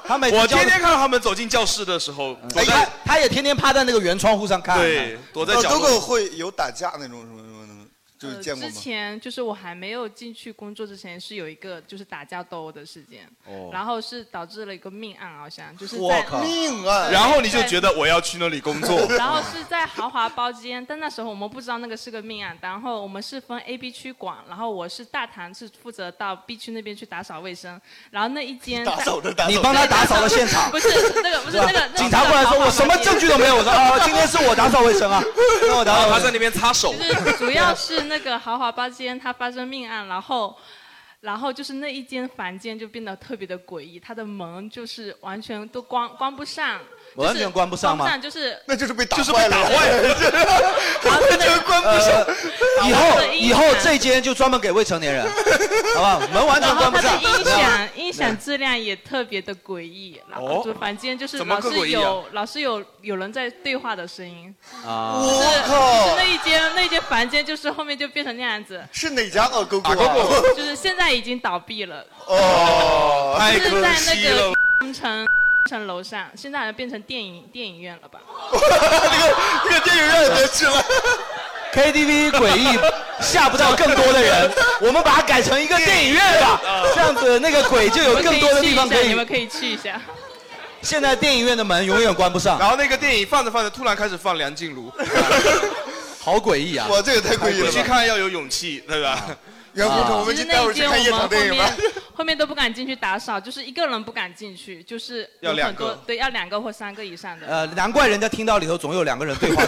他每次
我
教
天天看到他们走进教室的时候，走
哎 他
在
他也天天趴在那个圆窗户上看，
对躲在角
狗
落
狗哦会有打架那种什么什么的，就
呃
是见过
之
吗？
前就是我还没有进去工作之前，是有一个就是打架斗殴的事件，
哦
然后是导致了一个命案，好像就是
我
在，
靠
命
啊
案
然后你就觉得我要去那里工作
然后是在豪华包间，但那时候我们不知道那个是个命案。然后我们是分 A、B 区管，然后我是大堂是负责到 B 区那边去打扫卫生，然后那一间
打扫
着
打扫着你帮他打扫了现场
不是那个不是
吧
那个
警察过来说我什么证据都没有，我说啊，今天是我打扫卫 生啊，那我打扫卫生。
他在那边擦手。
就是主要是那个豪华包间它发生命案，然后。然后就是那一间房间就变得特别的诡异，它的门就是完全都关关不上，就是
完全关不上吗
关不上就是
那 就是被打
就是
坏了，
就
关不
上。以后
我的
以
衣
后
服
这间就专门给未成年人，好不好？门完全关不上。
然后它的音响
对哦
音响质量也特别的诡异，然后就房间就是
怎么
老
个诡
是
异啊
有老是有有人在对话的声音，
啊
就是
我
就是那一间那一间房间就是后面就变成那样子，
是哪家啊？狗狗啊，
就是现在已经倒闭了，
哦，
就是在那个东城东城楼上，现在好像变成电影电影院了吧？
那个电影院也别去 了。
KTV 诡异吓不到更多 的人，我们把它改成一个电影院吧，这样子那个鬼就有更多的地方可以
你。们可以去一下。你们可以去一下
现在电影院的门永远关不上，
然后那个电影放着放着，突然开始放梁静茹，
好诡异啊！
哇，这
个太诡异了吧啊
回去看要有勇气，对吧？
袁
其
弘
实
城，我们
那
待会
一
儿去
间我
看夜
们
场
后
电影吧
面。后面都不敢进去打扫，就是一个人不敢进去，就是有
要两
很多
个
对，要两个或三个以上的。
呃，难怪人家听到里头总有两个人对话，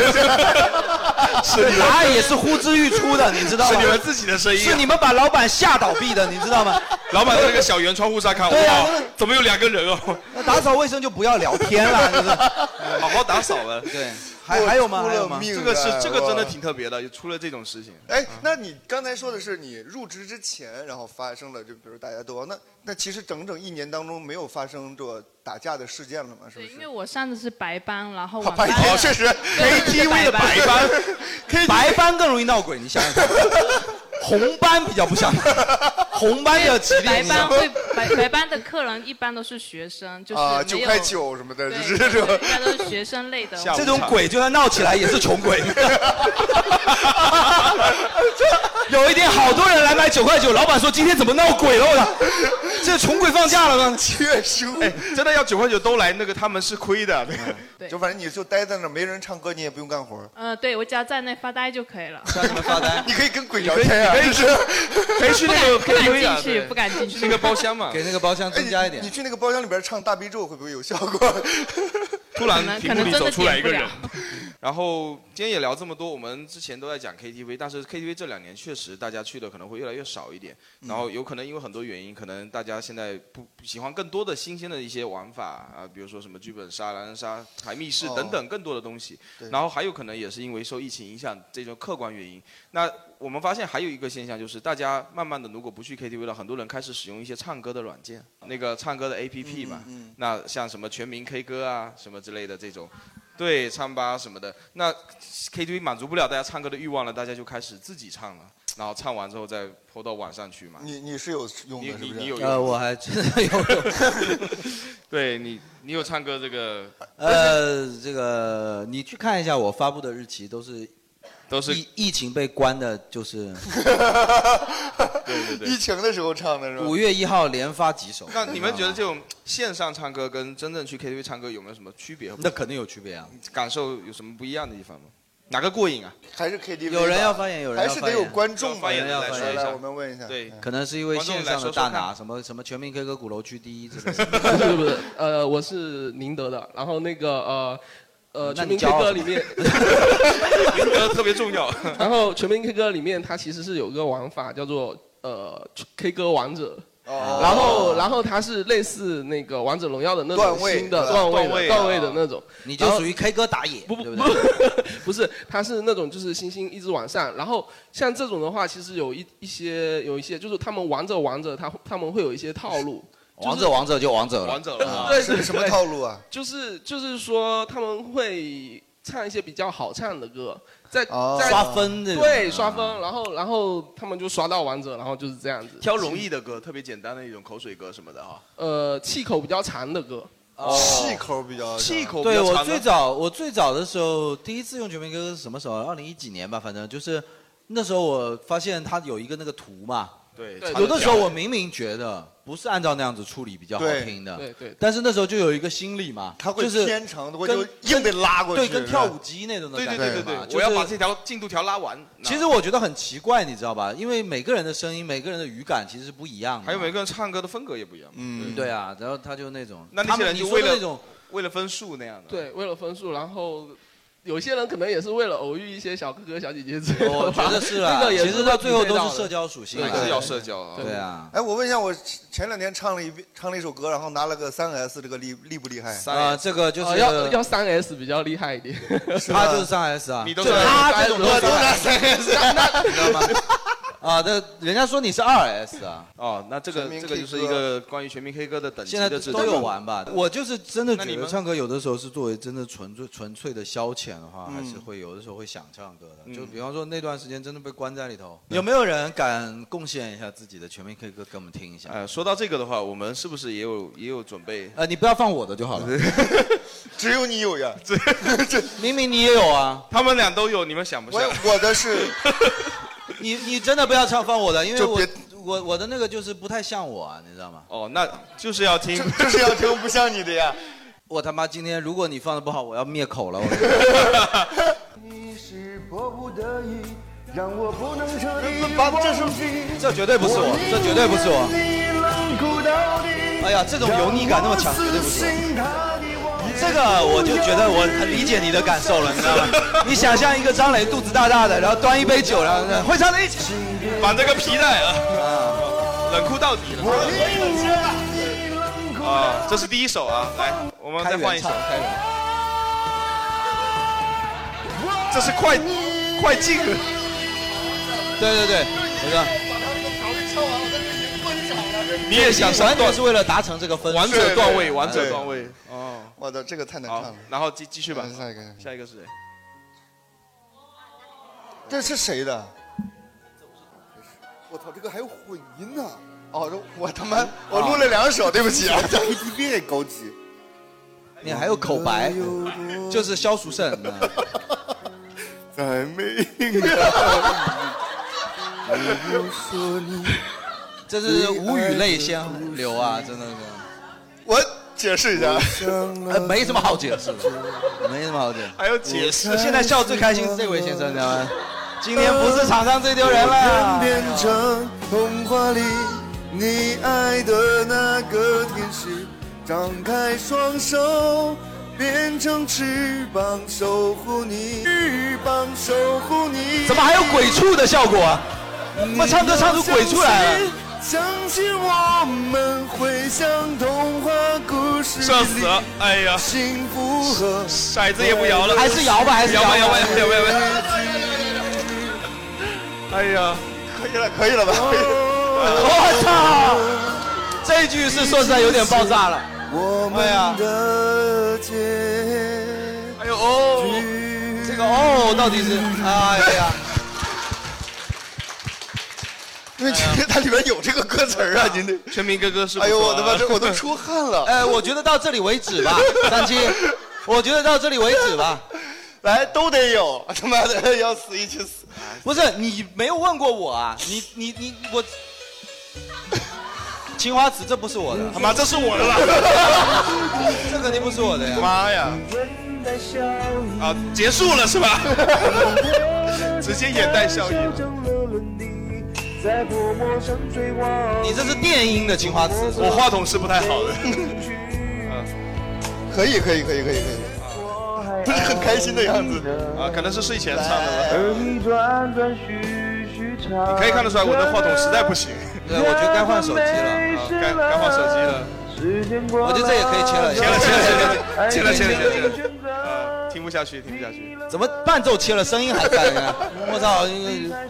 答案也是呼之欲出的，你知道吗？
是你们自己的声音啊
是你们把老板吓倒闭的，你知道吗？
老板在那个小圆窗户上看，
对啊
哇
那
怎么有两个人哦？
那打扫卫生就不要聊天了，就是
好好打扫 了。
对，还还有吗？还有吗？
这个是这个真的挺特别的，出了这种事情。
啊哎，那你刚才说的是你入职之前，然后发生了，就比如大家都那那其实整整一年当中没有发生过打架的事件了嘛？是不
对，因
是？
为我上的是白班，然后晚
白
班
天确 实 KTV 的 白班，
白班更容易闹鬼，你想想看。红班比较不像，红班比较吉利。
白
你想
班会白白班的客人一般都是学生，就是
啊，
没
九
有
块九什么的，就
对
是这种。
应该都是学生 类的。
这种鬼就算闹起来也是穷鬼。 有一天好多人来买九块九，老板说今天怎么闹鬼了？我操，这穷鬼放假 了吗？
七月十五，
哎，真的要九块九都来，那个他们是亏 的。
对
嗯就反正你就待在那儿，没人唱歌，你也不用干 活儿，
嗯，对我只要在那发呆就可以了。
你可以跟鬼聊天啊，
你可以
就是
可以去那个
不敢不敢 KTV 啊进去对不敢进去
去那个包厢嘛
给那个包厢增加一
哎
点
你。你去那个包厢里边唱大悲咒会不会有效果？
突然屏幕里走出来一个人。 然后今天也聊这么多，我们之前都在讲 KTV，但是 KTV 这两年确实大家去的可能会越来越少一点，
嗯
然后有可能因为很多原因，可能大家现在不不喜欢更多的新鲜的一些玩法啊，比如说什么剧本杀、狼人杀、海密室
哦
等等更多的东西。
对
然后还有可能也是因为受疫情影响这种客观原因。那我们发现还有一个现象就是，大家慢慢的如果不去 KTV 了，很多人开始使用一些唱歌的软件，那个唱歌的 APP 嘛，
嗯嗯嗯
那像什么全民 K 歌啊什么之类的这种，对，唱吧什么的，那 KTV 满足不了大家唱歌的欲望了，大家就开始自己唱了，然后唱完之后再泼到网上去嘛。
你你是有用的，
你
是
你
不
你
是
有？
呃，我还真的有用。
对你你有唱歌这个
呃，这个你去看一下我发布的日期，都是
都是
疫疫情被关的， 就是
疫情的时候唱的是吧？
五月一号连发几首。
那你们觉得这种线上唱歌跟真正去 KTV 唱歌有没有什么区别？
那肯定有区别啊！
感受有什么不一样的地方吗？哪个过瘾啊？
还是 KTV 吧
有人要发言有人要
还是得有观众嘛
发言的
要
来
发
说
言
一下
来，我们问一下
对，
可能是因为线上的大拿，什么什么全民 K 歌鼓楼区第一之类的。
不是不是，呃，我是宁德的，然后那个呃。呃，
那
全
你
民 K
骄傲
歌
什
里
么
面，
宁德特别重要。
然后全民 K 歌里面，它其实是有一个玩法叫做呃 K 歌王者，
哦
然后然后它是类似那个王者荣耀的那种
段位
新的
对
段位
段位
的
啊
段位的那种，
你就
然后
属于 K 歌打野，不不不，
不是，它是那种就是星星一直往上，然后像这种的话，其实有一一些有一些就是他们玩着玩着，他他们会有一些套路。就是
王者王者就王者了，王啊
者
对
是什么套路啊？
就是就是说他们会唱一些比较好唱的歌，在
哦
在
刷分这种
对刷分，然后然后他们就刷到王者，然后就是这样子。
挑容易的歌，特别简单的一种口水歌什么的啊哈。
呃气口比较长的歌，
气口比较啊
气口
对我最早我最早的时候，第一次用全民 K 歌是什么时候？啊二零一几年吧，反正就是那时候我发现它有一个那个图嘛。
对
有的时候我明明觉得不是按照那样子处理比较好听的，
对对对
但是那时候就有一个心理嘛，
他会
就是
偏长的我
跟
就硬得拉过去
对，跟
是吧
跳舞机那种的
对对
感觉
对对对
嘛，
我要把
就是
这条进度条拉完。
其实我觉得很奇怪，你知道吧？因为每个人的声音、每个人的语感其实是不一样的嘛。
还有每个人唱歌的风格也不一样。
嗯，对啊，然后他就那种，
那那
他
些人
们
就
你
为
说的
了
那种，
为了分数那样的。
对，为了分数，然后。有些人可能也是为了偶遇一些小哥哥、小姐姐之类的
我
吧，
觉得是啊
这个也
其实
会
到最后
匹配
都
到
是
的
社交属性啊
还是要社交啊
对啊。
哎，我问一下，我前两天唱了一遍，唱了一首歌，然后拿了个三 S，这个厉厉不厉害？
啊这个就是
哦要 要三 S 比较厉害一点，
他就是上 S 啊，就他这种
我
是
都拿
三
S，你知道吗？ 啊，这人家说你是二 S 啊，
哦，那这个
全民
这个
K
就是一个关于全民 K 歌的等级
现在
的指
都
标
有玩吧？我就是真的
那
觉
你
得
们
唱歌有的时候是作为真的纯粹纯粹的消遣的话，
嗯
还是会有的时候会想唱歌的。
嗯
就比方说那段时间真的被关在里头，有没有人敢贡献一下自己的全民 K 歌给我们听一下？
呃，说到这个的话，我们是不是也有也有 准备？
呃，你不要放我的就好 了。
只有你有 呀，
明明你也有啊，
他们俩都有，你们想不想？
我的是，
你你真的不要唱放我的，因为
就
我
别
我我的那个就是不太像我啊，你知道吗？
哦，那就是要听，
就是要听不像你的呀。
我他妈今天如果你放的不好，我要灭口了。我
你是迫不得已，让我不能彻底
把
忘
这是
记。
这绝对不是我，这绝对不是我。哎呀，这种油腻感那么强，绝对不是我。这个我就觉得我很理解你的感受了，你知道吗？你想象一个张磊肚子大大的，然后端一杯酒，然后会唱的一起，
把这个皮带啊，冷酷到底了。啊，这是第一首啊，来，我们再换一首，开源。这是快快进了。
对对对，那个
你也想
完全哦是为了达成这个分数，
王者段位，王者段位。哦，
我的这个太难唱了。
然后继继续吧。
下一个，
下一个是谁？
这是谁的？
我操，这个还有混音呢！
哦，这我他妈我录了两首，对不 起啊。
KTV 也高级。
你还有口白，就是消暑 肾。
在没。
这是无语泪先流啊，真的是。
我解释一下，
呃
哎，没什么好解释的，没什么好解释。
还有解释
现在笑最开心是这位先生，你知道吗？今天不是场上最丢人了。
变成童话里你爱的那个天使，张开双手，变成翅膀守护你，翅膀守护你。
怎么还有鬼畜的效果啊？我唱歌唱出鬼畜来了。
相信我们会像童话故事
社死了
哎呀，幸福和
骰子也不摇了还是摇吧还是摇吧摇吧摇吧摇吧摇吧
哎呀，可 以了，可以了吧？可以
哦 我操！这一句是说实在有点爆炸了。
我
哎呀
们，的结。
哎呦哦，这个哦到底是哎呀，
因为其实它里边有这个歌词儿啊，您这
全民哥哥是不错啊
哎呦我的妈，这我都出汗了。
哎，我觉得到这里为止吧，三七，我觉得到这里为止吧。
来，都得有，他妈的要死一起死。
不是你没有问过我啊，你你你我，青花瓷这不是我的，
他妈这是我的了
这肯定不是我的呀，
妈呀！啊，结束了是吧？ 直接眼带笑意。
你这是电音的青花瓷，
我话筒是不太好 的。
可以可以可以可以可以，不是很开心的样子。
啊，可能是睡前唱
哎
的吧。
你
可以看得出来，我的话筒实在不行。
对，呃我觉得该换手机了，
呃
啊该该换手机了。
我觉得这也可以切了，
切了切了切
哎
了切了切了切了切了。啊，听不下去，听不下去。
怎么伴奏切了，声音还在呢？我操，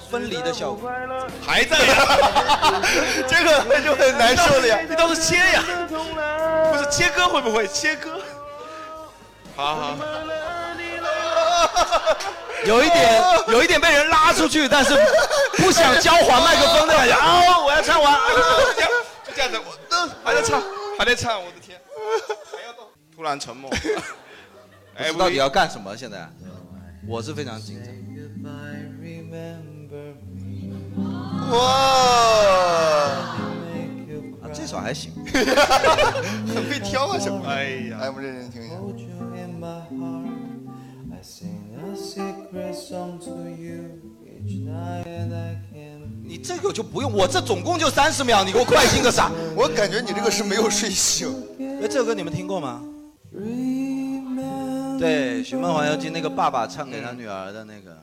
分离的效果
还在呀，
这个就很难受了呀。
你倒是切呀，不是切歌会不会切歌？好好，
有一点有一点被人拉出去，但是不想交还麦克风的 感觉。啊，我要唱完， 啊
这样就这样子，我嗯还在唱，还在唱，我的天，还要动，突然 沉默。哎
不知道你要干什么现在？我是非常紧张。
哇，
啊，这首 还行。
很会挑啊，小姑娘。哎呀，来，我们认真听一下。
你这个就不用，我这总共就三十秒，你给我快进个啥？
我感觉你这个是没有睡醒。
哎，这首歌你们听过吗？对，《寻梦环游记》那个爸爸唱给他女儿的那个，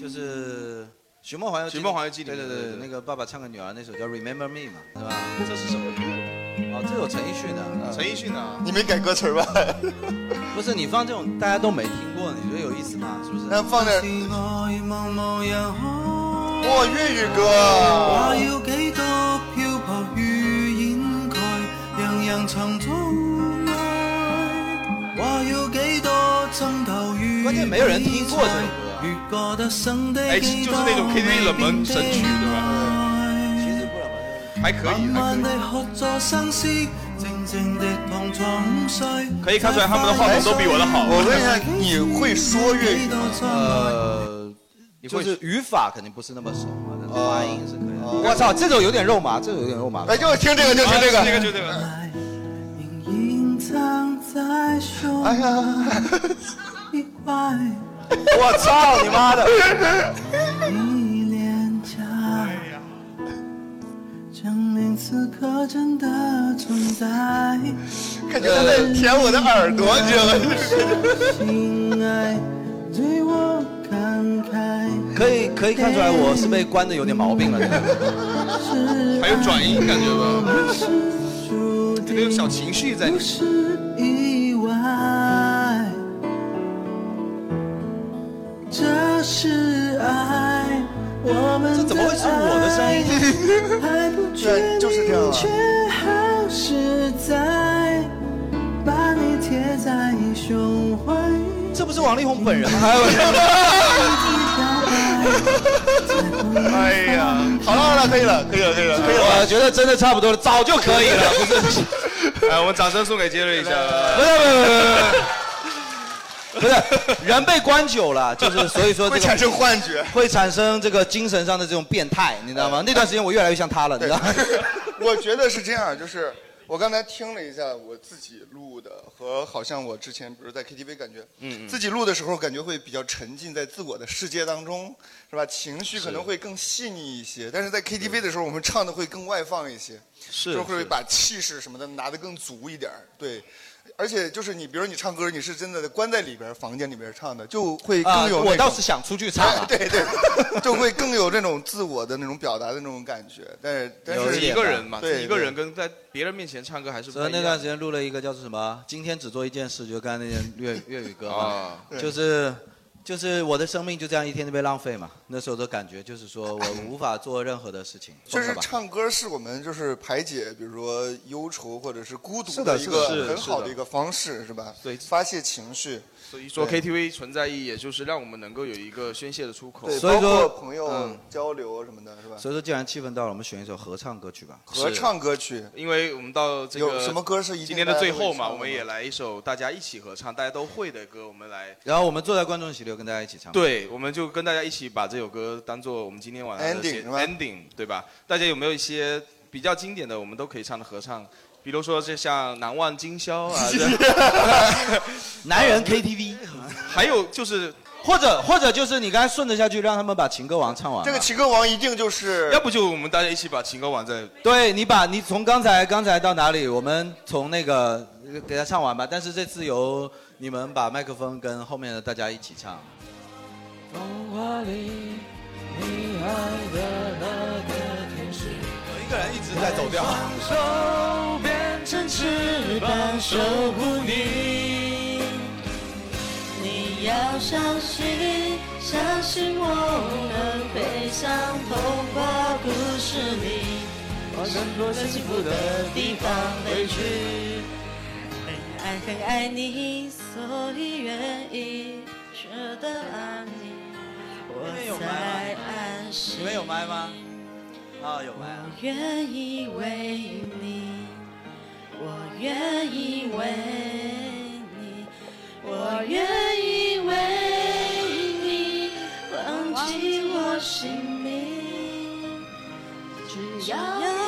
就是《寻梦环游记》。
寻梦环游记里
对
面
对
对
对
对，对
那个爸爸唱给女儿那首叫《Remember Me》嘛，是吧？这是什么歌？哦，这有陈奕迅的。嗯
陈奕迅的
你没改歌词吧？
不是，你放这种大家都没听过，你觉得有意思吗？是不是？
那放点
哇
哇，粤语歌
話要幾多漂泊與掩蓋，人人曾早愛。話要幾多爭鬥與
關鍵沒有人聽過這首歌
越過得生的
哎，就
幾
是
多
那种 KTV 冷门神曲，对吧？其实不冷门，还可以，还可
慢
以
慢。地喝咗生思，靜靜地同床午睡。
可以看出来他们的话筒都比我的好
我问一下，你会说粤语吗？
呃，就是语法肯定不是那么熟嘛，但是发音是可以的。我操，这种有点肉麻，这种有点肉麻。
哎，就听这个，就听这个，
啊是
这个。
哎呀，
我操你妈的！
证明此刻真的存在。
感觉他在舔我的耳朵你知道
吗？
可以可以看出来我是被关的有点毛病了。
还有转音感觉吧，肯定有小情绪在里面。
意外，这是爱。我们这怎么会是我的声音？ 还不确定，就是这样却好实在，把你贴在胸怀。
这不是王力宏本 人吗？
哎呀，好了好了，可以了，可
啊
以了，可以了，可以了。
我觉得真的差不多了，早就可以了， 不是？
哎，我们掌声送给杰瑞一下。
不是不是不是不是， 不是人被关久了，就是所以说这个
会产生幻觉，
会产生这个精神上的这种变态，你知道吗？那段时间我越来越像他了，你知道吗？
我觉得是这样，就是我刚才听了一下我自己录的，和好像我之前比如在 KTV 感觉，
嗯嗯
自己录的时候感觉会比较沉浸在自我的世界当中，是吧？情绪可能会更细腻一些，但是在 KTV 的时候，我们唱的会更外放一些，
是
就会
是
把气势什么的拿得更足一点儿，对。而且就是你，比如你唱歌，你是真的关在里边儿房间里边儿唱的，就会
啊
更有、
我倒是想出去唱啊
对对，就会更有那种自我的那种表达的那种感觉。但是但
自
是
己一个人嘛，自己
对
一个人跟在别人面前唱歌还是 不
所
太
以
一
那
样
段时间录了一个叫做什么？今天只做一件事，就刚才那件粤粤语歌嘛
啊，
就是就是我的生命就这样一天就被浪费嘛。那时候的感觉就是说我无法做任何的事情，
就
疯
是
了吧
唱歌是我们就是排解，比如说忧愁或者是孤独
是的
一
是
个
的
很
是
好
的
的一个方式，是吧？
对，
发泄情绪。
所以说
对
KTV 存在意义，也就是让我们能够有一个宣泄的出口。
对，
所以说
包括朋
嗯
友交流什么的，是吧？
所以说，既然气氛到了，我们选一首合唱歌曲吧。
合唱歌曲，
因为我们到这个
有什么歌是一定
今天的最后
大家都会唱
嘛，
的吗
我们也来一首大家一起合唱、大家都会的歌，我们来。
然后我们坐在观众席里，跟大家一起唱。
对，我们就跟大家一起把这首歌当做我们今天晚上的
Ending，
结
是吧
ending，对吧？大家有没有一些比较经典的，我们都可以唱的合唱？比如说，这像《难忘今宵》啊，
啊
这
男人 KTV，
还有就是，
或者或者就是你刚才顺着下去，让他们把情歌王唱完吧。
歌王一定就是，
要不就我们大家一起把情歌王再
对你把你从刚才刚才到哪里，我们从那个呃给他唱完吧。但是这次由你们把麦克风跟后面的大家一起唱。
童话里你爱的那个天使，有
一个人一直在走调
双手变成翅膀守护你。
你要相信，相信我们飞上童话故事里，往更多幸福的地方飞去。很爱很爱你，所以愿意舍得爱你，我才安心。
你们有麦吗？啊，有麦啊。
愿意为你，我愿意为你，我愿意为你忘记我姓名。只要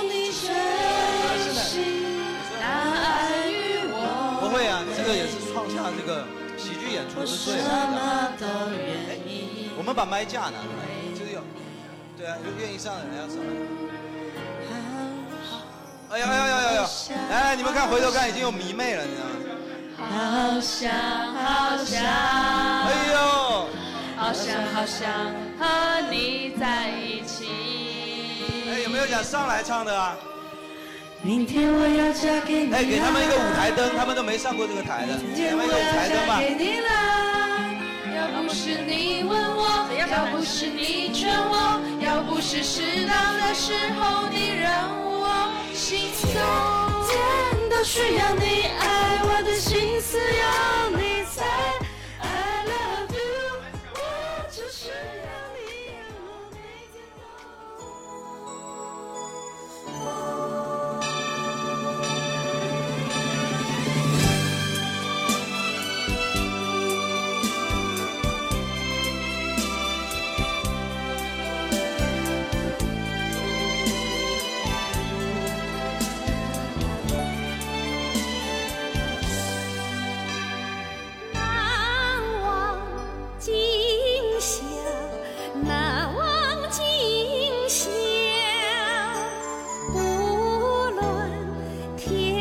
你真心，那爱与我
不会啊，这个也是创下这个喜剧演出的最
什么都愿
意。我们把麦架拿出来，就是有，对啊，有愿意上的人要上来。哎呀哎呀哎呀哎呀！来来，你们看，回头看，已经有迷妹了，你知道吗？
好想好想，
哎呦，
好想好想和你在一起。
哎，有没有想上来唱的啊？
明天我要嫁给你。啊
哎，给他们一个舞台灯，他们都没上过这个台的，给他们一个舞台灯吧。
给你啦。要不是你问我，要不是你劝我，要不是适当的时候你让我心动。天都需要你爱，我的心思有你在。I love you，我就是要你。
难忘今宵，难忘今宵。无论天